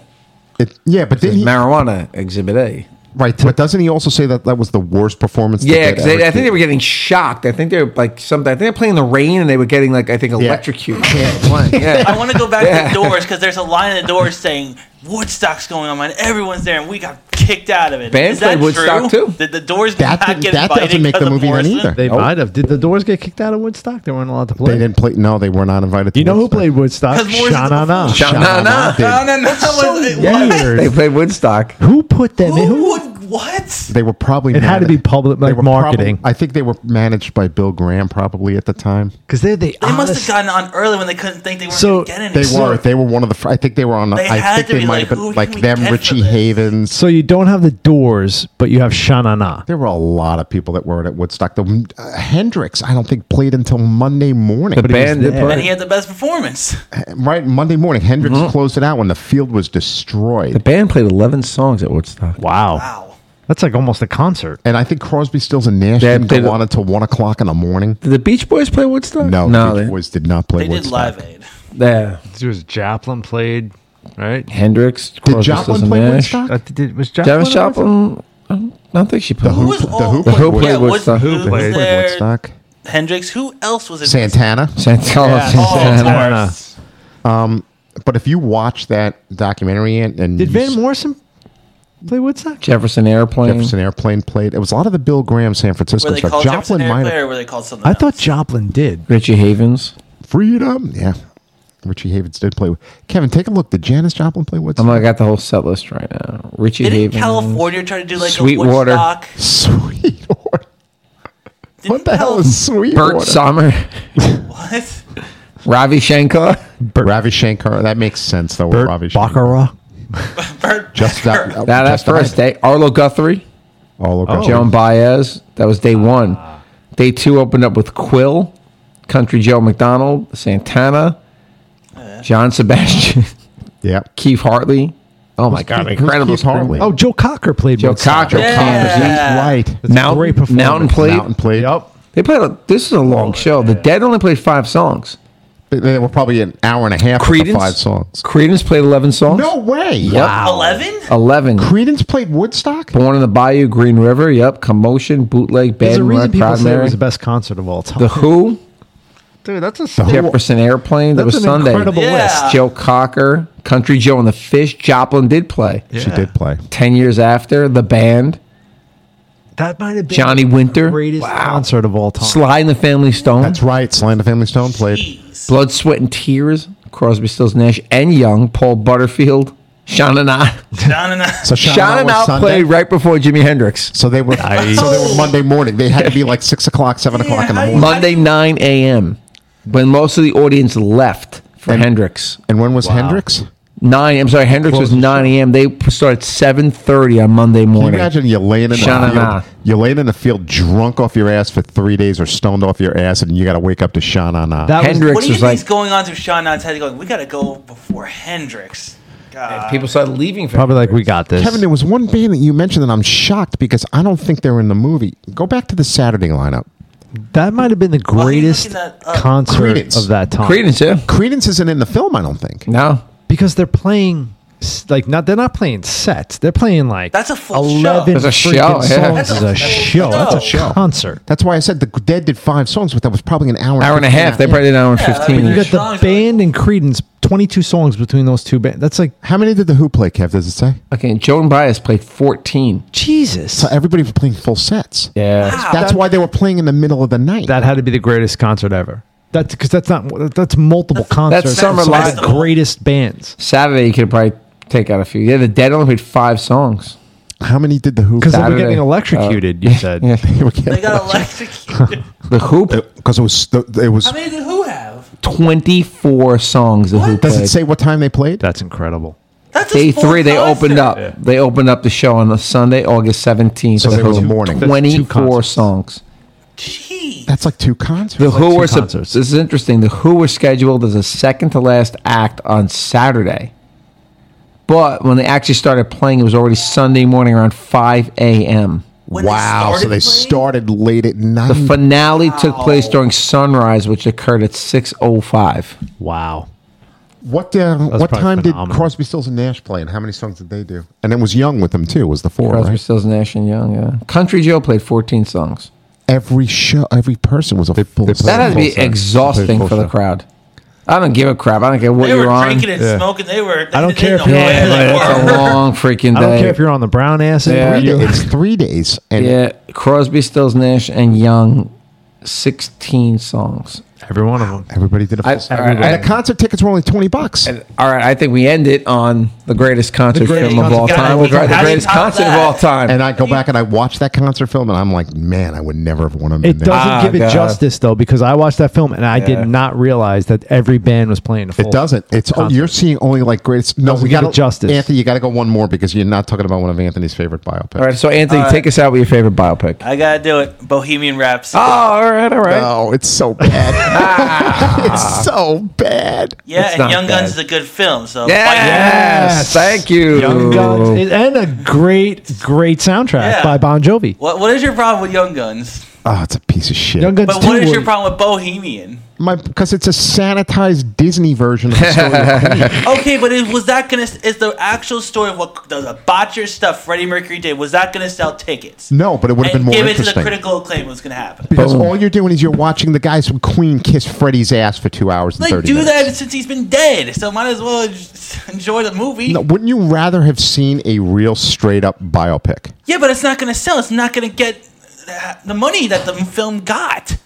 Speaker 2: It- yeah, but didn't
Speaker 1: His
Speaker 2: he,
Speaker 1: marijuana exhibit A.
Speaker 2: right? But doesn't he also say that that was the worst performance? The
Speaker 1: Yeah,
Speaker 2: Dead
Speaker 1: because I
Speaker 2: ever
Speaker 1: think
Speaker 2: did?
Speaker 1: they were getting shocked. I think they were like something. I think they're playing the rain, and they were getting like I think electrocuted. Yeah.
Speaker 4: I
Speaker 1: <laughs> yeah.
Speaker 4: want to go back
Speaker 1: Yeah.
Speaker 4: to the doors because there's a line in the doors saying Woodstock's going on, and everyone's there, and we got kicked out of it.
Speaker 1: Band
Speaker 4: Is that
Speaker 1: played Woodstock,
Speaker 4: true?
Speaker 1: too.
Speaker 4: Did the doors
Speaker 2: That
Speaker 4: not
Speaker 2: didn't-
Speaker 4: get
Speaker 2: that
Speaker 4: invited
Speaker 2: doesn't make the
Speaker 4: 'cause of
Speaker 2: movie then
Speaker 4: Morrison?
Speaker 2: either.
Speaker 3: They
Speaker 1: Oh.
Speaker 3: might have. Did the Doors get kicked out of Woodstock? They weren't allowed to play.
Speaker 2: They didn't play. No, they were not invited. To
Speaker 3: You know who
Speaker 2: Woodstock.
Speaker 3: played Woodstock?
Speaker 4: 'Cause Morrison's a
Speaker 3: Sha-na-na.
Speaker 4: fool.
Speaker 1: Sha- Nah, nah.
Speaker 2: Sha-na-na did.
Speaker 4: No, no, no. it was-
Speaker 3: Weird.
Speaker 1: They played Woodstock.
Speaker 3: Who put them in?
Speaker 4: Who
Speaker 3: Who?
Speaker 4: would what?
Speaker 2: They were probably.
Speaker 3: It had to be public,
Speaker 2: they
Speaker 3: like,
Speaker 2: were prob-
Speaker 3: marketing.
Speaker 2: I think they were managed by Bill Graham probably at the time.
Speaker 3: Because they're the
Speaker 4: They must have
Speaker 3: honest-
Speaker 4: gotten on early when they couldn't think they weren't
Speaker 3: So
Speaker 4: going to get any.
Speaker 2: They were. They were one of the. fir- I think they were on.
Speaker 4: They
Speaker 2: I
Speaker 4: had
Speaker 2: think
Speaker 4: to
Speaker 2: they
Speaker 4: be
Speaker 2: might
Speaker 4: like,
Speaker 2: have
Speaker 4: who
Speaker 2: been
Speaker 4: can
Speaker 2: like
Speaker 4: we
Speaker 2: them,
Speaker 4: get for
Speaker 2: Richie
Speaker 4: this?
Speaker 2: Havens.
Speaker 3: So you don't have the Doors, but you have Sha-na-na.
Speaker 2: There were a lot of people that were at Woodstock. The uh, Hendrix, I don't think played until Monday morning.
Speaker 1: The band did play.
Speaker 3: there.
Speaker 1: Mm-hmm.
Speaker 4: And he had the best performance.
Speaker 2: right Monday morning, Hendrix closed it out when the field was destroyed.
Speaker 1: The band played 11 songs at Woodstock.
Speaker 3: Wow.
Speaker 4: Wow.
Speaker 3: That's like almost a concert.
Speaker 2: And I think Crosby, Stills, and Nash
Speaker 1: They
Speaker 2: didn't
Speaker 1: played-
Speaker 2: go on until one o'clock in the morning.
Speaker 1: Did the Beach Boys play Woodstock?
Speaker 2: No,
Speaker 1: no,
Speaker 2: the Beach
Speaker 1: they-
Speaker 2: Boys did not play.
Speaker 4: They did
Speaker 2: Woodstock.
Speaker 4: Live Aid.
Speaker 1: Yeah,
Speaker 3: There was Joplin played, right?
Speaker 1: Hendrix.
Speaker 2: Did
Speaker 1: Crosby, Stills,
Speaker 2: Joplin
Speaker 1: and
Speaker 2: play
Speaker 1: Nash.
Speaker 2: Woodstock?
Speaker 3: Uh, did, was Joplin?
Speaker 1: Janis
Speaker 3: on
Speaker 1: Joplin. I don't think she played.
Speaker 2: Who
Speaker 4: Who was
Speaker 2: pl- the
Speaker 4: all
Speaker 2: Who played
Speaker 1: Woodstock?
Speaker 4: yeah,
Speaker 1: Woodstock? Who
Speaker 4: was-
Speaker 3: played
Speaker 4: was
Speaker 3: Woodstock?
Speaker 4: there?
Speaker 2: Woodstock.
Speaker 4: Hendrix. Who else was in
Speaker 2: Santana.
Speaker 1: Santana. Santana.
Speaker 4: Oh, of
Speaker 3: Santana. uh,
Speaker 4: course.
Speaker 2: But if you watch that documentary and, and
Speaker 3: Did
Speaker 2: you
Speaker 3: Van
Speaker 2: s-
Speaker 3: Morrison play Woodstock?
Speaker 1: Jefferson Airplane.
Speaker 2: Jefferson Airplane played, it was a lot of the Bill Graham San
Speaker 4: Were
Speaker 2: Francisco
Speaker 4: they
Speaker 2: stuff.
Speaker 4: called Joplin
Speaker 2: Joplin might
Speaker 4: Airplane
Speaker 2: have
Speaker 4: or were they called something
Speaker 3: I
Speaker 4: else?
Speaker 3: thought Joplin did.
Speaker 1: Richie Havens.
Speaker 2: freedom. Yeah, Richie Havens did play. Kevin, take a look. Did Janis Joplin play
Speaker 1: I'm
Speaker 2: Woodstock? <laughs>
Speaker 1: like, I got the whole set list right now. Richie
Speaker 4: Didn't
Speaker 1: Havens.
Speaker 4: California try to do like
Speaker 1: Sweetwater.
Speaker 4: a Woodstock?
Speaker 2: Sweet Order.
Speaker 4: Didn't
Speaker 2: What the hell
Speaker 4: Cal-
Speaker 2: is Sweet
Speaker 1: Bert
Speaker 2: Order?
Speaker 1: Sommer. <laughs>
Speaker 4: What?
Speaker 1: Ravi Shankar.
Speaker 2: Ravi Shankar. That makes sense though. with
Speaker 3: Burt
Speaker 2: Ravi Shankar.
Speaker 3: Baccarat.
Speaker 4: Bert
Speaker 2: Just <laughs>
Speaker 4: Becker.
Speaker 2: that.
Speaker 1: Now that's
Speaker 2: just
Speaker 1: first day. Arlo Guthrie.
Speaker 2: All over.
Speaker 1: Joan Baez. That was day one. Day two opened up with Quill, Country Joe McDonald, Santana, John Sebastian, <laughs>
Speaker 2: Yeah.
Speaker 1: Keith Hartley. Oh my God!
Speaker 2: Keith- who's
Speaker 1: Incredible.
Speaker 2: Keith Hartley?
Speaker 1: Oh,
Speaker 3: Oh, Joe Cocker played
Speaker 1: Joe
Speaker 3: Woodstock.
Speaker 1: Cocker.
Speaker 4: Yeah.
Speaker 2: That's right.
Speaker 3: That's a
Speaker 1: Mountain-
Speaker 3: great performance.
Speaker 1: Mountain played.
Speaker 2: Mountain played.
Speaker 3: Yep.
Speaker 1: They played. A, this is a long show. The Dead only played five songs.
Speaker 2: They- They were probably an hour and a half. with the
Speaker 1: Credence.
Speaker 2: Five songs.
Speaker 1: Credence played eleven songs.
Speaker 2: No way.
Speaker 4: Eleven?
Speaker 2: Oh.
Speaker 1: Eleven.
Speaker 2: Credence played Woodstock.
Speaker 1: Born in the Bayou, Green River. Yep. Commotion, bootleg,
Speaker 3: There's
Speaker 1: bad
Speaker 3: a reason
Speaker 1: Luck,
Speaker 3: people
Speaker 1: Proud
Speaker 3: say it
Speaker 1: Mary.
Speaker 3: was the best concert of all time. <laughs>
Speaker 1: The Who,
Speaker 3: Dude, that's a
Speaker 1: Jefferson Airplane. That
Speaker 3: That's
Speaker 1: was
Speaker 3: an
Speaker 1: Sunday.
Speaker 3: incredible
Speaker 4: Yeah.
Speaker 3: list.
Speaker 1: Joe Cocker, Country Joe and the Fish. Joplin did play.
Speaker 2: She did play.
Speaker 1: 10 years after, The Band,
Speaker 3: That might have been
Speaker 1: Johnny Winter,
Speaker 3: the greatest concert of all time.
Speaker 1: Sly and the Family Stone,
Speaker 2: That's right. Sly and the Family Stone played.
Speaker 4: Jeez.
Speaker 1: Blood, Sweat, and Tears, Crosby, Stills, Nash, and Young, Paul Butterfield, Sean and I.
Speaker 4: Down and out.
Speaker 2: So Sha-Na-Na
Speaker 1: Sean and
Speaker 2: was
Speaker 1: I
Speaker 2: Sunday.
Speaker 1: played right before Jimi Hendrix.
Speaker 2: So they were. So they were Monday morning. They had to
Speaker 1: <laughs>
Speaker 2: be like six o'clock, seven o'clock in the
Speaker 4: how do you-
Speaker 2: morning.
Speaker 1: Monday, 9 a.m., when most of the audience left for Hendrix.
Speaker 2: And when was Hendrix? Can
Speaker 1: 9, I'm sorry, Hendrix was 9 a.m. They started 7.30 on Monday
Speaker 2: you
Speaker 1: morning.
Speaker 2: imagine you laying in the
Speaker 1: Sha-na-na.
Speaker 2: field, you laying in the field drunk off your ass for three days or stoned off your ass, and you got to wake up to Sha Na Na.
Speaker 3: That was-
Speaker 1: Hendrix
Speaker 4: What do you
Speaker 1: was
Speaker 4: think's
Speaker 1: like,
Speaker 4: going on through Sean Knight's head? Going, we gotta go before Hendrix. God.
Speaker 1: people started leaving for
Speaker 3: Probably like we got this.
Speaker 2: Kevin, there was one band that you mentioned that I'm shocked because I don't think they're in the movie. Go back to the Saturday lineup.
Speaker 3: that might have been the
Speaker 4: you're
Speaker 3: greatest
Speaker 4: looking at, uh,
Speaker 3: concert
Speaker 2: Credence.
Speaker 3: of that time.
Speaker 1: Credence, yeah.
Speaker 2: Credence isn't in the film, I don't think.
Speaker 1: No.
Speaker 3: because they're playing s- like not they're not playing sets. They're playing like
Speaker 4: That's a full show.
Speaker 3: eleven
Speaker 1: That's a
Speaker 3: freaking
Speaker 1: show,
Speaker 3: songs.
Speaker 1: yeah.
Speaker 4: That's
Speaker 3: is
Speaker 4: a full
Speaker 3: a show. That's a
Speaker 2: show.
Speaker 3: concert.
Speaker 2: That's why I said the Dead did five songs, but that was probably an hour,
Speaker 1: Hour and a
Speaker 2: 15
Speaker 1: half. They played an hour and
Speaker 4: Yeah, I mean,
Speaker 1: 15.
Speaker 3: You
Speaker 1: minutes.
Speaker 3: got the
Speaker 4: songs are-
Speaker 3: band and Credence, twenty two songs between those two bands. That's like
Speaker 2: How many did the Who play? Kev, does it say?
Speaker 1: Okay, and Joan Baez played 14.
Speaker 3: Jesus.
Speaker 2: Everybody was playing full sets.
Speaker 1: Yeah.
Speaker 2: That's why they were playing in the middle of the night.
Speaker 3: That had to be the greatest concert ever. That's because that's not that's multiple concerts.
Speaker 1: that's Summer
Speaker 3: Some of
Speaker 1: Live.
Speaker 3: the greatest bands.
Speaker 1: Saturday, you could probably take out a few. Yeah, the Dead only played five songs.
Speaker 2: How many did the Who?
Speaker 3: Because they were
Speaker 1: Saturday. Uh,
Speaker 3: getting electrocuted. you said
Speaker 1: yeah.
Speaker 2: <laughs> They were
Speaker 4: They
Speaker 2: getting- <laughs>
Speaker 4: got electrocuted.
Speaker 2: Uh,
Speaker 1: The Hoop,
Speaker 2: because it was it was
Speaker 4: How many did who have?
Speaker 1: 24 songs the Who
Speaker 4: What?
Speaker 2: Does
Speaker 1: played.
Speaker 2: it say what time they played?
Speaker 3: That's incredible.
Speaker 4: That's his
Speaker 1: Day
Speaker 4: full
Speaker 1: three, they
Speaker 4: concert.
Speaker 1: opened up. They opened up the show on a Sunday, August seventeenth.
Speaker 2: So there was a morning. That's two
Speaker 1: Twenty-four
Speaker 3: concerts.
Speaker 1: songs.
Speaker 4: Gee.
Speaker 2: That's like two concerts.
Speaker 1: The Who
Speaker 3: two
Speaker 1: were sup-
Speaker 3: concerts.
Speaker 1: this is interesting. The Who were scheduled as a second to last act on Saturday, but when they actually started playing, it was already Sunday morning around five a.m.
Speaker 4: When they
Speaker 2: wow. so
Speaker 4: started
Speaker 2: they
Speaker 4: playing?
Speaker 2: started late at night.
Speaker 1: The finale took place during sunrise, which occurred at six o five.
Speaker 3: Wow.
Speaker 2: what uh, what
Speaker 3: probably
Speaker 2: time did
Speaker 3: phenomenal.
Speaker 2: Crosby, Stills, and Nash play, and how many songs did they do? And it was Young with them too. Was the four
Speaker 1: Crosby,
Speaker 2: right?
Speaker 1: Stills, Nash and Young. Yeah, Country Joe played fourteen songs.
Speaker 2: Every show, every person was a full.
Speaker 3: they
Speaker 2: size.
Speaker 1: That had to be
Speaker 3: Full set.
Speaker 1: exhausting
Speaker 3: Full
Speaker 1: for the
Speaker 3: show.
Speaker 1: crowd. I don't give a crap. I don't care what
Speaker 4: They
Speaker 1: you're
Speaker 4: were
Speaker 1: on.
Speaker 4: drinking and smoking. They were. They
Speaker 3: I don't
Speaker 4: didn't
Speaker 3: care if
Speaker 4: know
Speaker 3: you're
Speaker 4: where
Speaker 3: on
Speaker 4: they
Speaker 3: the-
Speaker 1: It's a
Speaker 4: were.
Speaker 1: long freaking day.
Speaker 3: I don't care if you're on the brown ass.
Speaker 1: Yeah.
Speaker 3: Yeah.
Speaker 2: Three days- It's three days, and
Speaker 1: Yeah, Crosby, Stills, Nash, and Young, sixteen songs.
Speaker 3: Every one of them.
Speaker 2: everybody did a full.
Speaker 1: I-
Speaker 2: set.
Speaker 1: all right,
Speaker 2: and
Speaker 1: I-
Speaker 2: the concert tickets were only twenty bucks.
Speaker 1: All right, I think we end it on the greatest concert
Speaker 2: greatest
Speaker 1: film of all
Speaker 2: concert.
Speaker 1: time.
Speaker 2: Gotta be-
Speaker 1: Right, the
Speaker 4: gotta be
Speaker 1: greatest
Speaker 4: top of
Speaker 1: concert of
Speaker 4: that.
Speaker 1: all time.
Speaker 2: And I go back and I watch that concert film, and I'm like, man, I would never have wanted to.
Speaker 3: It doesn't
Speaker 1: Ah,
Speaker 3: give it
Speaker 1: God.
Speaker 3: justice though, because I watched that film and I
Speaker 1: Yeah.
Speaker 3: did not realize that every band was playing. A full
Speaker 2: It doesn't. It's oh,
Speaker 3: concert.
Speaker 2: you're seeing only like greatest. No,
Speaker 3: Doesn't
Speaker 2: we
Speaker 3: give
Speaker 2: got
Speaker 3: it justice.
Speaker 2: Anthony. You got to go one more because you're not talking about one of Anthony's favorite biopics.
Speaker 1: all right, so Anthony, take us out with your favorite biopic. Uh,
Speaker 4: I gotta do it. Bohemian Rhapsody.
Speaker 1: oh, Uh,
Speaker 2: Ah,
Speaker 1: all right, all right.
Speaker 2: No, Oh, it's so bad. <laughs> it's so bad.
Speaker 4: yeah,
Speaker 1: not
Speaker 4: and Young
Speaker 1: bad.
Speaker 4: Guns is a good film. So
Speaker 1: Yes, thank you.
Speaker 3: Young Guns it- and a great, great soundtrack
Speaker 4: Yeah.
Speaker 3: by Bon Jovi.
Speaker 4: What what is your problem with Young Guns?
Speaker 2: Oh, it's a piece of shit.
Speaker 3: Young Guns.
Speaker 4: But
Speaker 3: two
Speaker 4: what is
Speaker 3: were-
Speaker 4: your problem with Bohemian?
Speaker 2: My because it's a sanitized Disney version of the story. of Queen.
Speaker 4: Okay, but it, was that gonna? Is the actual story of what the botcher stuff Freddie Mercury did? Was that gonna sell tickets?
Speaker 2: <laughs> No, but it would have been
Speaker 4: and
Speaker 2: more
Speaker 4: give it to the
Speaker 2: interesting.
Speaker 4: critical acclaim. What's gonna happen?
Speaker 2: because
Speaker 1: Boom.
Speaker 2: all you're doing is you're watching the guys from Queen kiss Freddie's ass for two hours and
Speaker 4: Like,
Speaker 2: thirty
Speaker 4: do
Speaker 2: minutes.
Speaker 4: that since he's been dead. So might as well just <laughs> enjoy the movie.
Speaker 2: No, wouldn't you rather have seen a real straight up biopic?
Speaker 4: Yeah, but it's not going to sell. It's not going to get uh, the money that the film got.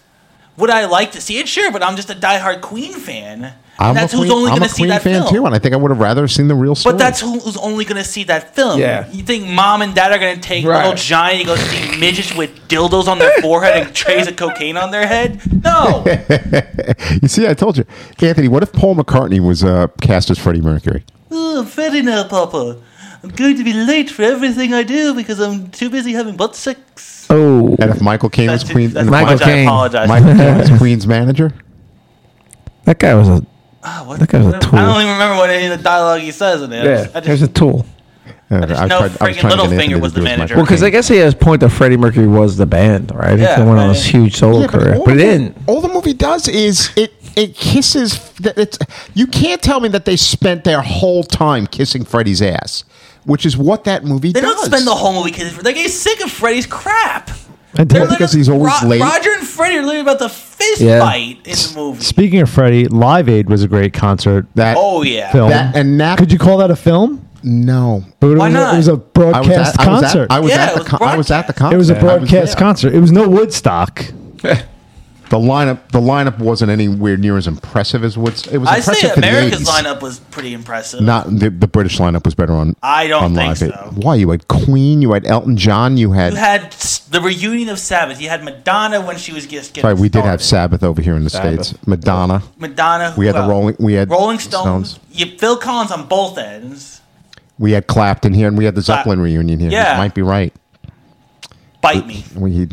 Speaker 4: Would I like to see it? Sure, but I'm just a diehard Queen fan. And
Speaker 2: I'm
Speaker 4: that's
Speaker 2: a Queen,
Speaker 4: who's only
Speaker 2: I'm a
Speaker 4: going to see
Speaker 2: Queen
Speaker 4: that
Speaker 2: fan
Speaker 4: film.
Speaker 2: too, and I think I would have rather seen the real story.
Speaker 4: But that's who's only going to see that film.
Speaker 1: Yeah.
Speaker 4: You think mom and dad are going to take
Speaker 1: Right.
Speaker 4: little Johnny to go see midgets with dildos
Speaker 1: <laughs>
Speaker 4: on their forehead and trays of cocaine on their head? No.
Speaker 2: <laughs> You see, I told you, Anthony. What if Paul McCartney was uh, cast as Freddie Mercury?
Speaker 4: oh, Freddy now, Papa. I'm going to be late for everything I do because I'm too busy having butt sex.
Speaker 1: Oh,
Speaker 2: And if Michael Caine was
Speaker 4: That's,
Speaker 2: Queen,
Speaker 4: that's
Speaker 2: and
Speaker 4: how
Speaker 1: Michael
Speaker 4: much
Speaker 2: Michael,
Speaker 1: Caine.
Speaker 4: I apologize. <laughs>
Speaker 2: Michael Caine was Queen's manager.
Speaker 1: that guy was a
Speaker 4: Ah, what-
Speaker 1: That guy's a
Speaker 4: what-
Speaker 1: tool.
Speaker 4: I don't even remember what any of the dialogue he says in it. I just- I
Speaker 1: yeah.
Speaker 4: just-
Speaker 1: There's a tool.
Speaker 2: I
Speaker 4: just
Speaker 2: was
Speaker 4: know
Speaker 2: I was
Speaker 4: friggin'
Speaker 2: trying to get
Speaker 4: Littlefinger
Speaker 2: Anthony to
Speaker 4: was
Speaker 2: do
Speaker 4: the
Speaker 2: his
Speaker 4: manager.
Speaker 1: Well, because I guess he has a point that Freddie Mercury was the band, right? He
Speaker 4: Yeah,
Speaker 1: went on
Speaker 4: right.
Speaker 1: this huge solo
Speaker 2: Yeah, but
Speaker 1: career,
Speaker 2: all
Speaker 1: but it
Speaker 2: the-
Speaker 1: didn't.
Speaker 2: All the movie does is it it kisses. that It's you can't tell me that they spent their whole time kissing Freddie's ass, which is what that movie
Speaker 4: They
Speaker 2: does.
Speaker 4: don't spend the whole movie kissing. They get sick of Freddy's crap.
Speaker 3: And
Speaker 4: They're
Speaker 3: to-
Speaker 2: because
Speaker 4: literally-
Speaker 2: he's always late.
Speaker 4: Roger and Freddy are literally about to fist
Speaker 1: Yeah.
Speaker 4: fight in the movie.
Speaker 3: speaking of Freddie, Live Aid was a great concert.
Speaker 2: that.
Speaker 4: oh yeah.
Speaker 3: film.
Speaker 2: that and that.
Speaker 3: Could you call that a film?
Speaker 2: No,
Speaker 3: But it
Speaker 4: Why
Speaker 3: was,
Speaker 4: not?
Speaker 3: A, it was a
Speaker 2: I was
Speaker 3: broadcast
Speaker 2: at, I was
Speaker 3: concert.
Speaker 2: at, I was
Speaker 4: Yeah,
Speaker 2: at
Speaker 4: it
Speaker 2: the
Speaker 4: was
Speaker 2: con- I was at the concert.
Speaker 3: it was a
Speaker 2: I
Speaker 3: broadcast
Speaker 2: there.
Speaker 3: concert. It was no Woodstock.
Speaker 2: The lineup, the lineup wasn't anywhere near as impressive as what's. It was
Speaker 4: I
Speaker 2: impressive
Speaker 4: say
Speaker 2: for the
Speaker 4: America's
Speaker 2: 80s.
Speaker 4: lineup was pretty impressive.
Speaker 2: Not the, the British lineup was better on.
Speaker 4: I don't
Speaker 2: on
Speaker 4: think
Speaker 2: live Aid.
Speaker 4: so.
Speaker 2: Why you had Queen, you had Elton John, you had.
Speaker 4: you had s- the reunion of Sabbath. You had Madonna when she was just getting.
Speaker 2: sorry, we did have
Speaker 4: started.
Speaker 2: Sabbath over here in the states. Madonna.
Speaker 4: Madonna.
Speaker 2: We
Speaker 4: who
Speaker 2: had the
Speaker 4: else?
Speaker 2: Rolling. We had
Speaker 4: Rolling Stones. You Phil Collins on both ends.
Speaker 2: We had Clapton here, and we had the Zeppelin reunion here.
Speaker 4: Yeah.
Speaker 2: You might be right.
Speaker 4: Bite me.
Speaker 2: We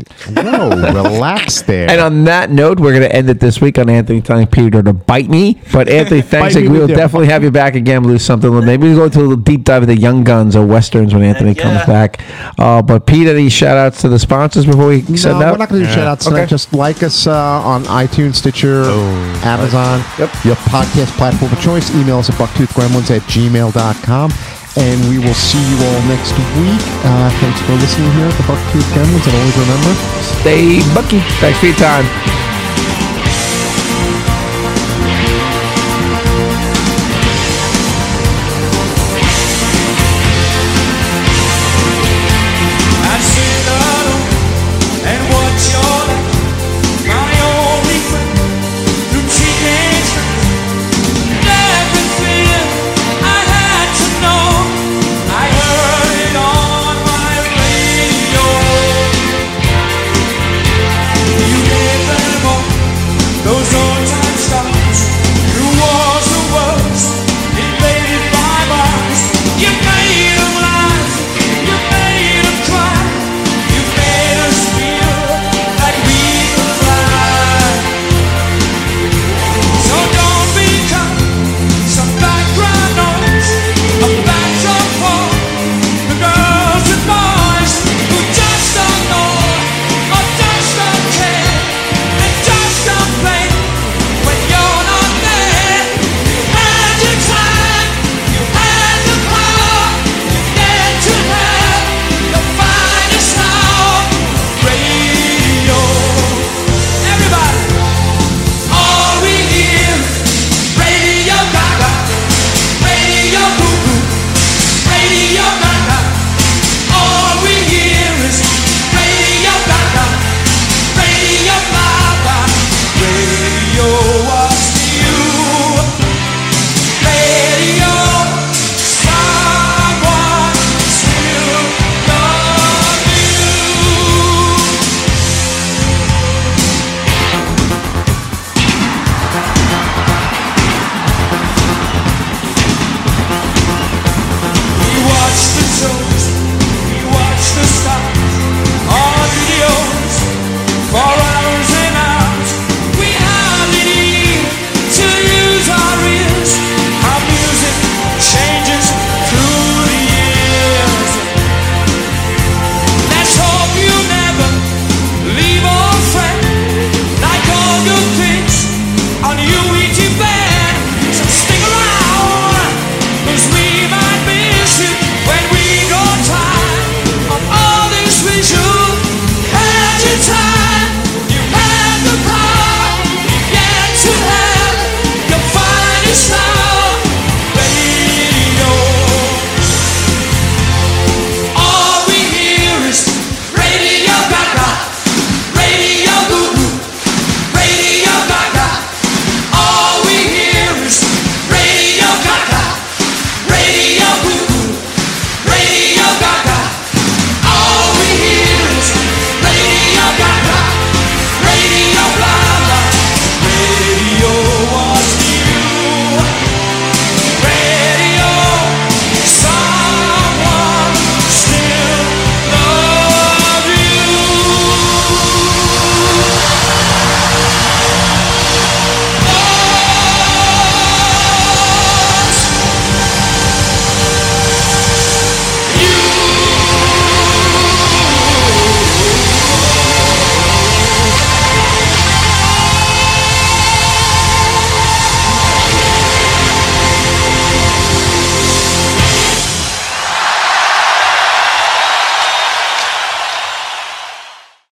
Speaker 2: whoa,
Speaker 4: <laughs>
Speaker 2: relax there.
Speaker 1: And on that note, we're going to end it this week on Anthony telling Peter to bite me. But Anthony, thanks.
Speaker 3: Bite me
Speaker 1: we will
Speaker 3: with your-
Speaker 1: definitely have you back again. We'll do something. Maybe we'll go to a little deep dive of the Young Guns or Westerns when Anthony
Speaker 4: Heck
Speaker 1: comes
Speaker 4: yeah.
Speaker 1: back. Uh, but Pete, any shout outs to the sponsors before we
Speaker 2: no,
Speaker 1: send
Speaker 2: we're
Speaker 1: out?
Speaker 2: not going to do shout outs tonight.
Speaker 1: Okay.
Speaker 2: Just like us uh, on iTunes, Stitcher,
Speaker 4: Oh.
Speaker 2: Amazon,
Speaker 1: Yep.
Speaker 2: your podcast platform of choice. Email us at bucktoothgremlins at gmail.com. And we will see you all next week. Uh, thanks for listening here at the Bucktooth Gremlins. And always remember,
Speaker 1: Stay bucky. Thanks for your time.
Speaker 5: I sit alone and watch your life. My only friend through cheap and true. And everything I had to know, I heard it on my radio. You gave them all those